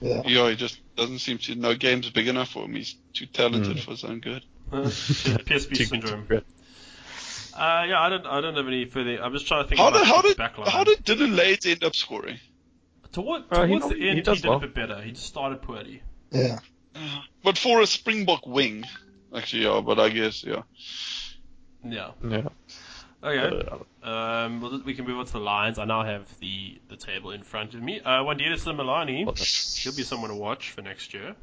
[SPEAKER 2] yeah.
[SPEAKER 5] yeah, he just doesn't seem to. No game's big enough for him. He's too
[SPEAKER 2] Hmm.
[SPEAKER 5] talented
[SPEAKER 3] Mm.
[SPEAKER 5] for his own good.
[SPEAKER 1] PSP
[SPEAKER 3] Too-
[SPEAKER 1] syndrome.
[SPEAKER 3] too-
[SPEAKER 1] Uh, yeah, I don't, I don't have any further. I'm just trying to think.
[SPEAKER 5] How
[SPEAKER 1] about
[SPEAKER 5] did how
[SPEAKER 1] the
[SPEAKER 5] did
[SPEAKER 1] back line.
[SPEAKER 5] how did Dylan Lades end up scoring?
[SPEAKER 1] Toward,
[SPEAKER 3] Uh,
[SPEAKER 1] towards
[SPEAKER 3] he
[SPEAKER 1] the
[SPEAKER 3] normally-
[SPEAKER 1] end
[SPEAKER 3] he
[SPEAKER 1] he,
[SPEAKER 3] does
[SPEAKER 1] did
[SPEAKER 3] well.
[SPEAKER 1] a bit better. He just started poorly.
[SPEAKER 2] yeah.
[SPEAKER 5] But for a Springbok wing, actually, yeah. But I guess yeah.
[SPEAKER 1] Yeah.
[SPEAKER 3] Yeah.
[SPEAKER 1] Okay.
[SPEAKER 3] Uh,
[SPEAKER 1] Um, well, we can move on to the lines. I now have the, the table in front of me. Uh, Wandieta Slimolani, he'll be someone to watch for next year.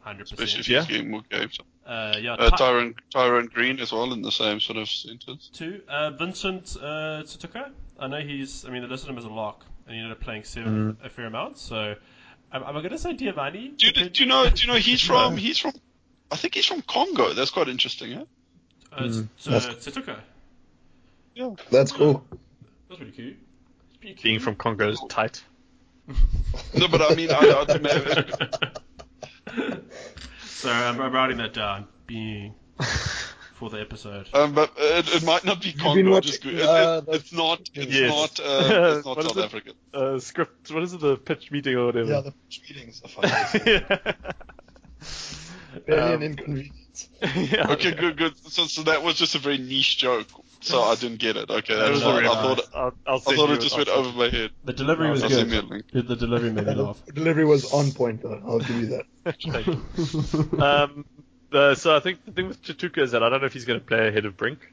[SPEAKER 1] Hundred
[SPEAKER 5] Especially if
[SPEAKER 1] percent.
[SPEAKER 3] Yeah.
[SPEAKER 5] he's getting more games.
[SPEAKER 1] Uh, yeah.
[SPEAKER 5] Uh,
[SPEAKER 1] Ty-
[SPEAKER 5] Tyron Tyron Green as well in the same sort of sentence.
[SPEAKER 1] Two, uh, Vincent uh, Tsutoka. I know he's, I mean, they listed him as a lock, and he ended up playing seven a fair amount, so am, am I going to say Giovanni?
[SPEAKER 5] Do you, do you know? Do you know he's from? He's from. I think he's from Congo. That's quite interesting. Eh?
[SPEAKER 1] Uh, Ts- uh,
[SPEAKER 2] That's-
[SPEAKER 1] Tsutoka.
[SPEAKER 2] That's cool.
[SPEAKER 1] That's pretty cute. That's pretty
[SPEAKER 3] being
[SPEAKER 1] cute.
[SPEAKER 3] from Congo is tight.
[SPEAKER 5] No, but I mean, I, I maybe,
[SPEAKER 1] so um, I'm, I'm writing that down. Being for the episode.
[SPEAKER 5] um, but it, it might not be
[SPEAKER 2] been
[SPEAKER 5] Congo.
[SPEAKER 2] watching-
[SPEAKER 5] Just, it, it-
[SPEAKER 2] uh, that's-
[SPEAKER 5] it's not. It's
[SPEAKER 3] Yes.
[SPEAKER 5] not. Uh, it's not
[SPEAKER 3] What is
[SPEAKER 5] South
[SPEAKER 3] it?
[SPEAKER 5] African.
[SPEAKER 3] Uh, script. What is it? The pitch meeting or
[SPEAKER 2] Yeah,
[SPEAKER 3] whatever.
[SPEAKER 2] the meetings are fine. Barely
[SPEAKER 3] Yeah.
[SPEAKER 5] Um,
[SPEAKER 2] an inconvenience.
[SPEAKER 3] yeah.
[SPEAKER 5] Okay, good, good. So, so that was just a very niche joke. So I didn't get it. Okay,
[SPEAKER 3] That
[SPEAKER 5] that's
[SPEAKER 3] was
[SPEAKER 1] No,
[SPEAKER 5] fine.
[SPEAKER 3] very
[SPEAKER 5] I
[SPEAKER 1] no.
[SPEAKER 5] thought.
[SPEAKER 3] nice. I'll, I'll
[SPEAKER 5] I
[SPEAKER 3] send
[SPEAKER 5] thought
[SPEAKER 3] you
[SPEAKER 5] it just
[SPEAKER 3] I'll
[SPEAKER 5] went
[SPEAKER 3] send
[SPEAKER 5] over my head.
[SPEAKER 1] The delivery was
[SPEAKER 5] I'll send me a
[SPEAKER 1] good.
[SPEAKER 5] link.
[SPEAKER 1] The, the delivery made me laugh.
[SPEAKER 2] Delivery was on point, though. I'll give you that.
[SPEAKER 3] you. Thank you. um, Uh, so I think the thing with Chituka is that I don't know if he's going to play ahead of Brink.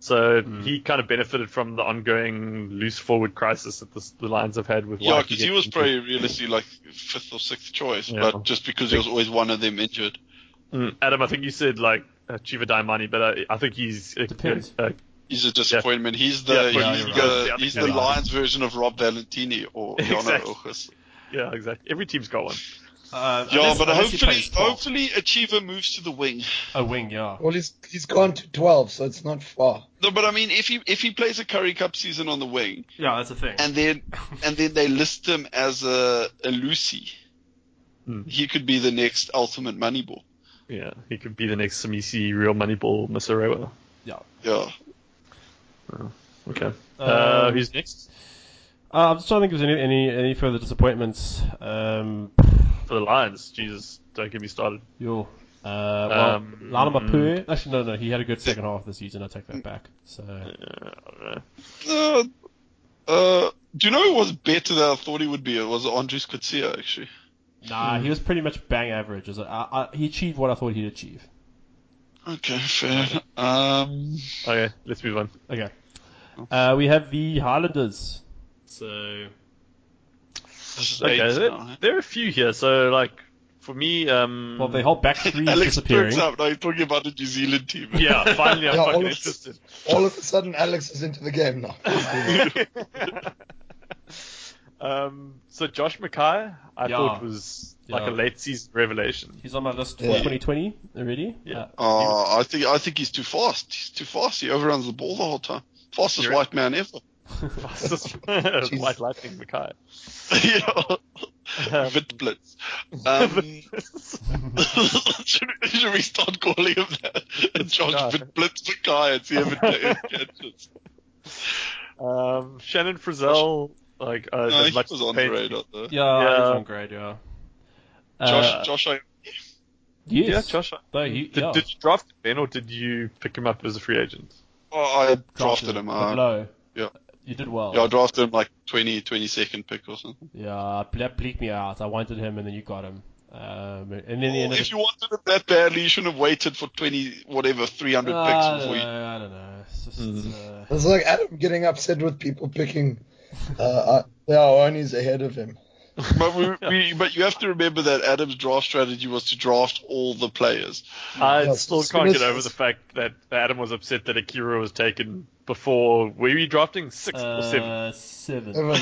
[SPEAKER 3] So
[SPEAKER 5] Hmm.
[SPEAKER 3] he kind of benefited from the ongoing loose forward crisis that the, the Lions have had with.
[SPEAKER 5] Yeah,
[SPEAKER 3] Waiki
[SPEAKER 5] because he
[SPEAKER 3] getting
[SPEAKER 5] was
[SPEAKER 3] injured.
[SPEAKER 5] probably realistically like fifth or sixth choice,
[SPEAKER 3] Yeah.
[SPEAKER 5] but just because there was always one of them injured.
[SPEAKER 3] Mm, Adam, I think you said like uh, Chiva Daimani, but I, I think he's uh,
[SPEAKER 1] Depends.
[SPEAKER 3] uh,
[SPEAKER 5] He's a disappointment. He's the
[SPEAKER 3] Yeah,
[SPEAKER 1] yeah,
[SPEAKER 5] he's
[SPEAKER 1] you're
[SPEAKER 5] the,
[SPEAKER 3] right.
[SPEAKER 5] he's
[SPEAKER 3] Yeah,
[SPEAKER 5] the
[SPEAKER 3] yeah.
[SPEAKER 5] Lions version of Rob Valentini or Yana
[SPEAKER 3] Exactly.
[SPEAKER 5] Ochus.
[SPEAKER 3] yeah, exactly. Every team's got one.
[SPEAKER 1] Uh,
[SPEAKER 5] Yeah,
[SPEAKER 1] unless-
[SPEAKER 5] but
[SPEAKER 1] unless he
[SPEAKER 5] hopefully,
[SPEAKER 1] plays 12.
[SPEAKER 5] hopefully, Achiever moves to the wing.
[SPEAKER 1] a wing, yeah.
[SPEAKER 2] Well, he's he's gone to twelve, so it's not far.
[SPEAKER 5] No, but I mean, if he if he plays a Curry Cup season on the wing,
[SPEAKER 1] Yeah, that's a thing.
[SPEAKER 5] and then and then they list him as a, a Lucy,
[SPEAKER 3] Hmm.
[SPEAKER 5] he could be the next ultimate Moneyball.
[SPEAKER 3] Yeah, he could be the next Samisi real money ball Masarewa.
[SPEAKER 5] Yeah,
[SPEAKER 3] Okay. Uh,
[SPEAKER 1] Um,
[SPEAKER 3] who's next
[SPEAKER 1] Uh, I'm just trying to think if there's any any, any further disappointments. Um,
[SPEAKER 3] for the Lions? Jesus, don't get me started.
[SPEAKER 1] yo, uh, well,
[SPEAKER 3] Um,
[SPEAKER 1] Lana Mapue. Actually, no, no, he had a good second half of the season. I take that back. So
[SPEAKER 3] Uh, I don't know.
[SPEAKER 5] Uh, uh, do you know who was better than I thought he would be? It was Andres Kutsia, actually.
[SPEAKER 1] nah, he was pretty much bang average. As I, I, he achieved what I thought he'd achieve.
[SPEAKER 5] Okay, fair. Um,
[SPEAKER 3] Okay, let's move on.
[SPEAKER 1] Okay. Uh, we have the Highlanders. So
[SPEAKER 5] this is
[SPEAKER 3] Okay,
[SPEAKER 5] eight
[SPEAKER 3] there,
[SPEAKER 5] now.
[SPEAKER 3] there are a few here. So like for me, um,
[SPEAKER 1] well, their whole back three is
[SPEAKER 5] Alex
[SPEAKER 1] disappearing.
[SPEAKER 5] turns up. Now you're talking about the New Zealand team.
[SPEAKER 3] yeah, finally I'm
[SPEAKER 2] Yeah,
[SPEAKER 3] fucking
[SPEAKER 2] all of-
[SPEAKER 3] interested.
[SPEAKER 2] All of a sudden, Alex is into the game now.
[SPEAKER 3] um, so Josh Mackay, I
[SPEAKER 1] Yeah.
[SPEAKER 3] thought was like
[SPEAKER 1] Yeah.
[SPEAKER 3] a late season revelation.
[SPEAKER 1] He's on my list for
[SPEAKER 2] Yeah.
[SPEAKER 1] 2020 already.
[SPEAKER 3] Yeah.
[SPEAKER 1] Uh,
[SPEAKER 5] Oh, I think I think he's too fast. He's too fast. He overruns the ball the whole time. Fastest
[SPEAKER 3] You're-
[SPEAKER 5] white man ever.
[SPEAKER 3] Fastest
[SPEAKER 2] Jesus.
[SPEAKER 3] white lightning Mackay.
[SPEAKER 5] yeah.
[SPEAKER 3] Um,
[SPEAKER 5] Witblitz. Um, should, should we start calling him that? And Josh
[SPEAKER 3] guy.
[SPEAKER 5] Witblitz the guy and see if it if it catches.
[SPEAKER 3] um, Shannon Frizzell, like uh,
[SPEAKER 5] No,
[SPEAKER 3] as
[SPEAKER 5] he
[SPEAKER 3] much
[SPEAKER 5] was on the
[SPEAKER 3] pain-
[SPEAKER 5] radar though.
[SPEAKER 1] yeah, yeah.
[SPEAKER 3] Yeah.
[SPEAKER 1] he's on grade. Yeah. Uh,
[SPEAKER 5] Josh, Josh, I,
[SPEAKER 1] yes.
[SPEAKER 3] Yeah, Josh.
[SPEAKER 1] Though he,
[SPEAKER 3] Did,
[SPEAKER 1] yeah,
[SPEAKER 3] did you draft Ben or did you pick him up as a free agent?
[SPEAKER 5] oh, I drafted him.
[SPEAKER 1] but
[SPEAKER 5] Uh,
[SPEAKER 1] low.
[SPEAKER 5] yeah.
[SPEAKER 1] You did well.
[SPEAKER 5] yeah, I drafted him like 20, 22nd pick or something.
[SPEAKER 1] Yeah, that bleeped me out. I wanted him, and then you got him. Um, and then the end
[SPEAKER 5] Oh,
[SPEAKER 1] of
[SPEAKER 5] if you wanted him that badly, you shouldn't have waited for 20, whatever, 300
[SPEAKER 1] I,
[SPEAKER 2] Ah.
[SPEAKER 5] picks
[SPEAKER 1] don't
[SPEAKER 5] before you. Mm-hmm.
[SPEAKER 1] know, Ah, I don't know. It's just, uh,
[SPEAKER 2] It's like Adam getting upset with people picking. Uh, Leoani's ahead of him.
[SPEAKER 5] But, we, we, but you have to remember that Adam's draft strategy was to draft all the players.
[SPEAKER 3] I
[SPEAKER 2] Yeah,
[SPEAKER 3] Uh, still
[SPEAKER 2] as
[SPEAKER 3] can't
[SPEAKER 2] soon
[SPEAKER 3] get
[SPEAKER 2] as-
[SPEAKER 3] over the fact that Adam was upset that Akira was taken before. Were you drafting sixth or seventh?
[SPEAKER 1] uh, seven.
[SPEAKER 2] Evan,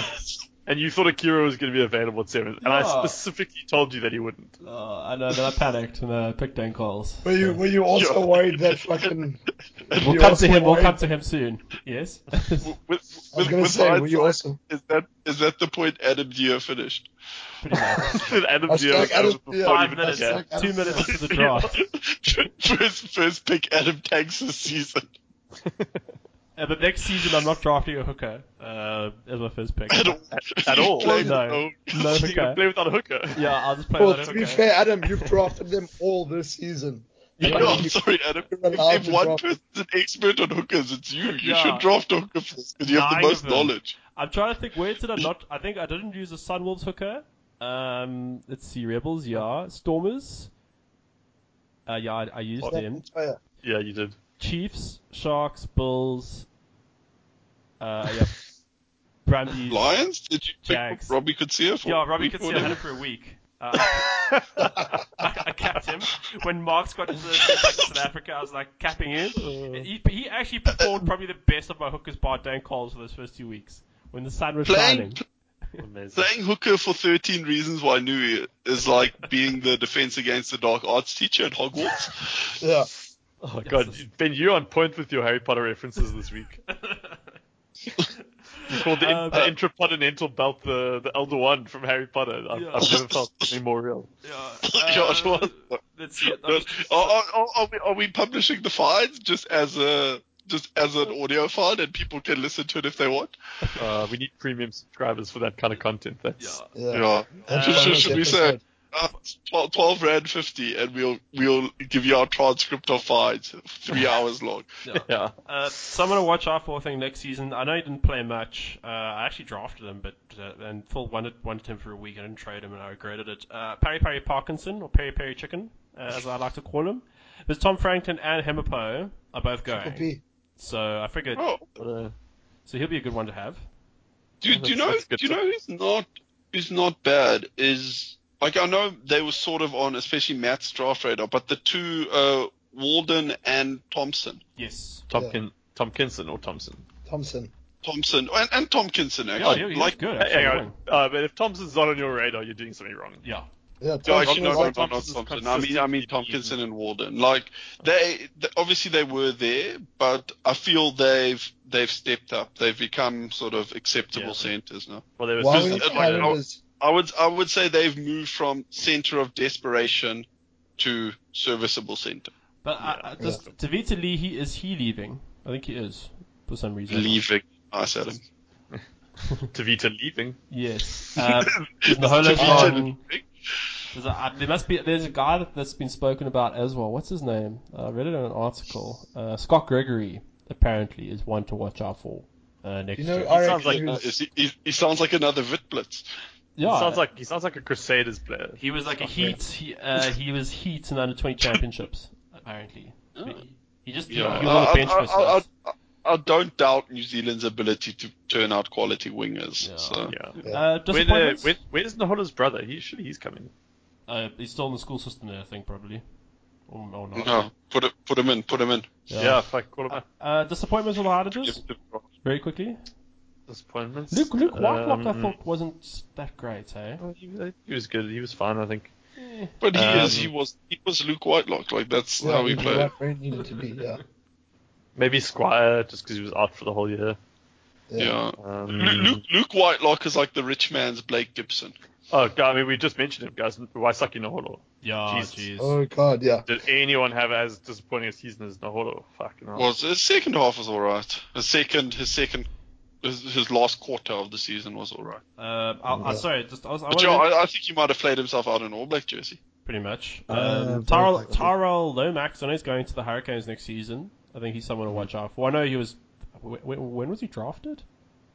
[SPEAKER 3] And you thought Akira was going to be available at seventh, and I
[SPEAKER 1] Yeah.
[SPEAKER 3] specifically told you that he wouldn't.
[SPEAKER 1] Oh, I know. Then I panicked and uh, picked Dan Coles.
[SPEAKER 2] were you were you also
[SPEAKER 5] Yeah.
[SPEAKER 2] worried that fucking? were
[SPEAKER 1] We'll
[SPEAKER 2] you
[SPEAKER 1] come
[SPEAKER 2] also
[SPEAKER 1] to him. We'll
[SPEAKER 2] worried-
[SPEAKER 1] come to him soon. Yes.
[SPEAKER 5] With, with,
[SPEAKER 2] I was gonna
[SPEAKER 5] with
[SPEAKER 2] say, were you
[SPEAKER 5] hindsight,
[SPEAKER 2] also?
[SPEAKER 5] is that is that the point Adam Deere finished?
[SPEAKER 1] Pretty much.
[SPEAKER 3] Adam
[SPEAKER 2] That's
[SPEAKER 3] Dio
[SPEAKER 2] like Adam Dio.
[SPEAKER 3] five
[SPEAKER 2] That's
[SPEAKER 3] minutes.
[SPEAKER 2] like
[SPEAKER 1] Two
[SPEAKER 2] Adam
[SPEAKER 1] minutes into the
[SPEAKER 3] Yeah.
[SPEAKER 1] draft.
[SPEAKER 5] first first pick Adam tanks this season.
[SPEAKER 1] Uh, but next season, I'm not drafting a hooker uh, as my first pick.
[SPEAKER 5] At all.
[SPEAKER 3] at all.
[SPEAKER 5] Play with
[SPEAKER 1] No.
[SPEAKER 5] no-
[SPEAKER 1] No
[SPEAKER 3] You can
[SPEAKER 1] hooker.
[SPEAKER 3] play without a hooker.
[SPEAKER 1] Yeah, I'll just play
[SPEAKER 2] Well,
[SPEAKER 1] that
[SPEAKER 2] to be
[SPEAKER 1] hooker.
[SPEAKER 2] fair, Adam, you've drafted them all this season.
[SPEAKER 5] No,
[SPEAKER 1] Yeah.
[SPEAKER 5] I'm sorry, Adam.
[SPEAKER 2] You're
[SPEAKER 5] If,
[SPEAKER 2] allowed
[SPEAKER 5] if
[SPEAKER 2] to
[SPEAKER 5] one
[SPEAKER 2] draft-
[SPEAKER 5] person's an expert on hookers, it's you. You
[SPEAKER 1] Yeah.
[SPEAKER 5] should draft a hooker first because you have
[SPEAKER 1] Nine
[SPEAKER 5] the
[SPEAKER 1] of
[SPEAKER 5] most
[SPEAKER 1] them.
[SPEAKER 5] knowledge.
[SPEAKER 1] I'm trying to think where did I not? I think I didn't use a Sunwolves hooker. Um, let's see, Rebels, yeah, Stormers. Uh, yeah, I, I used them.
[SPEAKER 3] Yeah, you did.
[SPEAKER 1] Chiefs, Sharks, Bulls. Uh, yeah. Brumbies.
[SPEAKER 5] Lions? Did you pick
[SPEAKER 1] Jags.
[SPEAKER 5] Robbie Kutsia for?
[SPEAKER 1] Yeah, Robbie
[SPEAKER 5] we
[SPEAKER 1] could
[SPEAKER 5] thought
[SPEAKER 1] see 100
[SPEAKER 5] him-
[SPEAKER 1] for a week. Uh, I, I capped him when Mark's got into South Africa. I was like capping him. He, he actually performed probably the best of my hookers bar Dan Coles for those first two weeks when the sun was
[SPEAKER 5] Playing,
[SPEAKER 1] shining.
[SPEAKER 3] Amazing.
[SPEAKER 5] playing hooker for 13 reasons why I knew you is like being the defense against the dark arts teacher at Hogwarts.
[SPEAKER 2] Yeah.
[SPEAKER 3] Oh god,
[SPEAKER 1] Yes.
[SPEAKER 3] Ben, you're on point with your Harry Potter references this week. You called the,
[SPEAKER 1] Um,
[SPEAKER 3] the intracontinental belt the, the Elder Wand from Harry Potter. I've,
[SPEAKER 1] Yeah.
[SPEAKER 3] I've never felt any more real.
[SPEAKER 1] Yeah,
[SPEAKER 5] Yeah, it
[SPEAKER 1] uh,
[SPEAKER 5] was.
[SPEAKER 1] let's see.
[SPEAKER 5] No, are, are, are, we, are we publishing the finds just as a just as an audio file and people can listen to it if they want?
[SPEAKER 3] Uh, we need premium subscribers for that kind of content. That's
[SPEAKER 1] Yeah.
[SPEAKER 2] Yeah.
[SPEAKER 5] Should,
[SPEAKER 1] Uh,
[SPEAKER 5] should, should we say uh, 12, 12 rand 50 and we'll we'll give you our transcript of finds three hours long.
[SPEAKER 3] yeah.
[SPEAKER 1] Uh, so I'm going to watch out for thing next season. I know he didn't play much. Uh, I actually drafted him, but uh, and Phil wanted wanted him for a week. I didn't trade him, and I regretted it. Uh, Perry Perry Parkinson or Perry Perry Chicken, uh, as I like to call him. Because Tom Franklin and Hemipo are both going.
[SPEAKER 2] P.
[SPEAKER 1] So I figured.
[SPEAKER 5] Oh,
[SPEAKER 3] But, uh,
[SPEAKER 1] So he'll be a good one to have.
[SPEAKER 5] do,
[SPEAKER 3] Yeah,
[SPEAKER 5] do
[SPEAKER 3] that's-
[SPEAKER 5] you know?
[SPEAKER 3] that's
[SPEAKER 5] Do
[SPEAKER 3] good
[SPEAKER 5] you
[SPEAKER 3] to-
[SPEAKER 5] know who's not who's not bad is like I know they were sort of on, especially Matt's draft radar, but the two uh, Walden and Thompson,
[SPEAKER 1] Yes.
[SPEAKER 3] Tompkin, Tompkinson or Thompson.
[SPEAKER 2] Thompson.
[SPEAKER 5] Thompson and, and Tomkinson
[SPEAKER 1] Oh,
[SPEAKER 5] actually.
[SPEAKER 1] yeah, he's
[SPEAKER 5] like
[SPEAKER 1] good.
[SPEAKER 3] Hey,
[SPEAKER 1] Actually,
[SPEAKER 3] hang
[SPEAKER 1] I
[SPEAKER 3] on. Uh, but if Thompson's not on your radar, you're doing something wrong.
[SPEAKER 1] Yeah.
[SPEAKER 2] Yeah,
[SPEAKER 5] No,
[SPEAKER 2] Thompson.
[SPEAKER 5] actually, no,
[SPEAKER 2] is
[SPEAKER 5] no,
[SPEAKER 2] like-
[SPEAKER 5] no, not
[SPEAKER 3] Thompson's
[SPEAKER 5] Thompson. I mean, I mean
[SPEAKER 3] consistent.
[SPEAKER 5] Tompkinson and Walden. Like they, th obviously they were there, but I feel they've they've stepped up. They've become sort of acceptable
[SPEAKER 3] Yeah.
[SPEAKER 5] centers now.
[SPEAKER 3] Well, there was
[SPEAKER 2] While
[SPEAKER 5] just-
[SPEAKER 2] in
[SPEAKER 5] like,
[SPEAKER 2] Ireland
[SPEAKER 5] how-
[SPEAKER 2] is-
[SPEAKER 5] I would I would say they've moved from center of desperation to serviceable center.
[SPEAKER 1] But uh, I, I just Tavita Lee, he is he leaving? I think he is for some reason.
[SPEAKER 5] Leaving, nice Adam.
[SPEAKER 3] Tavita leaving.
[SPEAKER 1] Yes. Um, there's Naholocon.
[SPEAKER 5] Tavita-
[SPEAKER 1] There's a, uh, there must be. There's a guy that, that's been spoken about as well. What's his name? I read it in an article. Uh, Scott Gregory apparently is one to watch out for uh, next
[SPEAKER 2] You know,
[SPEAKER 1] year.
[SPEAKER 2] I
[SPEAKER 3] sounds like-
[SPEAKER 2] reckon
[SPEAKER 5] Uh, Is he, he, he sounds like another Witblitz.
[SPEAKER 1] yeah.
[SPEAKER 3] He sounds like he sounds like a Crusaders player.
[SPEAKER 1] He was like a heat. He, uh, he was heat in under twenty championships. Apparently, he just he,
[SPEAKER 5] Yeah.
[SPEAKER 1] he was on
[SPEAKER 5] I-
[SPEAKER 1] the bench
[SPEAKER 5] I,
[SPEAKER 1] for
[SPEAKER 5] I, I,
[SPEAKER 1] stuff.
[SPEAKER 5] I, I don't doubt New Zealand's ability to turn out quality wingers.
[SPEAKER 1] Yeah.
[SPEAKER 5] So.
[SPEAKER 3] Yeah.
[SPEAKER 1] Uh,
[SPEAKER 3] When, uh,
[SPEAKER 1] disappointments?
[SPEAKER 3] when, where's Nahola's brother? He should he's coming.
[SPEAKER 1] Uh, he's still in the school system there, I think, probably. Or, or not.
[SPEAKER 5] No, put it, put him in, put him in.
[SPEAKER 3] Yeah, fuck all about
[SPEAKER 1] Uh, disappointments with the Hardages,
[SPEAKER 5] Give the-
[SPEAKER 1] very quickly.
[SPEAKER 3] disappointments.
[SPEAKER 1] Luke Luke Whitelock, I
[SPEAKER 3] Um,
[SPEAKER 1] thought, wasn't that great, eh?
[SPEAKER 3] well, He was- he was good. He was fine, I think.
[SPEAKER 5] But he
[SPEAKER 3] Um,
[SPEAKER 5] is, he was, he was Luke Whitelock. Like that's
[SPEAKER 2] yeah,
[SPEAKER 5] how he
[SPEAKER 2] he's
[SPEAKER 5] played.
[SPEAKER 2] right where he needed to be. Yeah,
[SPEAKER 3] Maybe Squire, just because he was out for the whole year.
[SPEAKER 2] yeah.
[SPEAKER 5] Yeah.
[SPEAKER 3] Um,
[SPEAKER 5] Lu- Luke, Luke Whitelock is like the rich man's Blake Gibson.
[SPEAKER 3] Oh, God, I mean, we just mentioned him, guys. Waisaki Naholo.
[SPEAKER 1] Yeah,
[SPEAKER 3] Jesus.
[SPEAKER 2] Oh God, yeah.
[SPEAKER 3] Did anyone have as disappointing a season as Naholo? Fucking hell.
[SPEAKER 5] Was his second half was all right. His second, his second, his, his last quarter of the season was all right.
[SPEAKER 1] Uh, I, I, sorry, just I was I
[SPEAKER 5] But
[SPEAKER 1] wanted-
[SPEAKER 5] yeah, I, I think he might have played himself out in an All Black jersey.
[SPEAKER 1] pretty much. Um,
[SPEAKER 2] Uh,
[SPEAKER 1] Tyrell
[SPEAKER 2] Black Hawk.
[SPEAKER 1] Tyrell Lomax, I know he's going to the Hurricanes next season. I think he's someone to watch out for. I know he was. When, when was he drafted?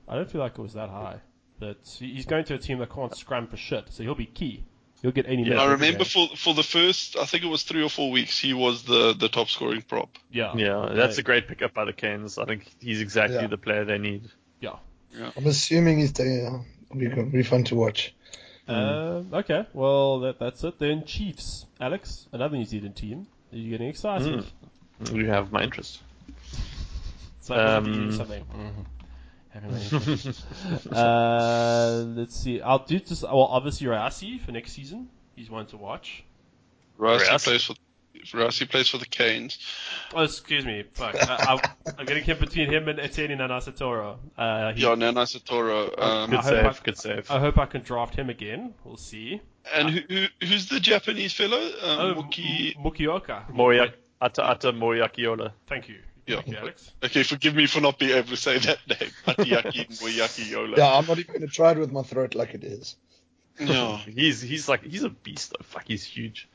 [SPEAKER 1] I don't feel like it was that high. But he- he's going to a team that can't scrum for shit, so he'll be key. He'll get any. minute
[SPEAKER 5] I
[SPEAKER 1] every
[SPEAKER 5] remember
[SPEAKER 1] game.
[SPEAKER 5] for for the first, I think it was three or four weeks, he was the the top scoring prop.
[SPEAKER 1] Yeah.
[SPEAKER 3] Yeah, that's a great pickup by the Canes. I think he's exactly
[SPEAKER 2] Yeah.
[SPEAKER 3] the player they need.
[SPEAKER 1] Yeah.
[SPEAKER 2] I'm assuming he's there. It'll be, good- be fun to watch.
[SPEAKER 1] Um, okay, well that, that's it then. Chiefs, Alex, another New Zealand team. Are you getting excited?
[SPEAKER 3] Mm. You have my interest.
[SPEAKER 1] So that must be
[SPEAKER 3] Um,
[SPEAKER 1] you something. Having my interest. uh, let's see. I'll do just well. Obviously, Rasi for next season. He's one to watch.
[SPEAKER 5] Rasi
[SPEAKER 3] Rasi.
[SPEAKER 5] plays for Rasi plays for the Canes.
[SPEAKER 1] Oh, excuse me. Fuck. I, I, I'm getting him between him and Etienne Nanasatoro. Uh, he,
[SPEAKER 5] Yeah, Nana Satoro. Um,
[SPEAKER 3] Good
[SPEAKER 1] I hope
[SPEAKER 3] save,
[SPEAKER 1] I-
[SPEAKER 3] good save.
[SPEAKER 1] I hope I can draft him again. We'll see.
[SPEAKER 5] and who, who who's the Japanese fellow? Um,
[SPEAKER 1] Oh,
[SPEAKER 5] Muki.
[SPEAKER 1] M- Mukioka.
[SPEAKER 3] Moriak, Ata Ata Moriakiola.
[SPEAKER 1] Thank you.
[SPEAKER 5] Yeah.
[SPEAKER 1] Thank you, Alex.
[SPEAKER 5] Okay, forgive me for not being able to say that name. Atiaki Moyaki Yola.
[SPEAKER 2] Yeah, I'm not even gonna try it with my throat like it is.
[SPEAKER 5] No.
[SPEAKER 3] He's he's like he's a beast though. Fuck, he's huge.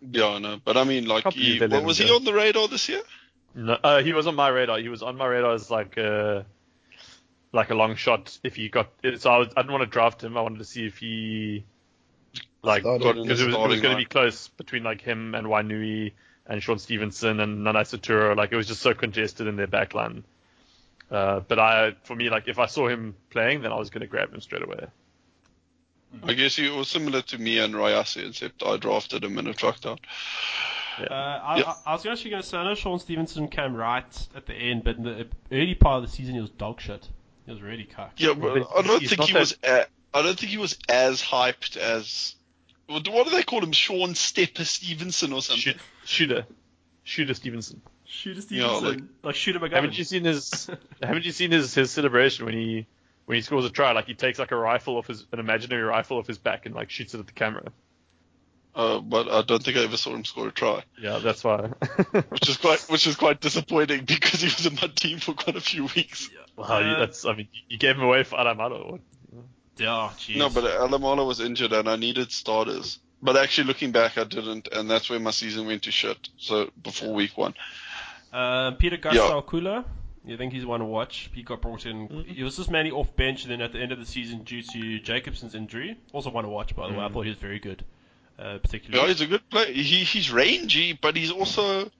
[SPEAKER 5] Yeah, no, but I mean, like,
[SPEAKER 3] Can't
[SPEAKER 5] he,
[SPEAKER 3] believe they let
[SPEAKER 5] well,
[SPEAKER 3] him
[SPEAKER 5] was he
[SPEAKER 3] go.
[SPEAKER 5] on the radar this year?
[SPEAKER 3] No, uh, he was on my radar. He was on my radar as like a like a long shot. If he got so, I, was, I didn't want to draft him. I wanted to see if he like
[SPEAKER 2] Started
[SPEAKER 5] God,
[SPEAKER 2] in
[SPEAKER 3] because it was, it was
[SPEAKER 5] Starting
[SPEAKER 3] going to be
[SPEAKER 5] line.
[SPEAKER 3] close between like him and Wainui and Sean Stevenson and Nanai Saturo. Like it was just so congested in their back line. Uh, but I, for me, like if I saw him playing, then I was going to grab him straight away.
[SPEAKER 5] I guess he was similar to me and Rayasi, except I drafted him and it worked out.
[SPEAKER 1] Uh, I,
[SPEAKER 5] Yep.
[SPEAKER 1] I, I was actually going to say, I know Sean Stevenson came right at the end, but in the early part of the season, he was dog shit. He was really cock.
[SPEAKER 5] Yeah, but
[SPEAKER 3] But
[SPEAKER 5] I don't
[SPEAKER 3] he's
[SPEAKER 5] think
[SPEAKER 3] not
[SPEAKER 5] he
[SPEAKER 3] that-
[SPEAKER 5] was. A, I don't think he was as hyped as. What what do they call him? Sean Stepper Stevenson or something?
[SPEAKER 3] Shoot, shooter, shooter Stevenson.
[SPEAKER 1] Shoot him,
[SPEAKER 5] Yeah, Stevenson. like-
[SPEAKER 1] shoot him a
[SPEAKER 3] Haven't you seen his? haven't you seen his, his celebration when he when he scores a try? Like he takes like a rifle off his an imaginary rifle off his back and like shoots it at the camera.
[SPEAKER 5] Uh, but I don't think I ever saw him score a try,
[SPEAKER 3] Yeah, that's why.
[SPEAKER 5] which is quite, which is quite disappointing because he was in my team for quite a few weeks.
[SPEAKER 3] wow, you, that's I mean you gave him away for Aramado.
[SPEAKER 1] Yeah, jeez.
[SPEAKER 5] No, but Alamala was injured and I needed starters. But actually, looking back, I didn't, and that's where my season went to shit. So before week one.
[SPEAKER 1] Um, Peter
[SPEAKER 5] Yeah.
[SPEAKER 1] Gastalkula, you think he's one to watch? He got brought in.
[SPEAKER 3] Mm-hmm.
[SPEAKER 1] He was just mainly off
[SPEAKER 3] Mm.
[SPEAKER 1] bench, and then at the end of the season, due to Jacobson's injury, also one to watch. By the way, I thought he was very good. uh,
[SPEAKER 5] Yeah,
[SPEAKER 1] particularly.
[SPEAKER 5] he's a good player. He he's rangy, but he's also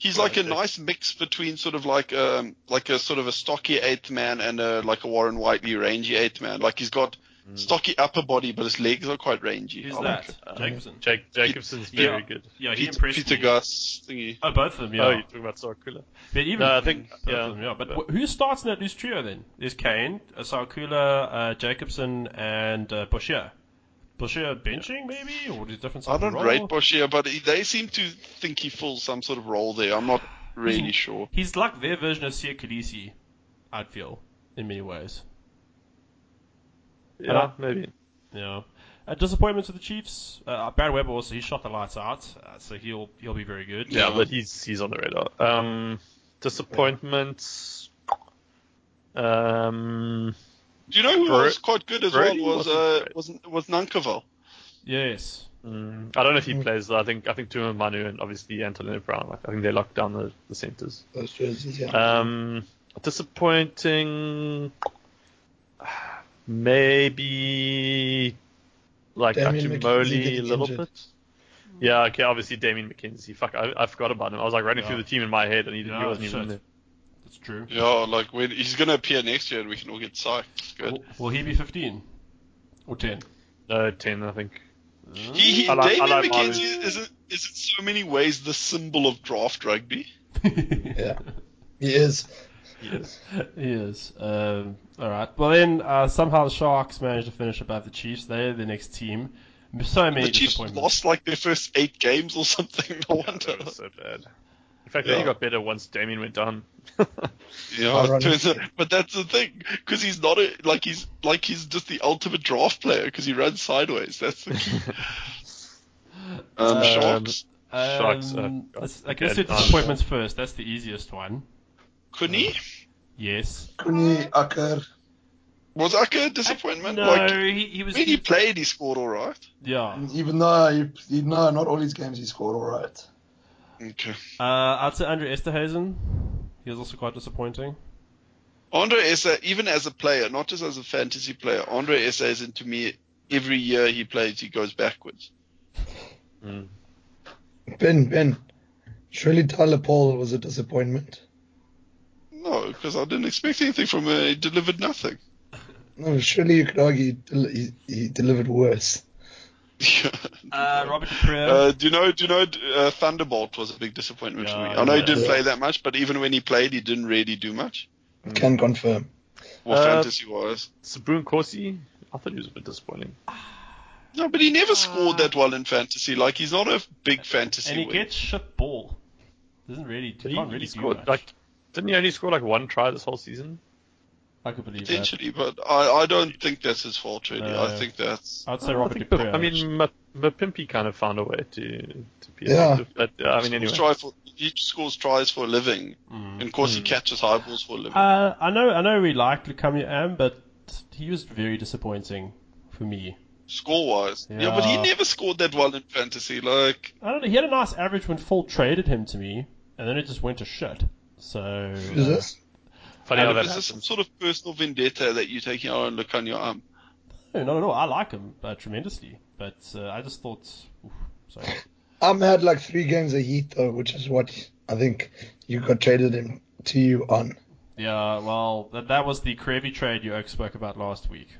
[SPEAKER 5] he's like a nice mix between sort of like um like a sort of a stocky eighth man and a like a Warren Whiteley rangy eighth man. Like he's got stocky upper body, but his legs are quite rangy.
[SPEAKER 1] Mm. Who's
[SPEAKER 5] I like
[SPEAKER 1] that?
[SPEAKER 5] it.
[SPEAKER 1] Jacobson.
[SPEAKER 3] Jake Jacobson's
[SPEAKER 1] Yeah.
[SPEAKER 3] very good.
[SPEAKER 1] Yeah, he
[SPEAKER 5] oh, Pete-
[SPEAKER 1] impressed
[SPEAKER 5] Peter
[SPEAKER 1] me.
[SPEAKER 5] Gus thingy.
[SPEAKER 1] Oh, both of them, yeah.
[SPEAKER 3] Oh, you're talking about Sarkula.
[SPEAKER 1] But even
[SPEAKER 3] No, I think-
[SPEAKER 1] both
[SPEAKER 3] yeah.
[SPEAKER 1] of them, yeah. But wh- who starts in that loose trio then? There's Kane, uh, Sarkula, uh, Jacobson, and uh, Boucher. Boucher benching maybe, or is different?
[SPEAKER 5] I
[SPEAKER 1] sort of
[SPEAKER 5] don't
[SPEAKER 1] role?
[SPEAKER 5] rate Boshier, but he- they seem to think he fills some sort of role there. I'm not really
[SPEAKER 1] Hmm.
[SPEAKER 5] sure.
[SPEAKER 1] He's like their version of Sia Khaleesi, I'd feel in many ways.
[SPEAKER 3] Yeah,
[SPEAKER 1] Uh,
[SPEAKER 3] maybe.
[SPEAKER 1] Yeah. Uh, disappointments with the Chiefs. Uh, Barry Webber also he shot the lights out, uh, so he'll he'll be very good.
[SPEAKER 3] Yeah, but he's he's on the radar. Um, disappointments. Um,
[SPEAKER 5] Do you know who
[SPEAKER 3] Bro-
[SPEAKER 5] was quite good as
[SPEAKER 3] Brody
[SPEAKER 5] well? Was
[SPEAKER 3] wasn't
[SPEAKER 5] uh
[SPEAKER 3] great.
[SPEAKER 5] was was Nankoval.
[SPEAKER 1] Yes.
[SPEAKER 3] mm, I don't know if he plays. Though. I think I think Tuma Manu and obviously Antonio Brown. Like, I think they locked down the, the centers.
[SPEAKER 2] Those jerseys, yeah.
[SPEAKER 3] Um, disappointing. Maybe like
[SPEAKER 2] Damian McKenzie
[SPEAKER 3] Achimoli a
[SPEAKER 2] getting
[SPEAKER 3] little
[SPEAKER 2] injured.
[SPEAKER 3] bit. Yeah, okay. Obviously, Damien McKenzie. Fuck, I, I forgot about him. I was like running
[SPEAKER 1] Yeah.
[SPEAKER 3] through the team in my head, and he,
[SPEAKER 1] Yeah,
[SPEAKER 3] he wasn't even
[SPEAKER 1] shit.
[SPEAKER 3] there.
[SPEAKER 1] That's true.
[SPEAKER 5] Yeah, like when he's going to appear next year, and we can all get psyched. It's Good.
[SPEAKER 1] Will, will he be 15 or 10?
[SPEAKER 3] No, ten, I think.
[SPEAKER 5] He, he,
[SPEAKER 3] I like-
[SPEAKER 5] Damien
[SPEAKER 3] I like
[SPEAKER 5] McKenzie is, in- is in so many ways the symbol of draft rugby.
[SPEAKER 2] Yeah. He is.
[SPEAKER 3] Yes.
[SPEAKER 1] He is. Um, all right. Well, then uh, somehow the Sharks managed to finish above the Chiefs. They're the next team. So many
[SPEAKER 5] the Chiefs
[SPEAKER 1] disappointments.
[SPEAKER 5] lost like their first eight games or something. No wonder.
[SPEAKER 3] that was so bad. In fact, they
[SPEAKER 5] Yeah.
[SPEAKER 3] only got better once Damien went down.
[SPEAKER 5] Yeah, it
[SPEAKER 2] Ironic.
[SPEAKER 5] turns out- but that's the thing because he's not a, like he's like he's just the ultimate draft player because he runs sideways. That's the key. um,
[SPEAKER 1] Um,
[SPEAKER 5] Sharks.
[SPEAKER 3] Sharks, uh,
[SPEAKER 1] Um, let's- I
[SPEAKER 3] okay,
[SPEAKER 1] guess the
[SPEAKER 3] uh,
[SPEAKER 1] disappointments first. That's the easiest one.
[SPEAKER 5] Cooney
[SPEAKER 1] Yes.
[SPEAKER 2] Kuni Acker.
[SPEAKER 5] was Aka a disappointment?
[SPEAKER 1] No,
[SPEAKER 5] Like
[SPEAKER 1] he, he was.
[SPEAKER 5] when he played, he scored all right.
[SPEAKER 1] yeah.
[SPEAKER 2] Even though, he, he, no, not all his games he scored all right.
[SPEAKER 5] Okay.
[SPEAKER 1] Uh, I'd say Andrew Esterhazen. He was also quite disappointing.
[SPEAKER 5] Andre Essa, even as a player, not just as a fantasy player, Andre Essa is into me. Every year he plays, he goes backwards.
[SPEAKER 2] Ben, Ben. Surely Tyler Paul was a disappointment.
[SPEAKER 5] No, because I didn't expect anything from him. He delivered nothing.
[SPEAKER 2] No, surely you could argue he, del- he, he delivered worse.
[SPEAKER 1] Uh, Robert Dupree.
[SPEAKER 5] Uh, do you know? Do you know? Uh, Thunderbolt was a big disappointment for me.
[SPEAKER 1] Yeah,
[SPEAKER 5] I know he
[SPEAKER 1] yeah.
[SPEAKER 5] didn't play that much, but even when he played, he didn't really do much.
[SPEAKER 3] Hmm.
[SPEAKER 2] Can confirm.
[SPEAKER 5] Well,
[SPEAKER 3] Uh,
[SPEAKER 5] fantasy wise,
[SPEAKER 3] Sabrun Corsi, I thought he was a bit disappointing.
[SPEAKER 5] no, but he never scored that well in fantasy. Like he's not a big fantasy.
[SPEAKER 1] uh, and he
[SPEAKER 5] win.
[SPEAKER 1] gets shit ball. Doesn't really.
[SPEAKER 3] But he,
[SPEAKER 1] can't really
[SPEAKER 3] he
[SPEAKER 1] do
[SPEAKER 3] scored
[SPEAKER 1] much.
[SPEAKER 3] like didn't he only score like one try this whole season?
[SPEAKER 1] I could believe that.
[SPEAKER 5] potentially, but I, I don't think that's his fault really.
[SPEAKER 1] No.
[SPEAKER 5] I think that's
[SPEAKER 1] I'd say
[SPEAKER 3] I
[SPEAKER 1] Robert
[SPEAKER 3] think-
[SPEAKER 1] Dupree.
[SPEAKER 3] I mean, Ma- Mapimpi kind of found a way to to be.
[SPEAKER 2] Yeah.
[SPEAKER 3] effective, But, uh, I mean, anyway. Mm.
[SPEAKER 5] try for, he scores tries for a living, and of course he catches high balls for a living.
[SPEAKER 1] Uh, I know, I know we like Lukamia Am, but he was very disappointing for me.
[SPEAKER 5] score wise, yeah. but he
[SPEAKER 1] Yeah. never
[SPEAKER 5] never scored that well in fantasy. Like
[SPEAKER 1] I don't know. He had a nice average when Full traded him to me, and then it just went to shit. So
[SPEAKER 2] Is this?
[SPEAKER 3] Funny how that
[SPEAKER 5] is this some
[SPEAKER 3] happens.
[SPEAKER 5] sort of personal vendetta that you're taking out and look on your arm?
[SPEAKER 1] no, not at all. I like him uh, tremendously, but uh, I just thought, oof, sorry.
[SPEAKER 2] Um had like three games a heat though, which is what I think you got traded him to you on.
[SPEAKER 1] Yeah, well, that, that was the Krabby trade you Oak spoke about last week.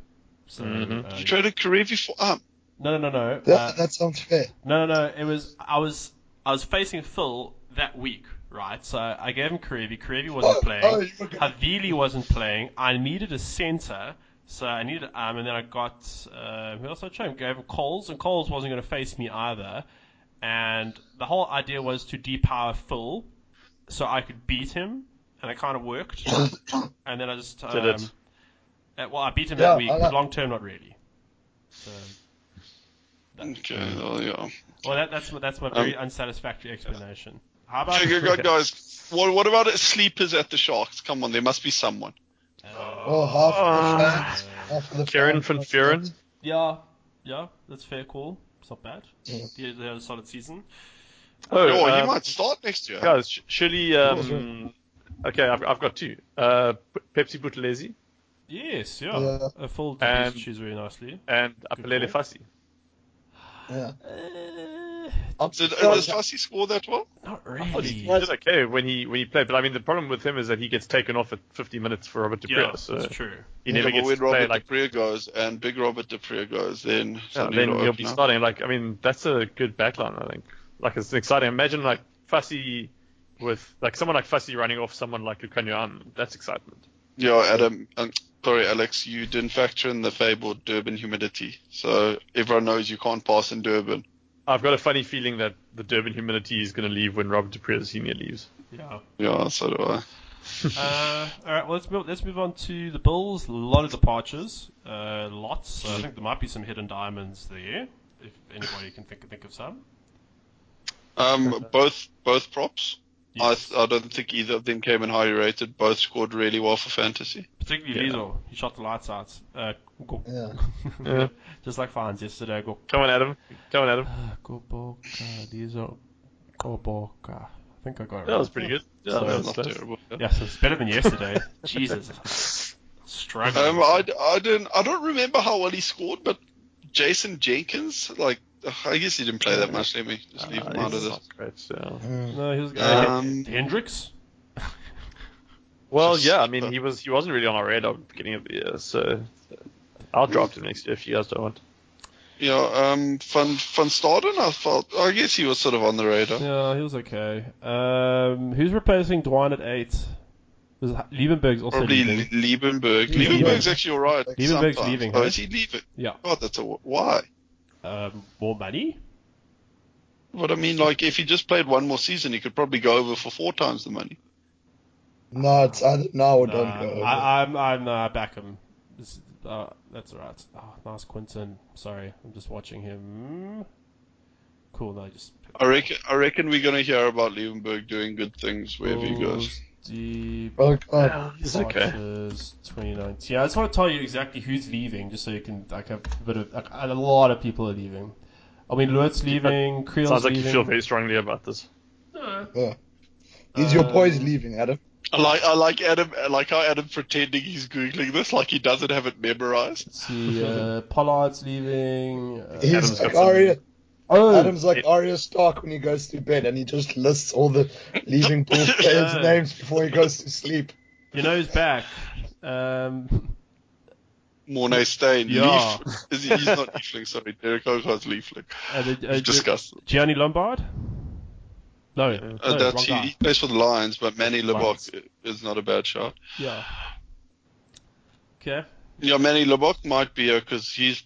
[SPEAKER 1] So uh,
[SPEAKER 5] You traded Karevi for arm.
[SPEAKER 1] no, no, no, no.
[SPEAKER 2] That,
[SPEAKER 1] Uh,
[SPEAKER 2] that sounds fair.
[SPEAKER 1] No, no, no. It was I was I was facing Phil that week, right? So I gave him Karevi. Karevi wasn't
[SPEAKER 2] Oh,
[SPEAKER 1] playing.
[SPEAKER 2] oh, you were gonna-
[SPEAKER 1] Havili wasn't playing. I needed a center, so I needed um, and then I got um, who else did I chose? Gave him Coles, and Coles wasn't going to face me either. And the whole idea was to depower Phil, so I could beat him, and it kind of worked. and then I just um,
[SPEAKER 3] Did it.
[SPEAKER 1] uh, well, I beat him
[SPEAKER 2] Yeah,
[SPEAKER 1] that week.
[SPEAKER 2] I like-
[SPEAKER 1] Long term, not really. So.
[SPEAKER 5] Okay,
[SPEAKER 3] Mm.
[SPEAKER 5] well, yeah.
[SPEAKER 1] Well, that, that's my- that's my very unsatisfactory explanation. How about?
[SPEAKER 5] Okay, good, good, guys. What, what about sleepers at the Sharks? Come on, there must be someone.
[SPEAKER 2] Oh, half
[SPEAKER 1] Uh,
[SPEAKER 2] of the fans, half of the
[SPEAKER 3] Karen
[SPEAKER 2] fans
[SPEAKER 3] van
[SPEAKER 2] are
[SPEAKER 3] Furen.
[SPEAKER 1] Yeah, yeah, that's fair call. It's not bad. They they had a solid season.
[SPEAKER 3] Oh,
[SPEAKER 5] Oh,
[SPEAKER 3] uh,
[SPEAKER 5] he might start next year.
[SPEAKER 3] guys, sh- surely. Um, okay, I've, I've got two. Uh, P- Pepsi Butlezi
[SPEAKER 1] Yes, yeah,
[SPEAKER 2] Yeah.
[SPEAKER 1] a full
[SPEAKER 3] And-
[SPEAKER 1] Um, shoes very nicely.
[SPEAKER 3] and Apelele
[SPEAKER 1] call.
[SPEAKER 3] Fassi.
[SPEAKER 2] Yeah.
[SPEAKER 1] Uh,
[SPEAKER 5] Did, uh, does Fassi score that well?
[SPEAKER 1] not
[SPEAKER 3] Oh, he
[SPEAKER 1] really.
[SPEAKER 3] he did okay when he when he played, but I mean the problem with him is that he gets taken off at 50 minutes for Robert De Preo,
[SPEAKER 1] Yeah,
[SPEAKER 3] so
[SPEAKER 1] it's true.
[SPEAKER 3] he never
[SPEAKER 5] Yeah,
[SPEAKER 3] gets to
[SPEAKER 5] but when
[SPEAKER 3] play
[SPEAKER 5] Robert
[SPEAKER 3] like
[SPEAKER 5] De Pryor goes and big Robert De Pryor goes, then
[SPEAKER 3] yeah,
[SPEAKER 5] suddenly
[SPEAKER 3] then
[SPEAKER 5] it'll
[SPEAKER 3] he'll
[SPEAKER 5] open
[SPEAKER 3] be
[SPEAKER 5] up.
[SPEAKER 3] starting. Like I mean that's a good backline I think. Like it's exciting. Imagine like Fussy with like someone like Fussy running off someone like Lukanyan. That's excitement.
[SPEAKER 5] Yeah, Adam. Um, sorry, Alex, you didn't factor in the fabled Durban humidity, so everyone knows you can't pass in Durban.
[SPEAKER 3] I've got a funny feeling that the Durban humidity is going to leave when Robert De Preo Senior leaves.
[SPEAKER 1] Yeah.
[SPEAKER 5] Yeah, so do I.
[SPEAKER 1] Uh, all right. Well, let's move. Let's move on to the Bills. A lot of departures. Uh, lots. So I think there might be some hidden diamonds there. If anybody can think think of some.
[SPEAKER 5] Um, both both props.
[SPEAKER 1] Yes.
[SPEAKER 5] I, I don't think either of them came in highly rated. Both scored really well for fantasy.
[SPEAKER 1] Particularly
[SPEAKER 3] Yeah.
[SPEAKER 1] Liesel. He shot the lights out. Uh, go-
[SPEAKER 2] Yeah.
[SPEAKER 3] Yeah.
[SPEAKER 1] Just like Fines yesterday. Go.
[SPEAKER 3] Come on, Adam. Come on, Adam.
[SPEAKER 5] Uh,
[SPEAKER 1] Ah, Goboka. Liesel. Goboka. I think I got it.
[SPEAKER 3] That
[SPEAKER 1] right.
[SPEAKER 3] was pretty good. Yeah,
[SPEAKER 5] So
[SPEAKER 3] that
[SPEAKER 5] it's
[SPEAKER 3] was
[SPEAKER 5] not
[SPEAKER 3] close.
[SPEAKER 5] terrible.
[SPEAKER 1] Yeah, so it's better than yesterday. Jesus. Struggling.
[SPEAKER 5] Um, I, I don't I don't remember how well he scored, but Jason Jenkins, like ugh, I guess he didn't play that much. Let me just leave
[SPEAKER 3] Uh,
[SPEAKER 5] him out of
[SPEAKER 3] it's
[SPEAKER 5] this.
[SPEAKER 3] not great, so.
[SPEAKER 1] no, he was.
[SPEAKER 5] Um,
[SPEAKER 1] Hendricks.
[SPEAKER 3] Well,
[SPEAKER 5] Just-
[SPEAKER 3] yeah, I mean, he was he wasn't really on our radar at the beginning of the year, so I'll draft him next year if you guys don't want.
[SPEAKER 5] Yeah, um, Van Van Staden, I felt I guess he was sort of on the radar.
[SPEAKER 1] Yeah, he was okay. Um, who's replacing Dwayne at eight? Was Liebenberg's also
[SPEAKER 5] Probably
[SPEAKER 1] leaving?
[SPEAKER 5] Liebenberg.
[SPEAKER 2] Liebenberg.
[SPEAKER 5] Liebenberg's actually alright.
[SPEAKER 1] Liebenberg's
[SPEAKER 5] sometimes.
[SPEAKER 1] leaving,
[SPEAKER 5] Oh,
[SPEAKER 1] huh?
[SPEAKER 5] is he leaving?
[SPEAKER 1] Yeah.
[SPEAKER 5] God, that's a why.
[SPEAKER 1] Um, more money?
[SPEAKER 5] But I mean, like, if he just played one more season, he could probably go over for four times the money.
[SPEAKER 2] No, it's either now or don't
[SPEAKER 1] Nah,
[SPEAKER 2] go.
[SPEAKER 1] Um, I, I'm I'm uh, Beckham. This, uh, that's alright. Oh, nice Quinton. Sorry, I'm just watching him. Cool. No, just.
[SPEAKER 5] I reckon. I reckon we're gonna hear about Liebenberg doing good things wherever he
[SPEAKER 1] Oh.
[SPEAKER 5] goes.
[SPEAKER 1] The
[SPEAKER 2] Well, uh,
[SPEAKER 3] He's okay.
[SPEAKER 1] 2019. Yeah, I just want to tell you exactly who's leaving, just so you can like have a bit of like, a lot of people are leaving. I mean, Lewis leaving, Creel's
[SPEAKER 3] Sounds like
[SPEAKER 1] leaving.
[SPEAKER 3] you feel very strongly about this.
[SPEAKER 2] is your boys
[SPEAKER 1] Um,
[SPEAKER 2] leaving, Adam?
[SPEAKER 5] I like. I like Adam. I like how Adam pretending he's googling this, like he doesn't have it memorized.
[SPEAKER 1] Let's see, uh, Pollard's leaving. Uh,
[SPEAKER 2] He's
[SPEAKER 3] Adam's
[SPEAKER 2] like
[SPEAKER 3] got some-
[SPEAKER 2] Arya.
[SPEAKER 1] oh,
[SPEAKER 2] Adam's like
[SPEAKER 3] it-
[SPEAKER 2] Arya Stark when he goes to bed, and he just lists all the leaving pool players'
[SPEAKER 1] Yeah.
[SPEAKER 2] names before he goes to sleep.
[SPEAKER 1] you know who's back? Um,
[SPEAKER 5] Mornay Stain.
[SPEAKER 1] Yeah.
[SPEAKER 5] Leaf, is he, he's not leafling. Sorry, Derek Ogar's leafling.
[SPEAKER 1] uh, the- uh,
[SPEAKER 5] We've discussed. it.
[SPEAKER 1] Gianni Lombard. No, no
[SPEAKER 5] Uh,
[SPEAKER 1] wrong
[SPEAKER 5] that's he,
[SPEAKER 1] guy.
[SPEAKER 5] he plays for the Lions, but Manny
[SPEAKER 1] Lions.
[SPEAKER 5] Lebok is not a bad shot.
[SPEAKER 1] Yeah. Okay.
[SPEAKER 5] Yeah, Manny Lebok might be here because he's.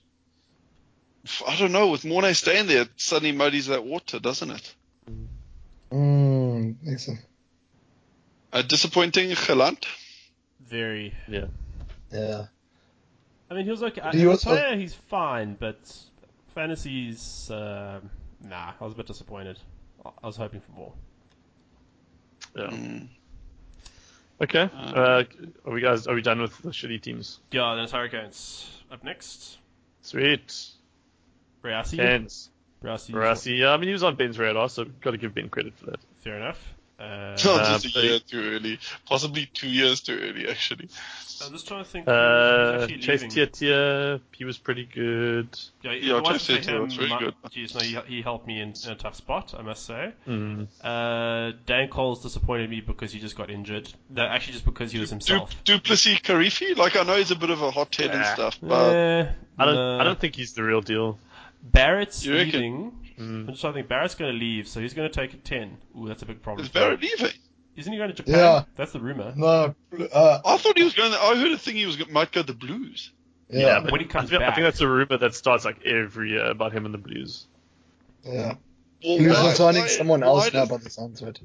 [SPEAKER 5] I don't know. With Mornay staying there, it suddenly muddies that water, doesn't it?
[SPEAKER 2] Mm, excellent.
[SPEAKER 5] Uh, disappointing, Geland.
[SPEAKER 1] Very.
[SPEAKER 2] Yeah.
[SPEAKER 1] I mean, he was okay. I,
[SPEAKER 2] Do you
[SPEAKER 1] I
[SPEAKER 2] also-
[SPEAKER 1] tell you, he's fine, but fantasies. Um, nah, I was a bit disappointed. I I was hoping for more.
[SPEAKER 3] Yeah.
[SPEAKER 5] Mm.
[SPEAKER 3] Okay. Uh, are we guys are we done with the shitty teams?
[SPEAKER 1] Yeah, there's Hurricanes up next.
[SPEAKER 3] Sweet.
[SPEAKER 1] Brasi.
[SPEAKER 3] Ben's.
[SPEAKER 1] Brasi.
[SPEAKER 3] Rassi. Yeah, I mean he was on Ben's radar, so got to give Ben credit for that.
[SPEAKER 1] Fair enough. Uh,
[SPEAKER 5] It's not just
[SPEAKER 3] Uh,
[SPEAKER 5] a year too early, possibly two years too early, actually.
[SPEAKER 1] I'm just trying to think.
[SPEAKER 3] Uh,
[SPEAKER 1] who's- who's
[SPEAKER 3] Chase
[SPEAKER 1] actually leaving.
[SPEAKER 3] Tietia, he was pretty good.
[SPEAKER 1] Yeah,
[SPEAKER 5] Yeah,
[SPEAKER 1] it wasn't
[SPEAKER 5] Chase
[SPEAKER 1] for
[SPEAKER 5] Tietjen
[SPEAKER 1] him,
[SPEAKER 5] was very
[SPEAKER 1] my-
[SPEAKER 5] good.
[SPEAKER 1] Jeez, no, he, he helped me in, in a tough spot, I must say.
[SPEAKER 3] Mm.
[SPEAKER 1] Uh, Dan Coles disappointed me because he just got injured. No, actually, just because he was
[SPEAKER 5] Du-
[SPEAKER 1] himself.
[SPEAKER 5] Duplessis Karifi? Like, I know he's a bit of a hot head and
[SPEAKER 3] Yeah.
[SPEAKER 5] stuff, but
[SPEAKER 1] Eh,
[SPEAKER 3] I don't
[SPEAKER 1] no.
[SPEAKER 3] I don't think he's the real deal.
[SPEAKER 1] Barrett's
[SPEAKER 5] You reckon?
[SPEAKER 1] leaving.
[SPEAKER 3] Mm.
[SPEAKER 1] I'm just trying to think. Barrett's going to leave, so he's going to take a 10. Ooh, that's a big problem.
[SPEAKER 5] is Barrett leaving?
[SPEAKER 1] Isn't he going to Japan?
[SPEAKER 2] Yeah.
[SPEAKER 1] That's the rumor.
[SPEAKER 2] No. Uh,
[SPEAKER 5] I thought he was going. To, I heard a thing he was go- might go to the Blues.
[SPEAKER 2] yeah.
[SPEAKER 1] but- When he comes
[SPEAKER 3] I, feel- I
[SPEAKER 1] back.
[SPEAKER 3] think that's a rumor that starts like every year about him and the Blues.
[SPEAKER 2] yeah.
[SPEAKER 5] Well,
[SPEAKER 2] Blues
[SPEAKER 5] why-
[SPEAKER 2] are signing
[SPEAKER 5] why-
[SPEAKER 2] someone
[SPEAKER 5] why
[SPEAKER 2] else now,
[SPEAKER 5] does-
[SPEAKER 2] by the sounds of it.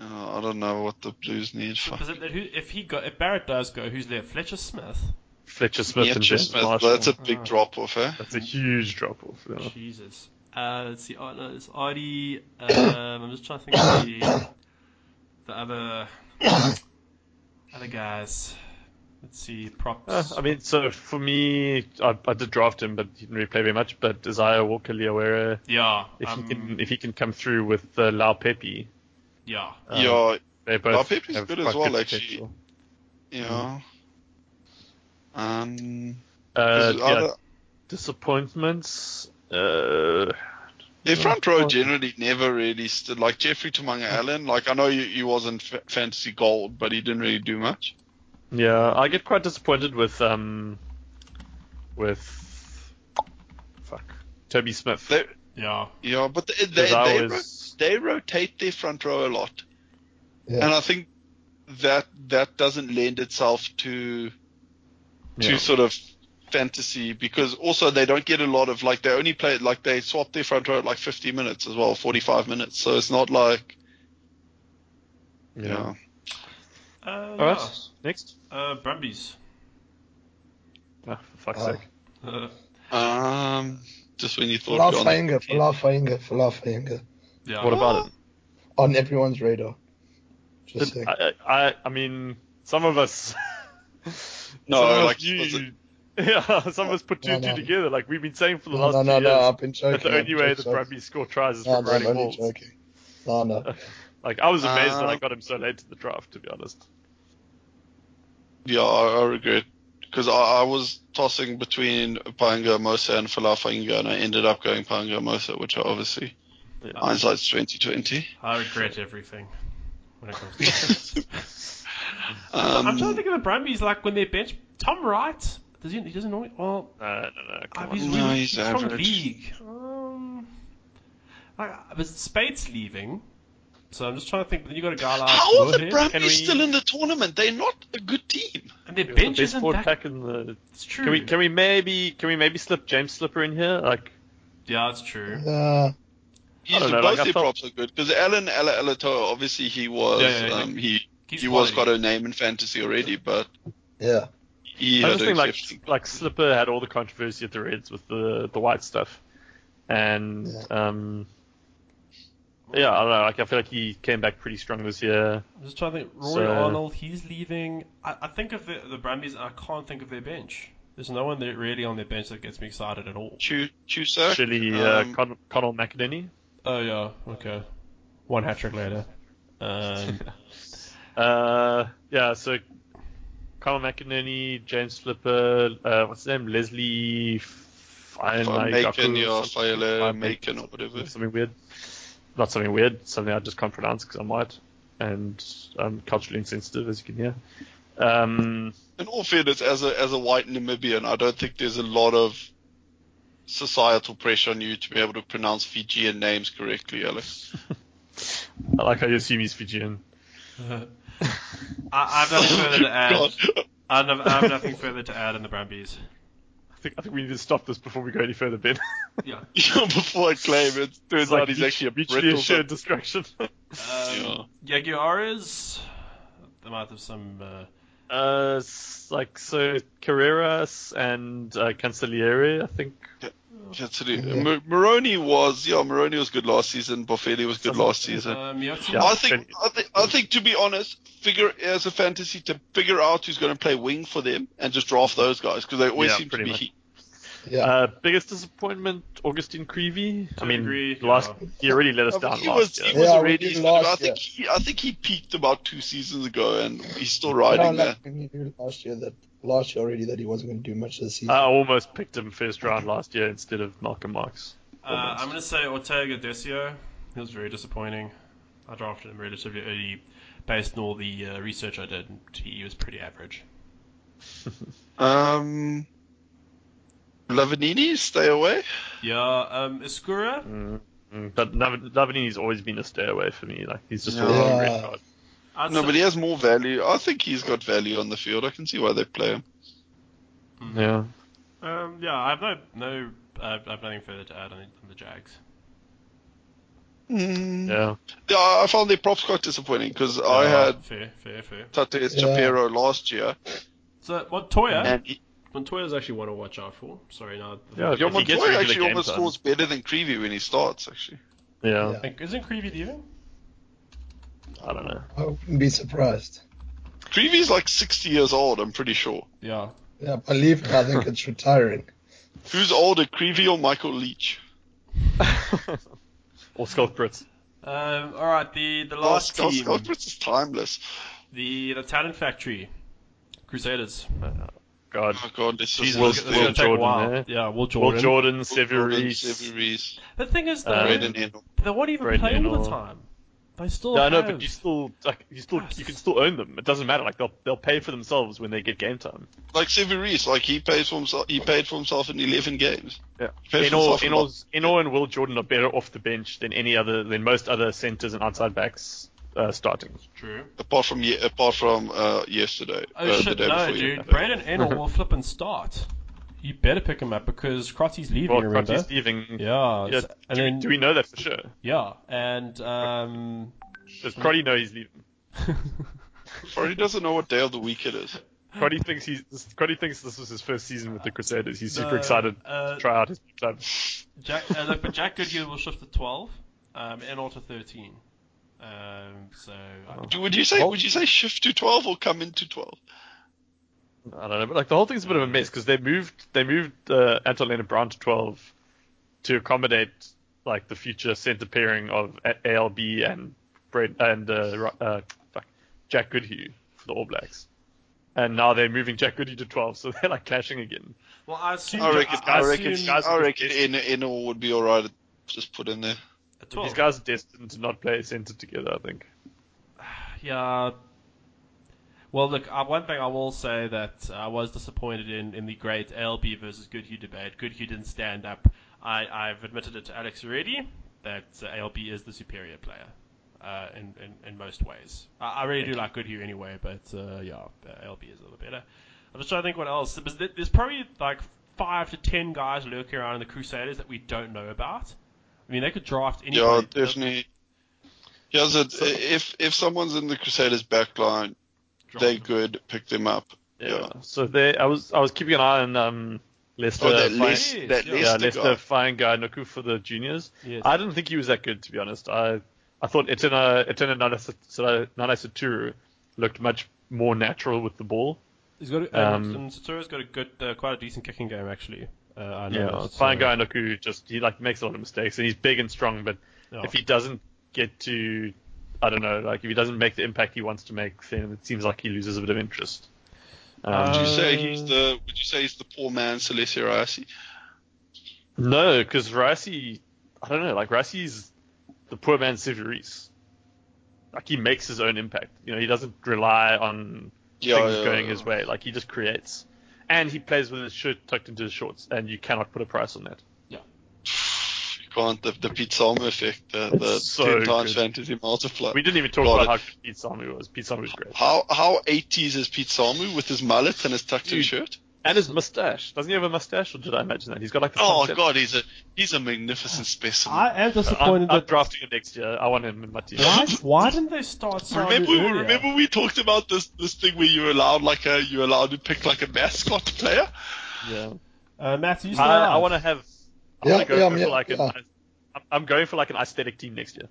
[SPEAKER 5] Oh, I don't know what the Blues need for.
[SPEAKER 1] Because if, if he go, if Barrett does go, who's there? Fletcher Smith.
[SPEAKER 3] Fletcher Smith
[SPEAKER 5] Yeah,
[SPEAKER 3] and Ben
[SPEAKER 5] Smith, but
[SPEAKER 3] Marshall.
[SPEAKER 5] that's a big drop off, eh?
[SPEAKER 3] That's a huge drop off. Yeah.
[SPEAKER 1] Jesus. Uh, let's see. Oh, no, it's Artie. Um, I'm just trying to think of the, the other other guys. Let's see. Props.
[SPEAKER 3] Uh, I mean, so for me, I, I did draft him, but he didn't really play very much. But Isaiah Walker Leawera,
[SPEAKER 1] yeah.
[SPEAKER 3] if
[SPEAKER 1] um,
[SPEAKER 3] he can if he can come through with uh, Lau Pepe,
[SPEAKER 1] yeah.
[SPEAKER 3] um,
[SPEAKER 5] yeah,
[SPEAKER 3] they both
[SPEAKER 5] Lau Pepe's
[SPEAKER 3] have
[SPEAKER 5] good as
[SPEAKER 3] quite
[SPEAKER 5] well,
[SPEAKER 3] good
[SPEAKER 5] actually.
[SPEAKER 3] potential.
[SPEAKER 5] yeah. Um,
[SPEAKER 3] Uh,
[SPEAKER 5] Is it
[SPEAKER 3] yeah,
[SPEAKER 5] other-
[SPEAKER 3] disappointments. Uh,
[SPEAKER 5] Their front row generally never really stood. Like Jeffrey Tamanga Allen, like I know he, he wasn't f- fantasy gold, but he didn't really do much.
[SPEAKER 3] yeah, I get quite disappointed with um, with fuck Toby Smith.
[SPEAKER 5] They,
[SPEAKER 1] Yeah.
[SPEAKER 5] yeah, but they they,
[SPEAKER 3] 'Cause I
[SPEAKER 5] they, ro-
[SPEAKER 3] was-
[SPEAKER 5] they rotate their front row a lot.
[SPEAKER 2] Yeah.
[SPEAKER 5] and I think that that doesn't lend itself to to
[SPEAKER 3] Yeah.
[SPEAKER 5] sort of fantasy because also they don't get a lot of like they only play like they swap their front row at like 50 minutes as well 45 minutes so it's not like you
[SPEAKER 3] yeah.
[SPEAKER 5] know
[SPEAKER 1] Uh,
[SPEAKER 3] All right. Next.
[SPEAKER 1] Uh, Brumbies.
[SPEAKER 3] Ah, for fuck's
[SPEAKER 2] Uh,
[SPEAKER 3] sake.
[SPEAKER 1] Uh,
[SPEAKER 5] um just when you thought we were on
[SPEAKER 2] Falafainga,
[SPEAKER 5] the-
[SPEAKER 2] Falafainga, Falafainga.
[SPEAKER 1] yeah.
[SPEAKER 2] Oh,
[SPEAKER 3] What about it?
[SPEAKER 2] On everyone's radar. Just saying.
[SPEAKER 3] I, I, I- I mean, some of us.
[SPEAKER 5] No,
[SPEAKER 3] some of
[SPEAKER 5] like,
[SPEAKER 3] us knew-
[SPEAKER 5] was it-
[SPEAKER 3] yeah, some of us put two
[SPEAKER 2] No,
[SPEAKER 3] and
[SPEAKER 2] no.
[SPEAKER 3] two together. Like we've been saying for the
[SPEAKER 2] No,
[SPEAKER 3] last
[SPEAKER 2] no, no,
[SPEAKER 3] two
[SPEAKER 2] no,
[SPEAKER 3] years
[SPEAKER 2] I've been
[SPEAKER 3] that
[SPEAKER 2] joking.
[SPEAKER 3] the only
[SPEAKER 2] I'm
[SPEAKER 3] way that
[SPEAKER 2] joking.
[SPEAKER 3] Brumby score tries is
[SPEAKER 2] No,
[SPEAKER 3] from
[SPEAKER 2] no, I'm
[SPEAKER 3] running
[SPEAKER 2] only
[SPEAKER 3] balls.
[SPEAKER 2] joking. No, no.
[SPEAKER 3] Like I was amazed that I
[SPEAKER 5] Um,
[SPEAKER 3] got him so late to the draft, to be honest.
[SPEAKER 5] yeah I, I regret because I, I was tossing between Panga Mosa and Falafainga and I ended up going Panga Mosa which are obviously
[SPEAKER 3] Yeah.
[SPEAKER 5] hindsight's 2020
[SPEAKER 1] I regret everything when it comes to this.
[SPEAKER 5] um,
[SPEAKER 1] I'm trying to think of the Brumbies, like, when they bench Tom Wright. Does he, he doesn't normally... Well,
[SPEAKER 3] No, no, no.
[SPEAKER 1] uh,
[SPEAKER 3] Come
[SPEAKER 1] he's,
[SPEAKER 3] on.
[SPEAKER 5] No,
[SPEAKER 1] really,
[SPEAKER 5] he's
[SPEAKER 1] he's from
[SPEAKER 5] average.
[SPEAKER 1] league. Um, like, uh, but Spates leaving, so I'm just trying to think. But then you got a guy like
[SPEAKER 5] How are the
[SPEAKER 1] Moorhead,
[SPEAKER 5] Brumbies
[SPEAKER 3] Can we-
[SPEAKER 5] still in the tournament? They're not a good team.
[SPEAKER 1] and their
[SPEAKER 3] It was
[SPEAKER 1] bench
[SPEAKER 3] the best
[SPEAKER 1] isn't
[SPEAKER 3] forward
[SPEAKER 1] that.
[SPEAKER 3] pack in the.
[SPEAKER 1] It's true.
[SPEAKER 3] Can we can we maybe can we maybe slip James Slipper in here? Like
[SPEAKER 1] Yeah, it's true.
[SPEAKER 2] Uh,
[SPEAKER 5] He's,
[SPEAKER 3] don't know,
[SPEAKER 5] both
[SPEAKER 3] like, I
[SPEAKER 5] their
[SPEAKER 3] thought-
[SPEAKER 5] props are good because Alan Alato, obviously he was
[SPEAKER 1] Yeah, yeah, yeah.
[SPEAKER 5] um, he
[SPEAKER 1] He's
[SPEAKER 5] he was got
[SPEAKER 1] quality.
[SPEAKER 5] a name in fantasy already, but
[SPEAKER 2] yeah.
[SPEAKER 5] he
[SPEAKER 3] I
[SPEAKER 5] had
[SPEAKER 3] just
[SPEAKER 5] an
[SPEAKER 3] think like
[SPEAKER 5] exception.
[SPEAKER 3] like Slipper had all the controversy at the Reds with the the white stuff, and um, yeah, I don't know. Like I feel like he came back pretty strong this year.
[SPEAKER 1] I'm just trying to think. Roy
[SPEAKER 3] So-
[SPEAKER 1] Arnold, he's leaving. I, I think of the, the Brumbies, I can't think of their bench. There's no one that really on their bench that gets me excited at all.
[SPEAKER 5] Chu- Chusak,
[SPEAKER 3] Surely uh,
[SPEAKER 5] um,
[SPEAKER 3] Con- Connell McEnany.
[SPEAKER 1] Oh yeah, okay. One hat trick later. Um,
[SPEAKER 3] Uh, yeah, so Connell McEnany, James Slipper, uh, what's his name, Leslie. F- Iron
[SPEAKER 5] Macon, yeah,
[SPEAKER 3] Gaku,
[SPEAKER 5] Faele
[SPEAKER 3] Fire
[SPEAKER 5] Macon or whatever.
[SPEAKER 3] something weird. Not something weird, something I just can't pronounce because I'm white and I'm culturally insensitive, as you can hear. Um,
[SPEAKER 5] In all fairness, as a as a white Namibian, I don't think there's a lot of societal pressure on you to be able to pronounce Fijian names correctly, Alex.
[SPEAKER 3] I like how you assume he's Fijian.
[SPEAKER 1] I, I have nothing further to add.
[SPEAKER 5] God.
[SPEAKER 1] I have, I have nothing further to add on the Brumbies.
[SPEAKER 3] I think, I think we need to stop this before we go any further, Ben.
[SPEAKER 1] Yeah.
[SPEAKER 5] Before I claim it, turns out he's
[SPEAKER 3] mut-
[SPEAKER 5] actually a Brit
[SPEAKER 3] mutually
[SPEAKER 5] or
[SPEAKER 3] assured
[SPEAKER 5] something.
[SPEAKER 3] destruction.
[SPEAKER 1] Um, Jaguares. They might have some. Uh,
[SPEAKER 3] uh, s- like so, Carreras and uh, Cancellieri, I think.
[SPEAKER 5] That's it. Mar- Moroni was yeah, Moroni was good last season. Boffelli was good last season.
[SPEAKER 1] uh, Miozzi?
[SPEAKER 3] Yeah.
[SPEAKER 5] I think I think I think to be honest, figure as a fantasy to figure out who's going to play wing for them and just draft those guys because they always
[SPEAKER 3] Yeah,
[SPEAKER 5] seem to
[SPEAKER 3] pretty
[SPEAKER 5] be.
[SPEAKER 3] much.
[SPEAKER 2] Yeah.
[SPEAKER 3] Uh, biggest disappointment, Augustine Creevy. I
[SPEAKER 1] a
[SPEAKER 3] mean,
[SPEAKER 1] degree,
[SPEAKER 3] last
[SPEAKER 1] yeah.
[SPEAKER 3] he already let us
[SPEAKER 5] I mean,
[SPEAKER 3] down
[SPEAKER 5] he
[SPEAKER 3] last
[SPEAKER 5] was
[SPEAKER 3] year.
[SPEAKER 5] he was
[SPEAKER 2] Yeah, we
[SPEAKER 5] already.
[SPEAKER 2] did last
[SPEAKER 5] sort of- I think he I think he peaked about two seasons ago and he's still
[SPEAKER 2] I
[SPEAKER 5] riding
[SPEAKER 2] don't
[SPEAKER 3] uh,
[SPEAKER 5] there.
[SPEAKER 2] like when you knew last year that last year already that he wasn't going to do much this season.
[SPEAKER 3] Uh, I almost picked him first round last year instead of Malcolm Marks.
[SPEAKER 1] Uh, I'm going to say Ortega Decio. He was very disappointing. I drafted him relatively early based on all the uh, research I did. and He was pretty average.
[SPEAKER 5] Um, Lavanini, stay away.
[SPEAKER 1] Yeah, um, Escura.
[SPEAKER 3] But Lav- Lavanini's always been a stay away for me. Like he's just a
[SPEAKER 5] Yeah.
[SPEAKER 3] long red card.
[SPEAKER 1] I'd
[SPEAKER 5] No,
[SPEAKER 1] say-
[SPEAKER 5] but he has more value. I think he's got value on the field. I can see why they play him.
[SPEAKER 3] Yeah.
[SPEAKER 1] Um, yeah, I have no, no, I have nothing further to add on the, on the Jags.
[SPEAKER 5] Mm.
[SPEAKER 3] Yeah.
[SPEAKER 5] Yeah, I I found their props quite disappointing because I
[SPEAKER 1] Uh,
[SPEAKER 5] had
[SPEAKER 1] fair, fair, fair.
[SPEAKER 5] Tate
[SPEAKER 2] Yeah.
[SPEAKER 5] Shapiro last year,
[SPEAKER 1] So Montoya,
[SPEAKER 5] and he,
[SPEAKER 1] Montoya's actually one to watch out for. Sorry, now.
[SPEAKER 3] Yeah,
[SPEAKER 1] I
[SPEAKER 3] if you're
[SPEAKER 1] think-
[SPEAKER 3] He gets
[SPEAKER 5] Montoya
[SPEAKER 3] regular
[SPEAKER 5] actually
[SPEAKER 3] game
[SPEAKER 5] almost
[SPEAKER 3] time.
[SPEAKER 5] scores better than Creevy when he starts. Actually,
[SPEAKER 3] Yeah.
[SPEAKER 2] Yeah.
[SPEAKER 1] Like, isn't Creevy leaving?
[SPEAKER 3] I don't know.
[SPEAKER 2] I wouldn't be surprised.
[SPEAKER 5] Creevy's like 60 years old. I'm pretty sure.
[SPEAKER 1] Yeah.
[SPEAKER 2] Yeah, believe me, I think it's retiring.
[SPEAKER 5] Who's older, Creevy or Michael Leach?
[SPEAKER 3] or Skulk Brits.
[SPEAKER 1] Um, all right, the the
[SPEAKER 5] Oh,
[SPEAKER 1] last
[SPEAKER 5] Scott,
[SPEAKER 1] team,
[SPEAKER 5] Scott Brits is timeless.
[SPEAKER 1] the the Talent Factory, Crusaders.
[SPEAKER 3] Uh, God.
[SPEAKER 5] Oh God, this is
[SPEAKER 3] Jesus,
[SPEAKER 1] Will,
[SPEAKER 3] look at
[SPEAKER 5] the
[SPEAKER 3] this.
[SPEAKER 1] Will
[SPEAKER 3] Will
[SPEAKER 1] Jordan, wow.
[SPEAKER 3] Jordan, eh?
[SPEAKER 1] yeah,
[SPEAKER 5] Oh,
[SPEAKER 1] Will Jordan.
[SPEAKER 3] Will Jordan, Severis.
[SPEAKER 5] Severies,
[SPEAKER 1] The thing is, though,
[SPEAKER 3] Uh,
[SPEAKER 5] Braden Hennel.
[SPEAKER 1] they won't even
[SPEAKER 3] Braden
[SPEAKER 1] play all the
[SPEAKER 3] Hennel.
[SPEAKER 1] time. They still
[SPEAKER 3] No, I
[SPEAKER 1] have.
[SPEAKER 3] know, but you still, like, you still,
[SPEAKER 1] Yes.
[SPEAKER 3] you can still own them. It doesn't matter. Like they'll, they'll pay for themselves when they get game time.
[SPEAKER 5] like Severis, like he pays for himself. He paid for himself in eleven games.
[SPEAKER 3] Yeah.
[SPEAKER 5] He paid for
[SPEAKER 3] Enor,
[SPEAKER 5] himself a lot.
[SPEAKER 3] Enor's, Enor and Will Jordan are better off the bench than any other, than most other centers and outside backs uh, starting.
[SPEAKER 1] True.
[SPEAKER 5] apart from ye- apart from uh, yesterday.
[SPEAKER 1] Oh
[SPEAKER 5] uh, the
[SPEAKER 1] shit,
[SPEAKER 5] day
[SPEAKER 1] no,
[SPEAKER 5] before
[SPEAKER 1] dude.
[SPEAKER 5] yesterday.
[SPEAKER 1] Braden Ennell will flip and start. You better pick him up because Crotty's leaving,
[SPEAKER 3] Well,
[SPEAKER 1] remember?
[SPEAKER 3] Crotty's leaving.
[SPEAKER 1] Yeah.
[SPEAKER 3] Yeah,
[SPEAKER 1] s- and
[SPEAKER 3] do, we-
[SPEAKER 1] then,
[SPEAKER 3] do we know that for sure?
[SPEAKER 1] yeah, and um,
[SPEAKER 3] Does Crotty know he's leaving?
[SPEAKER 5] Or he doesn't know what day of the week it is.
[SPEAKER 3] Crotty thinks he's. this- Crotty thinks this was his first season with the Crusaders. He's super
[SPEAKER 1] No,
[SPEAKER 3] excited
[SPEAKER 1] uh,
[SPEAKER 3] to try out his new club.
[SPEAKER 1] Jack, uh, look, but Jack Goodhue will shift to 12, um, Ennell to 13. Um, so, I
[SPEAKER 5] Do- Would you say
[SPEAKER 3] Oh.
[SPEAKER 5] would you say shift to twelve or come into twelve?
[SPEAKER 3] I don't know, but like the whole thing's a bit of a mess because they moved they moved uh, Anton Leonard Brown to twelve to accommodate like the future centre pairing of A- ALB and Brad and uh, Ro- uh, fuck, Jack Goodhue for the All Blacks, and now they're moving Jack Goodhue to twelve, so they're like clashing again.
[SPEAKER 1] well, I assume.
[SPEAKER 5] I reckon. I,
[SPEAKER 1] assume-
[SPEAKER 5] reckon. I reckon. In in all would be all right. Just put in there.
[SPEAKER 1] at 12.
[SPEAKER 3] These guys are destined to not play centre together, I think.
[SPEAKER 1] Yeah. Well, look, uh, one thing I will say that I was disappointed in, in the great ALB versus Goodhue debate. Goodhue didn't stand up. I, I've admitted it to Alex already that uh, ALB is the superior player uh, in, in, in most ways. I, I really do like Goodhue anyway, but uh, yeah, uh, ALB is a little better. I'm just trying to think what else. There's, there's probably like five to ten guys lurking around in the Crusaders that we don't know about. I mean, they could draft anybody.
[SPEAKER 5] Yeah, definitely. Yeah, so if if someone's in the Crusaders backline,
[SPEAKER 1] Draft
[SPEAKER 5] they're
[SPEAKER 1] them.
[SPEAKER 5] good. Pick them up. Yeah.
[SPEAKER 3] So they, I was I was keeping an eye on um, Leicester.
[SPEAKER 5] Oh, that
[SPEAKER 3] fi-
[SPEAKER 5] list,
[SPEAKER 1] Yes,
[SPEAKER 5] that
[SPEAKER 1] yeah.
[SPEAKER 5] list,
[SPEAKER 3] yeah,
[SPEAKER 5] they
[SPEAKER 3] Leicester
[SPEAKER 5] got.
[SPEAKER 3] fine guy Nuku for the juniors.
[SPEAKER 1] Yes.
[SPEAKER 3] I didn't think he was that good to be honest. I I thought Etena Etena Nanasa- Nanasaturu looked much more natural with the ball.
[SPEAKER 1] He's got a, um,
[SPEAKER 3] Um,
[SPEAKER 1] and Satoru's got a good, uh, quite a decent kicking game actually. Uh, I
[SPEAKER 3] Yeah,
[SPEAKER 1] noticed,
[SPEAKER 3] fine
[SPEAKER 1] so-
[SPEAKER 3] guy Nuku just he like makes a lot of mistakes and he's big and strong, but
[SPEAKER 1] Yeah.
[SPEAKER 3] if he doesn't get to I don't know, like if he doesn't make the impact he wants to make, then it seems like he loses a bit of interest. Um,
[SPEAKER 1] Uh,
[SPEAKER 5] Would you say he's the? Would you say he's the poor man Celestia Ricey?
[SPEAKER 3] No, because Ricey, I don't know, like Ricey's the poor man's Severis. Like he makes his own impact. You know, he doesn't rely on
[SPEAKER 5] Yeah,
[SPEAKER 3] things
[SPEAKER 5] yeah,
[SPEAKER 3] going
[SPEAKER 5] yeah.
[SPEAKER 3] his way. Like he just creates, and he plays with his shirt tucked into his shorts, and you cannot put a price on that.
[SPEAKER 5] You can't. The, the Pete Salma effect. The, the
[SPEAKER 3] It's so
[SPEAKER 5] ten times
[SPEAKER 3] good.
[SPEAKER 5] fantasy multiplier.
[SPEAKER 3] We didn't even talk about
[SPEAKER 5] God, it-
[SPEAKER 3] how good Pete Samu was. Pete Samu was great,
[SPEAKER 5] How how 80s is Pete Salmu with his mullet and his tucked-in
[SPEAKER 3] Dude.
[SPEAKER 5] shirt?
[SPEAKER 3] and his mustache. Doesn't he have a mustache, or did I imagine that? He's got like the
[SPEAKER 5] Oh
[SPEAKER 3] sunset-
[SPEAKER 5] God, he's a he's a magnificent specimen.
[SPEAKER 1] I am
[SPEAKER 3] Uh, I'm,
[SPEAKER 1] disappointed
[SPEAKER 3] I'm
[SPEAKER 1] that
[SPEAKER 3] drafting him next year. I want him in my team.
[SPEAKER 1] why, why didn't they start? Saudi
[SPEAKER 5] remember we
[SPEAKER 1] earlier?
[SPEAKER 5] remember we talked about this this thing where you're allowed like a you're allowed to pick like a mascot player.
[SPEAKER 3] Yeah.
[SPEAKER 1] Uh, Matt, you
[SPEAKER 3] I, I want to have. I
[SPEAKER 2] Yeah,
[SPEAKER 3] want to go
[SPEAKER 2] yeah,
[SPEAKER 3] for
[SPEAKER 2] yeah,
[SPEAKER 3] like an.
[SPEAKER 2] yeah.
[SPEAKER 3] I'm- I'm going for like an aesthetic team next year.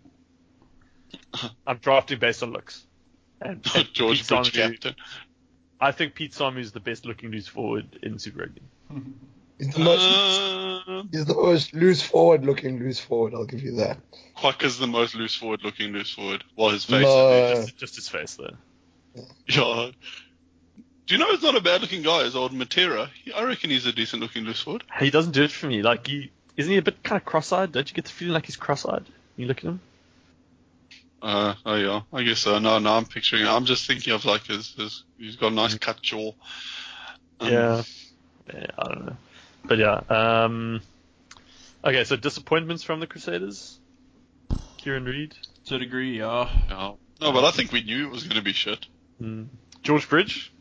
[SPEAKER 3] I'm drafting based on looks. And, and
[SPEAKER 5] George
[SPEAKER 3] Pete
[SPEAKER 5] Bush
[SPEAKER 3] Samu-
[SPEAKER 5] captain.
[SPEAKER 3] I think Pete Samu is the best looking loose forward in Super Rugby.
[SPEAKER 2] He's the most,
[SPEAKER 5] Uh,
[SPEAKER 2] he's the most loose forward looking loose forward. I'll give you that.
[SPEAKER 5] Quacker's the most loose forward looking loose forward. Well, his face.
[SPEAKER 2] No.
[SPEAKER 5] is-
[SPEAKER 3] Just, just his face though.
[SPEAKER 5] Yeah. Do you know it's not a bad looking guy? Is old Matera? He- I reckon he's a decent looking loose forward.
[SPEAKER 3] He doesn't do it for me. Like he isn't he a bit kind of cross-eyed? Don't you get the feeling like he's cross-eyed? You look at him.
[SPEAKER 5] Uh, oh yeah, I guess so. No, no, I'm picturing. I'm just thinking of like his, his he's got a nice cut jaw. Um,
[SPEAKER 3] Yeah. yeah. I don't know. But yeah. Um, okay, so disappointments from the Crusaders. Kieran Reid.
[SPEAKER 1] to a degree. Yeah,
[SPEAKER 5] No, no, but I think we knew it was going to be shit.
[SPEAKER 3] Mm. George Bridge.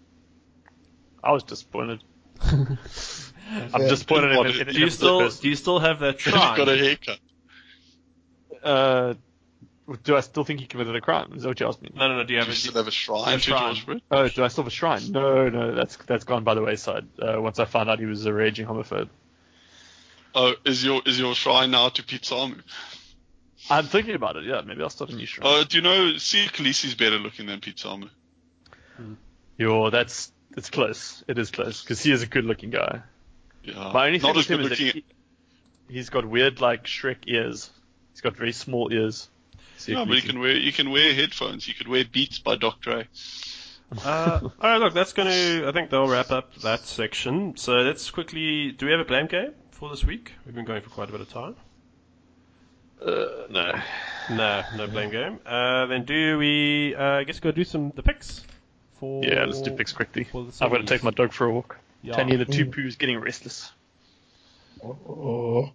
[SPEAKER 3] I was disappointed. I'm
[SPEAKER 2] Yeah.
[SPEAKER 3] disappointed in, in, in
[SPEAKER 5] Do
[SPEAKER 1] do
[SPEAKER 3] him
[SPEAKER 1] you
[SPEAKER 3] as a
[SPEAKER 1] still
[SPEAKER 3] person.
[SPEAKER 1] do you still have that
[SPEAKER 5] He's got a
[SPEAKER 1] try?
[SPEAKER 5] haircut.
[SPEAKER 3] Uh, do I still think he committed a crime? Is that what you asked me?
[SPEAKER 1] No, no, no. Do you
[SPEAKER 5] Do
[SPEAKER 1] have
[SPEAKER 5] you
[SPEAKER 1] a,
[SPEAKER 5] still have a
[SPEAKER 1] a
[SPEAKER 5] shrine to
[SPEAKER 1] shrine.
[SPEAKER 5] George Brett?
[SPEAKER 3] Oh, do I still have a shrine? No, no, that's that's gone by the wayside. Uh, once I found out he was a raging homophobe,
[SPEAKER 5] Oh, is your is your shrine now to Pete Samu?
[SPEAKER 3] I'm thinking about it. Yeah, maybe I'll start a new shrine.
[SPEAKER 5] Oh, do you know see Khaleesi's better looking than Pete Samu?
[SPEAKER 3] Yo, that's it's close. It is close because he is a good-looking guy.
[SPEAKER 5] Yeah,
[SPEAKER 3] My only thing
[SPEAKER 5] Uh, not
[SPEAKER 3] with
[SPEAKER 5] as good
[SPEAKER 3] him is that
[SPEAKER 5] looking.
[SPEAKER 3] he, he's got weird like Shrek ears. He's got very small ears.
[SPEAKER 5] no, but you can wear you can wear headphones. You could wear Beats by Dr. A.
[SPEAKER 1] Uh, all right, look, that's going to. I think that'll wrap up that section. So let's quickly. Do we have a blame game for this week? We've been going for quite a bit of time.
[SPEAKER 3] Uh, no.
[SPEAKER 1] No, no blame game. Uh, then do we? Uh, I guess go do some the picks. For
[SPEAKER 3] Yeah, let's do picks quickly.
[SPEAKER 1] Well, the
[SPEAKER 3] I've got to
[SPEAKER 1] Sundays.
[SPEAKER 3] take my dog for a walk.
[SPEAKER 1] Yeah.
[SPEAKER 3] Tony the two poo's getting restless.
[SPEAKER 2] Oh,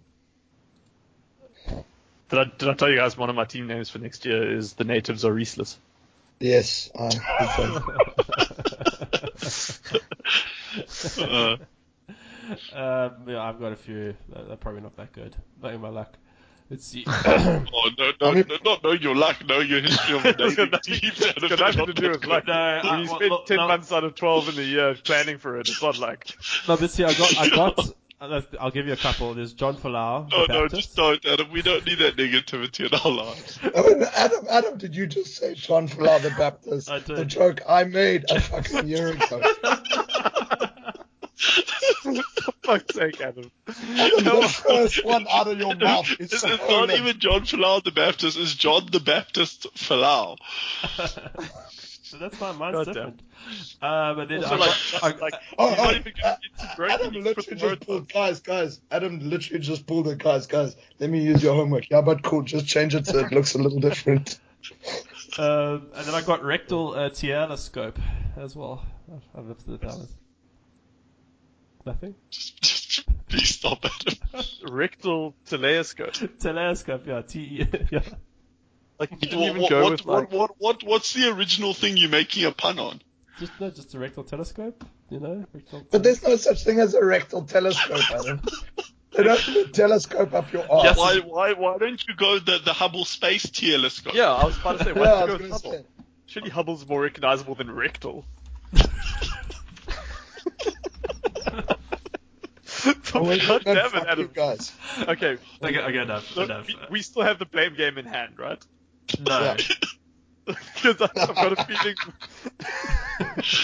[SPEAKER 3] Did I, did I tell you guys one of my team names for next year is the natives are restless?
[SPEAKER 2] yes. I, it's a-
[SPEAKER 3] Uh,
[SPEAKER 1] Um, yeah, I've got a few. They're they're probably not that good. Not in my luck. Let's see.
[SPEAKER 5] Oh, no, no, no, not know your luck, know your history of the
[SPEAKER 3] It's got
[SPEAKER 5] dating
[SPEAKER 3] nothing-
[SPEAKER 5] team.
[SPEAKER 3] it's got nothing to do with luck.
[SPEAKER 1] No, I-
[SPEAKER 3] you
[SPEAKER 1] well,
[SPEAKER 3] spent
[SPEAKER 1] look,
[SPEAKER 3] ten
[SPEAKER 1] no.
[SPEAKER 3] months out of twelve in the year planning for it. It's not luck.
[SPEAKER 1] no, this year I got. I got. uh, I'll give you a couple. There's John Falau.
[SPEAKER 5] Oh, No,
[SPEAKER 1] the
[SPEAKER 5] no,
[SPEAKER 1] Baptist.
[SPEAKER 5] just don't, Adam. We don't need that negativity in our lives.
[SPEAKER 2] Oh, and Adam, Adam, did you just say John Flaw the Baptist?
[SPEAKER 1] I did.
[SPEAKER 2] The joke I made a fucking year ago.
[SPEAKER 3] For fuck's sake, Adam.
[SPEAKER 2] Adam, the first one out of your mouth is
[SPEAKER 5] It's,
[SPEAKER 2] so
[SPEAKER 5] it's not
[SPEAKER 2] lame.
[SPEAKER 5] even John Falau the Baptist. It's John the Baptist Falau.
[SPEAKER 1] so that's fine. Mine's
[SPEAKER 3] God damn.
[SPEAKER 1] different. Uh, but then
[SPEAKER 3] Also,
[SPEAKER 1] I got, I,
[SPEAKER 3] like, like,
[SPEAKER 2] Oh,
[SPEAKER 3] he's
[SPEAKER 2] oh,
[SPEAKER 3] not
[SPEAKER 2] uh,
[SPEAKER 3] even gonna get to break
[SPEAKER 2] Adam
[SPEAKER 3] and he's put
[SPEAKER 2] literally
[SPEAKER 3] the word
[SPEAKER 2] just pulled, guys, guys. Adam literally just pulled it, guys, guys. Let me use your homework. Yeah, but cool. Just change it so it looks a little different.
[SPEAKER 1] um, and then I got rectal uh, telescope as well. I- I lived with that one. Nothing.
[SPEAKER 5] Just, just please stop, Adam.
[SPEAKER 3] rectal telescope.
[SPEAKER 1] Telescope. Yeah. T E. Yeah.
[SPEAKER 3] Like you didn't
[SPEAKER 5] What,
[SPEAKER 3] even
[SPEAKER 5] what,
[SPEAKER 3] go
[SPEAKER 5] what,
[SPEAKER 3] with
[SPEAKER 5] what,
[SPEAKER 3] like.
[SPEAKER 5] what, what, what's the original thing you're making a pun on?
[SPEAKER 1] Just no. Just a rectal telescope. You know. Rectal
[SPEAKER 2] But there's no such thing as a rectal telescope, Adam. They don't put a telescope up your arse.
[SPEAKER 5] Why, why, why don't you go the, the Hubble Space Telescope?
[SPEAKER 3] Yeah, I was about to say.
[SPEAKER 2] yeah,
[SPEAKER 3] Why
[SPEAKER 2] I
[SPEAKER 3] did you
[SPEAKER 2] was going
[SPEAKER 3] go with
[SPEAKER 2] to
[SPEAKER 3] Hubble?
[SPEAKER 2] say.
[SPEAKER 3] Surely Hubble's more recognizable than rectal. God damn it,
[SPEAKER 2] fuck you
[SPEAKER 3] Adam.
[SPEAKER 2] guys.
[SPEAKER 3] Okay,
[SPEAKER 1] Okay. Okay. Enough.
[SPEAKER 3] so
[SPEAKER 1] enough.
[SPEAKER 3] we, we still have the blame game in hand, right?
[SPEAKER 1] no.
[SPEAKER 2] Yeah.
[SPEAKER 3] Because I've got a feeling.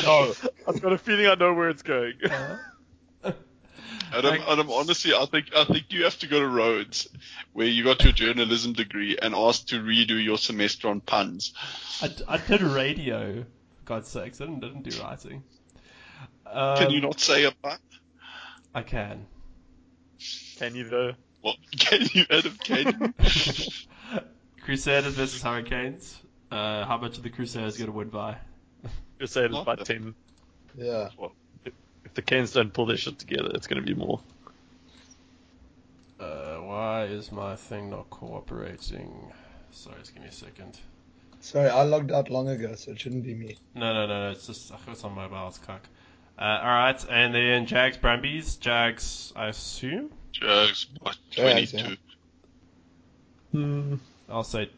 [SPEAKER 2] No.
[SPEAKER 3] I've got a feeling I know where it's going.
[SPEAKER 1] Uh-huh.
[SPEAKER 5] Adam,
[SPEAKER 1] Like-
[SPEAKER 5] Adam, honestly, I think I think you have to go to Rhodes, where you got your journalism degree, and ask to redo your semester on puns.
[SPEAKER 1] I, d- I did radio, for God's sakes. I didn't, didn't do writing. Um,
[SPEAKER 5] Can you not say a pun?
[SPEAKER 1] I can.
[SPEAKER 3] Can you though?
[SPEAKER 5] What, can you, Adam? Can you?
[SPEAKER 1] Crusaders versus Hurricanes. Uh, how much are the Crusaders going to win by?
[SPEAKER 3] Crusaders by
[SPEAKER 5] What?
[SPEAKER 3] ten.
[SPEAKER 2] Yeah.
[SPEAKER 3] If the Canes don't pull their shit together, it's going to be more.
[SPEAKER 1] Uh, why is my thing not cooperating? Sorry, just give me a second.
[SPEAKER 2] Sorry, I logged out long ago, so it shouldn't be me.
[SPEAKER 1] No, no, no, no. It's just I got on mobile. It's cock. Uh, all right, and then Jags Brumbies. Jags, I assume.
[SPEAKER 5] Jags, what,
[SPEAKER 2] Jags,
[SPEAKER 5] twenty-two.
[SPEAKER 1] I'll say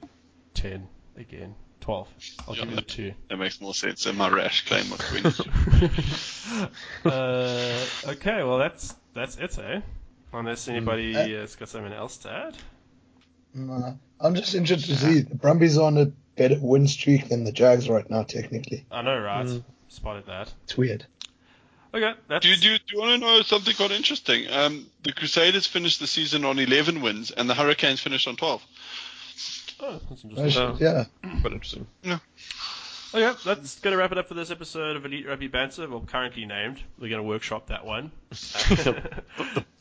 [SPEAKER 1] ten again. Twelve. I'll give you the two.
[SPEAKER 5] That makes more sense than my rash claim of twenty-two.
[SPEAKER 1] uh, okay, well that's that's it, eh? Unless anybody
[SPEAKER 2] Uh,
[SPEAKER 1] has got something else to add.
[SPEAKER 2] No. I'm just interested to see. The Brumbies are on a better win streak than the Jags right now, technically.
[SPEAKER 1] I know, right? Spotted that.
[SPEAKER 2] It's weird.
[SPEAKER 1] Okay, that's
[SPEAKER 5] do you do, you- do you want to know something quite interesting? Um, the Crusaders finished the season on eleven wins, and the Hurricanes finished on twelve.
[SPEAKER 1] Oh, that's
[SPEAKER 2] No
[SPEAKER 1] interesting. Oh.
[SPEAKER 2] shit,
[SPEAKER 3] Oh.
[SPEAKER 2] yeah.
[SPEAKER 3] Quite interesting.
[SPEAKER 1] Okay, that's going to wrap it up for this episode of Elite Rugby Banter. Well, currently named. We're going to workshop that one.
[SPEAKER 3] the,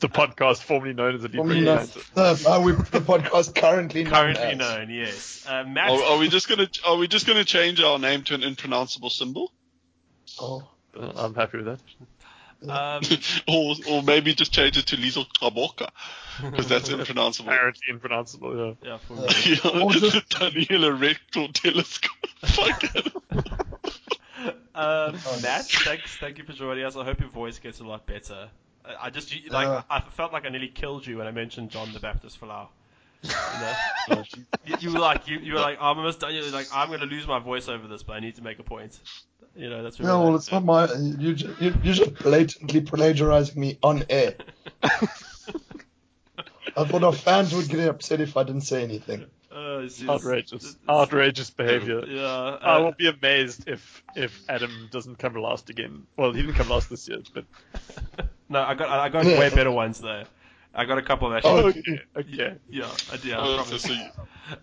[SPEAKER 3] the podcast formerly known as the Deep
[SPEAKER 2] Formerly known-
[SPEAKER 3] Red
[SPEAKER 2] No, no, Uh, we the podcast currently known
[SPEAKER 1] currently
[SPEAKER 2] as.
[SPEAKER 1] known, yes. Uh, Matt,
[SPEAKER 5] Are, are we just gonna Are we just gonna change our name to an impronounceable symbol,
[SPEAKER 2] Oh.
[SPEAKER 3] Band. I'm happy with that.
[SPEAKER 1] um,
[SPEAKER 5] or or maybe just change it to Liesel Traboka, because that's impronounceable.
[SPEAKER 3] Apparently impronounceable. Yeah.
[SPEAKER 1] yeah, for
[SPEAKER 5] Yeah,
[SPEAKER 2] Or just-
[SPEAKER 5] Daniela Rectal Telescope. Fuck it.
[SPEAKER 1] Um, Matt, thanks, thank you for joining us. I hope your voice gets a lot better. I- I just you- like
[SPEAKER 2] Uh.
[SPEAKER 1] I felt like I nearly killed you when I mentioned John the Baptist Falau. You, know? you, you were like you, you were like I'm almost done. You're like I'm gonna lose my voice over this, but I need to make a point. You know that's really
[SPEAKER 2] No, well, it's not my. You just, you, you're just blatantly plagiarizing me on air. I thought our fans would get upset if I didn't say anything.
[SPEAKER 1] uh, it's just-
[SPEAKER 3] Outrageous. Outrageous behavior.
[SPEAKER 1] Yeah,
[SPEAKER 3] I
[SPEAKER 1] uh,
[SPEAKER 3] will be amazed if if Adam doesn't come last again. Well, he didn't come last this year, but
[SPEAKER 1] no, I got I got way better ones though. I got a couple of
[SPEAKER 3] Oh,
[SPEAKER 1] actually.
[SPEAKER 3] okay. okay.
[SPEAKER 1] Yeah, I do. I
[SPEAKER 5] Oh,
[SPEAKER 1] promise.
[SPEAKER 5] so you-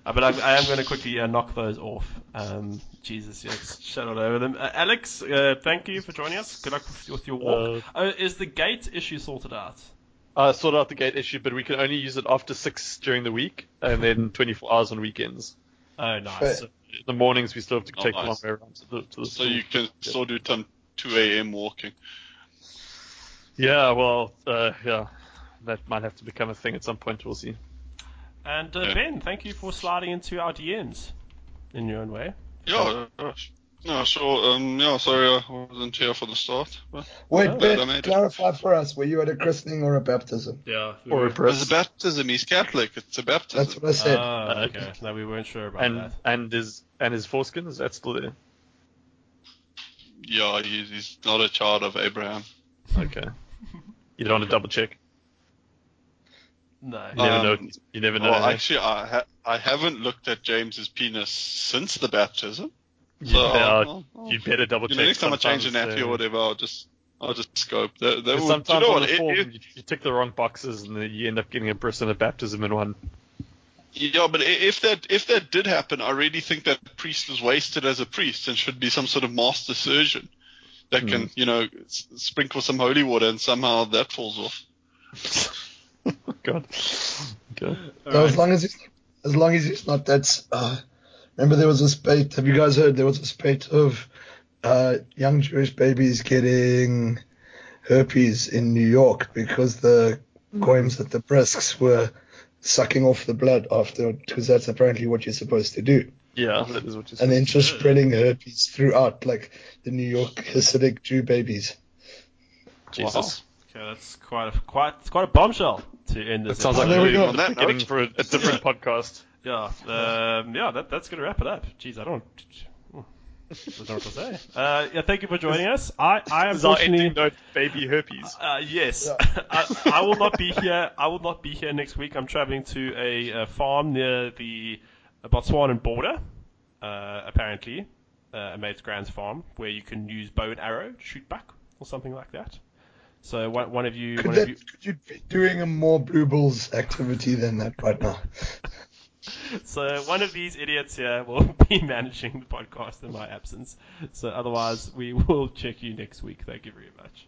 [SPEAKER 1] Uh, but I'm, I am going to quickly uh, knock those off. Um, Jesus, yes, shut all over them. Uh, Alex, uh, thank you for joining us. Good luck with, with your walk. oh, is the gate issue sorted out?
[SPEAKER 3] Uh, sort out the gate issue, but we can only use it after six during the week, and then 24 hours on weekends.
[SPEAKER 1] Oh, nice.
[SPEAKER 2] Fair.
[SPEAKER 3] In the mornings, we still have to
[SPEAKER 5] Oh,
[SPEAKER 3] take
[SPEAKER 5] nice.
[SPEAKER 3] the long way around to the, to the
[SPEAKER 5] so
[SPEAKER 3] school.
[SPEAKER 5] you can still do some 2 a.m. walking.
[SPEAKER 3] Yeah, well, uh, yeah, that might have to become a thing at some point. We'll see.
[SPEAKER 1] And uh,
[SPEAKER 5] Yeah.
[SPEAKER 1] Ben, thank you for sliding into our DMs in your own way.
[SPEAKER 5] Yeah. uh, No, sure. Um, yeah, sorry I wasn't here for the start. But
[SPEAKER 2] Wait,
[SPEAKER 1] Oh,
[SPEAKER 5] I
[SPEAKER 2] Ben,
[SPEAKER 5] made it.
[SPEAKER 2] clarify for us: were you at a christening or a baptism?
[SPEAKER 1] Yeah.
[SPEAKER 3] Or a
[SPEAKER 5] it's a
[SPEAKER 3] press.
[SPEAKER 5] baptism. He's Catholic. It's a baptism.
[SPEAKER 2] That's what I said.
[SPEAKER 5] Uh,
[SPEAKER 1] Oh, okay. No, we weren't sure about
[SPEAKER 3] And
[SPEAKER 1] that.
[SPEAKER 3] and his and his foreskin is that still there?
[SPEAKER 5] Yeah, he's, he's not a child of Abraham.
[SPEAKER 3] Okay. You don't want to double check.
[SPEAKER 1] No.
[SPEAKER 3] You never
[SPEAKER 5] Um,
[SPEAKER 3] know. You never know.
[SPEAKER 5] Well, actually, I ha- I haven't looked at James's penis since the baptism.
[SPEAKER 3] you,
[SPEAKER 5] So I'll-
[SPEAKER 3] uh,
[SPEAKER 5] I'll- I'll-
[SPEAKER 3] you better double
[SPEAKER 5] you
[SPEAKER 3] check.
[SPEAKER 5] know, next time I change an
[SPEAKER 3] Sometimes,
[SPEAKER 5] nappy or
[SPEAKER 3] uh,
[SPEAKER 5] whatever, I'll just I'll just scope. They, they
[SPEAKER 3] Because
[SPEAKER 5] will, do you
[SPEAKER 3] sometimes
[SPEAKER 5] know
[SPEAKER 3] on
[SPEAKER 5] what?
[SPEAKER 3] the
[SPEAKER 5] It-
[SPEAKER 3] form,
[SPEAKER 5] it-
[SPEAKER 3] you, you tick the wrong boxes and then you end up getting a bris and a baptism in one.
[SPEAKER 5] yeah, but i- if that if that did happen, I really think that priest is wasted as a priest and should be some sort of master surgeon that
[SPEAKER 3] Hmm.
[SPEAKER 5] can you know s- sprinkle some holy water and somehow that falls off.
[SPEAKER 3] Oh, God. Okay.
[SPEAKER 2] So as long as he's, as long as he's not that's uh, remember there was a spate. Have you guys heard? There was a spate of uh, young Jewish babies getting herpes in New York because the coims at the brisks were sucking off the blood after, because that's apparently what you're supposed to do,
[SPEAKER 3] Yeah, that is what you said.
[SPEAKER 2] and then just spreading herpes throughout, like the New York Hasidic Jew babies.
[SPEAKER 3] Jesus.
[SPEAKER 1] Okay, that's quite a quite it's quite a bombshell to end this.
[SPEAKER 3] It sounds like
[SPEAKER 2] Well, there
[SPEAKER 1] episode.
[SPEAKER 2] we go.
[SPEAKER 3] we're doing the
[SPEAKER 5] On that
[SPEAKER 3] beginning
[SPEAKER 5] note-
[SPEAKER 3] for a, a different podcast.
[SPEAKER 1] yeah, um, yeah. That, that's gonna wrap it up. Jeez, I don't. I don't know what to say. Uh, yeah, thank you for joining us. I, I
[SPEAKER 3] This is our
[SPEAKER 1] unfortunately,
[SPEAKER 3] ending note, baby herpes.
[SPEAKER 1] Uh, yes,
[SPEAKER 2] Yeah.
[SPEAKER 1] I, I will not be here. I will not be here next week. I'm traveling to a, uh farm near the Botswana border. Uh, apparently, uh, a mate's grand's farm where you can use bow and arrow to shoot back or something like that. So one, one of you,
[SPEAKER 2] Could,
[SPEAKER 1] one
[SPEAKER 2] that,
[SPEAKER 1] of you,
[SPEAKER 2] could you be doing a more blue balls activity than that right now?
[SPEAKER 1] so one of these idiots here will be managing the podcast in my absence. So otherwise, we will check you next week. Thank you very much.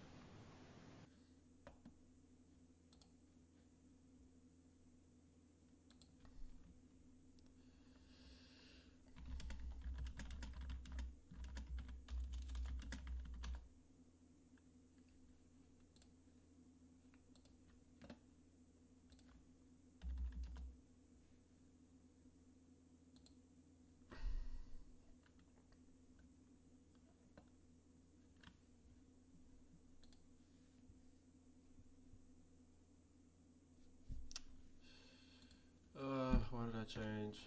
[SPEAKER 1] Uh, what did I change?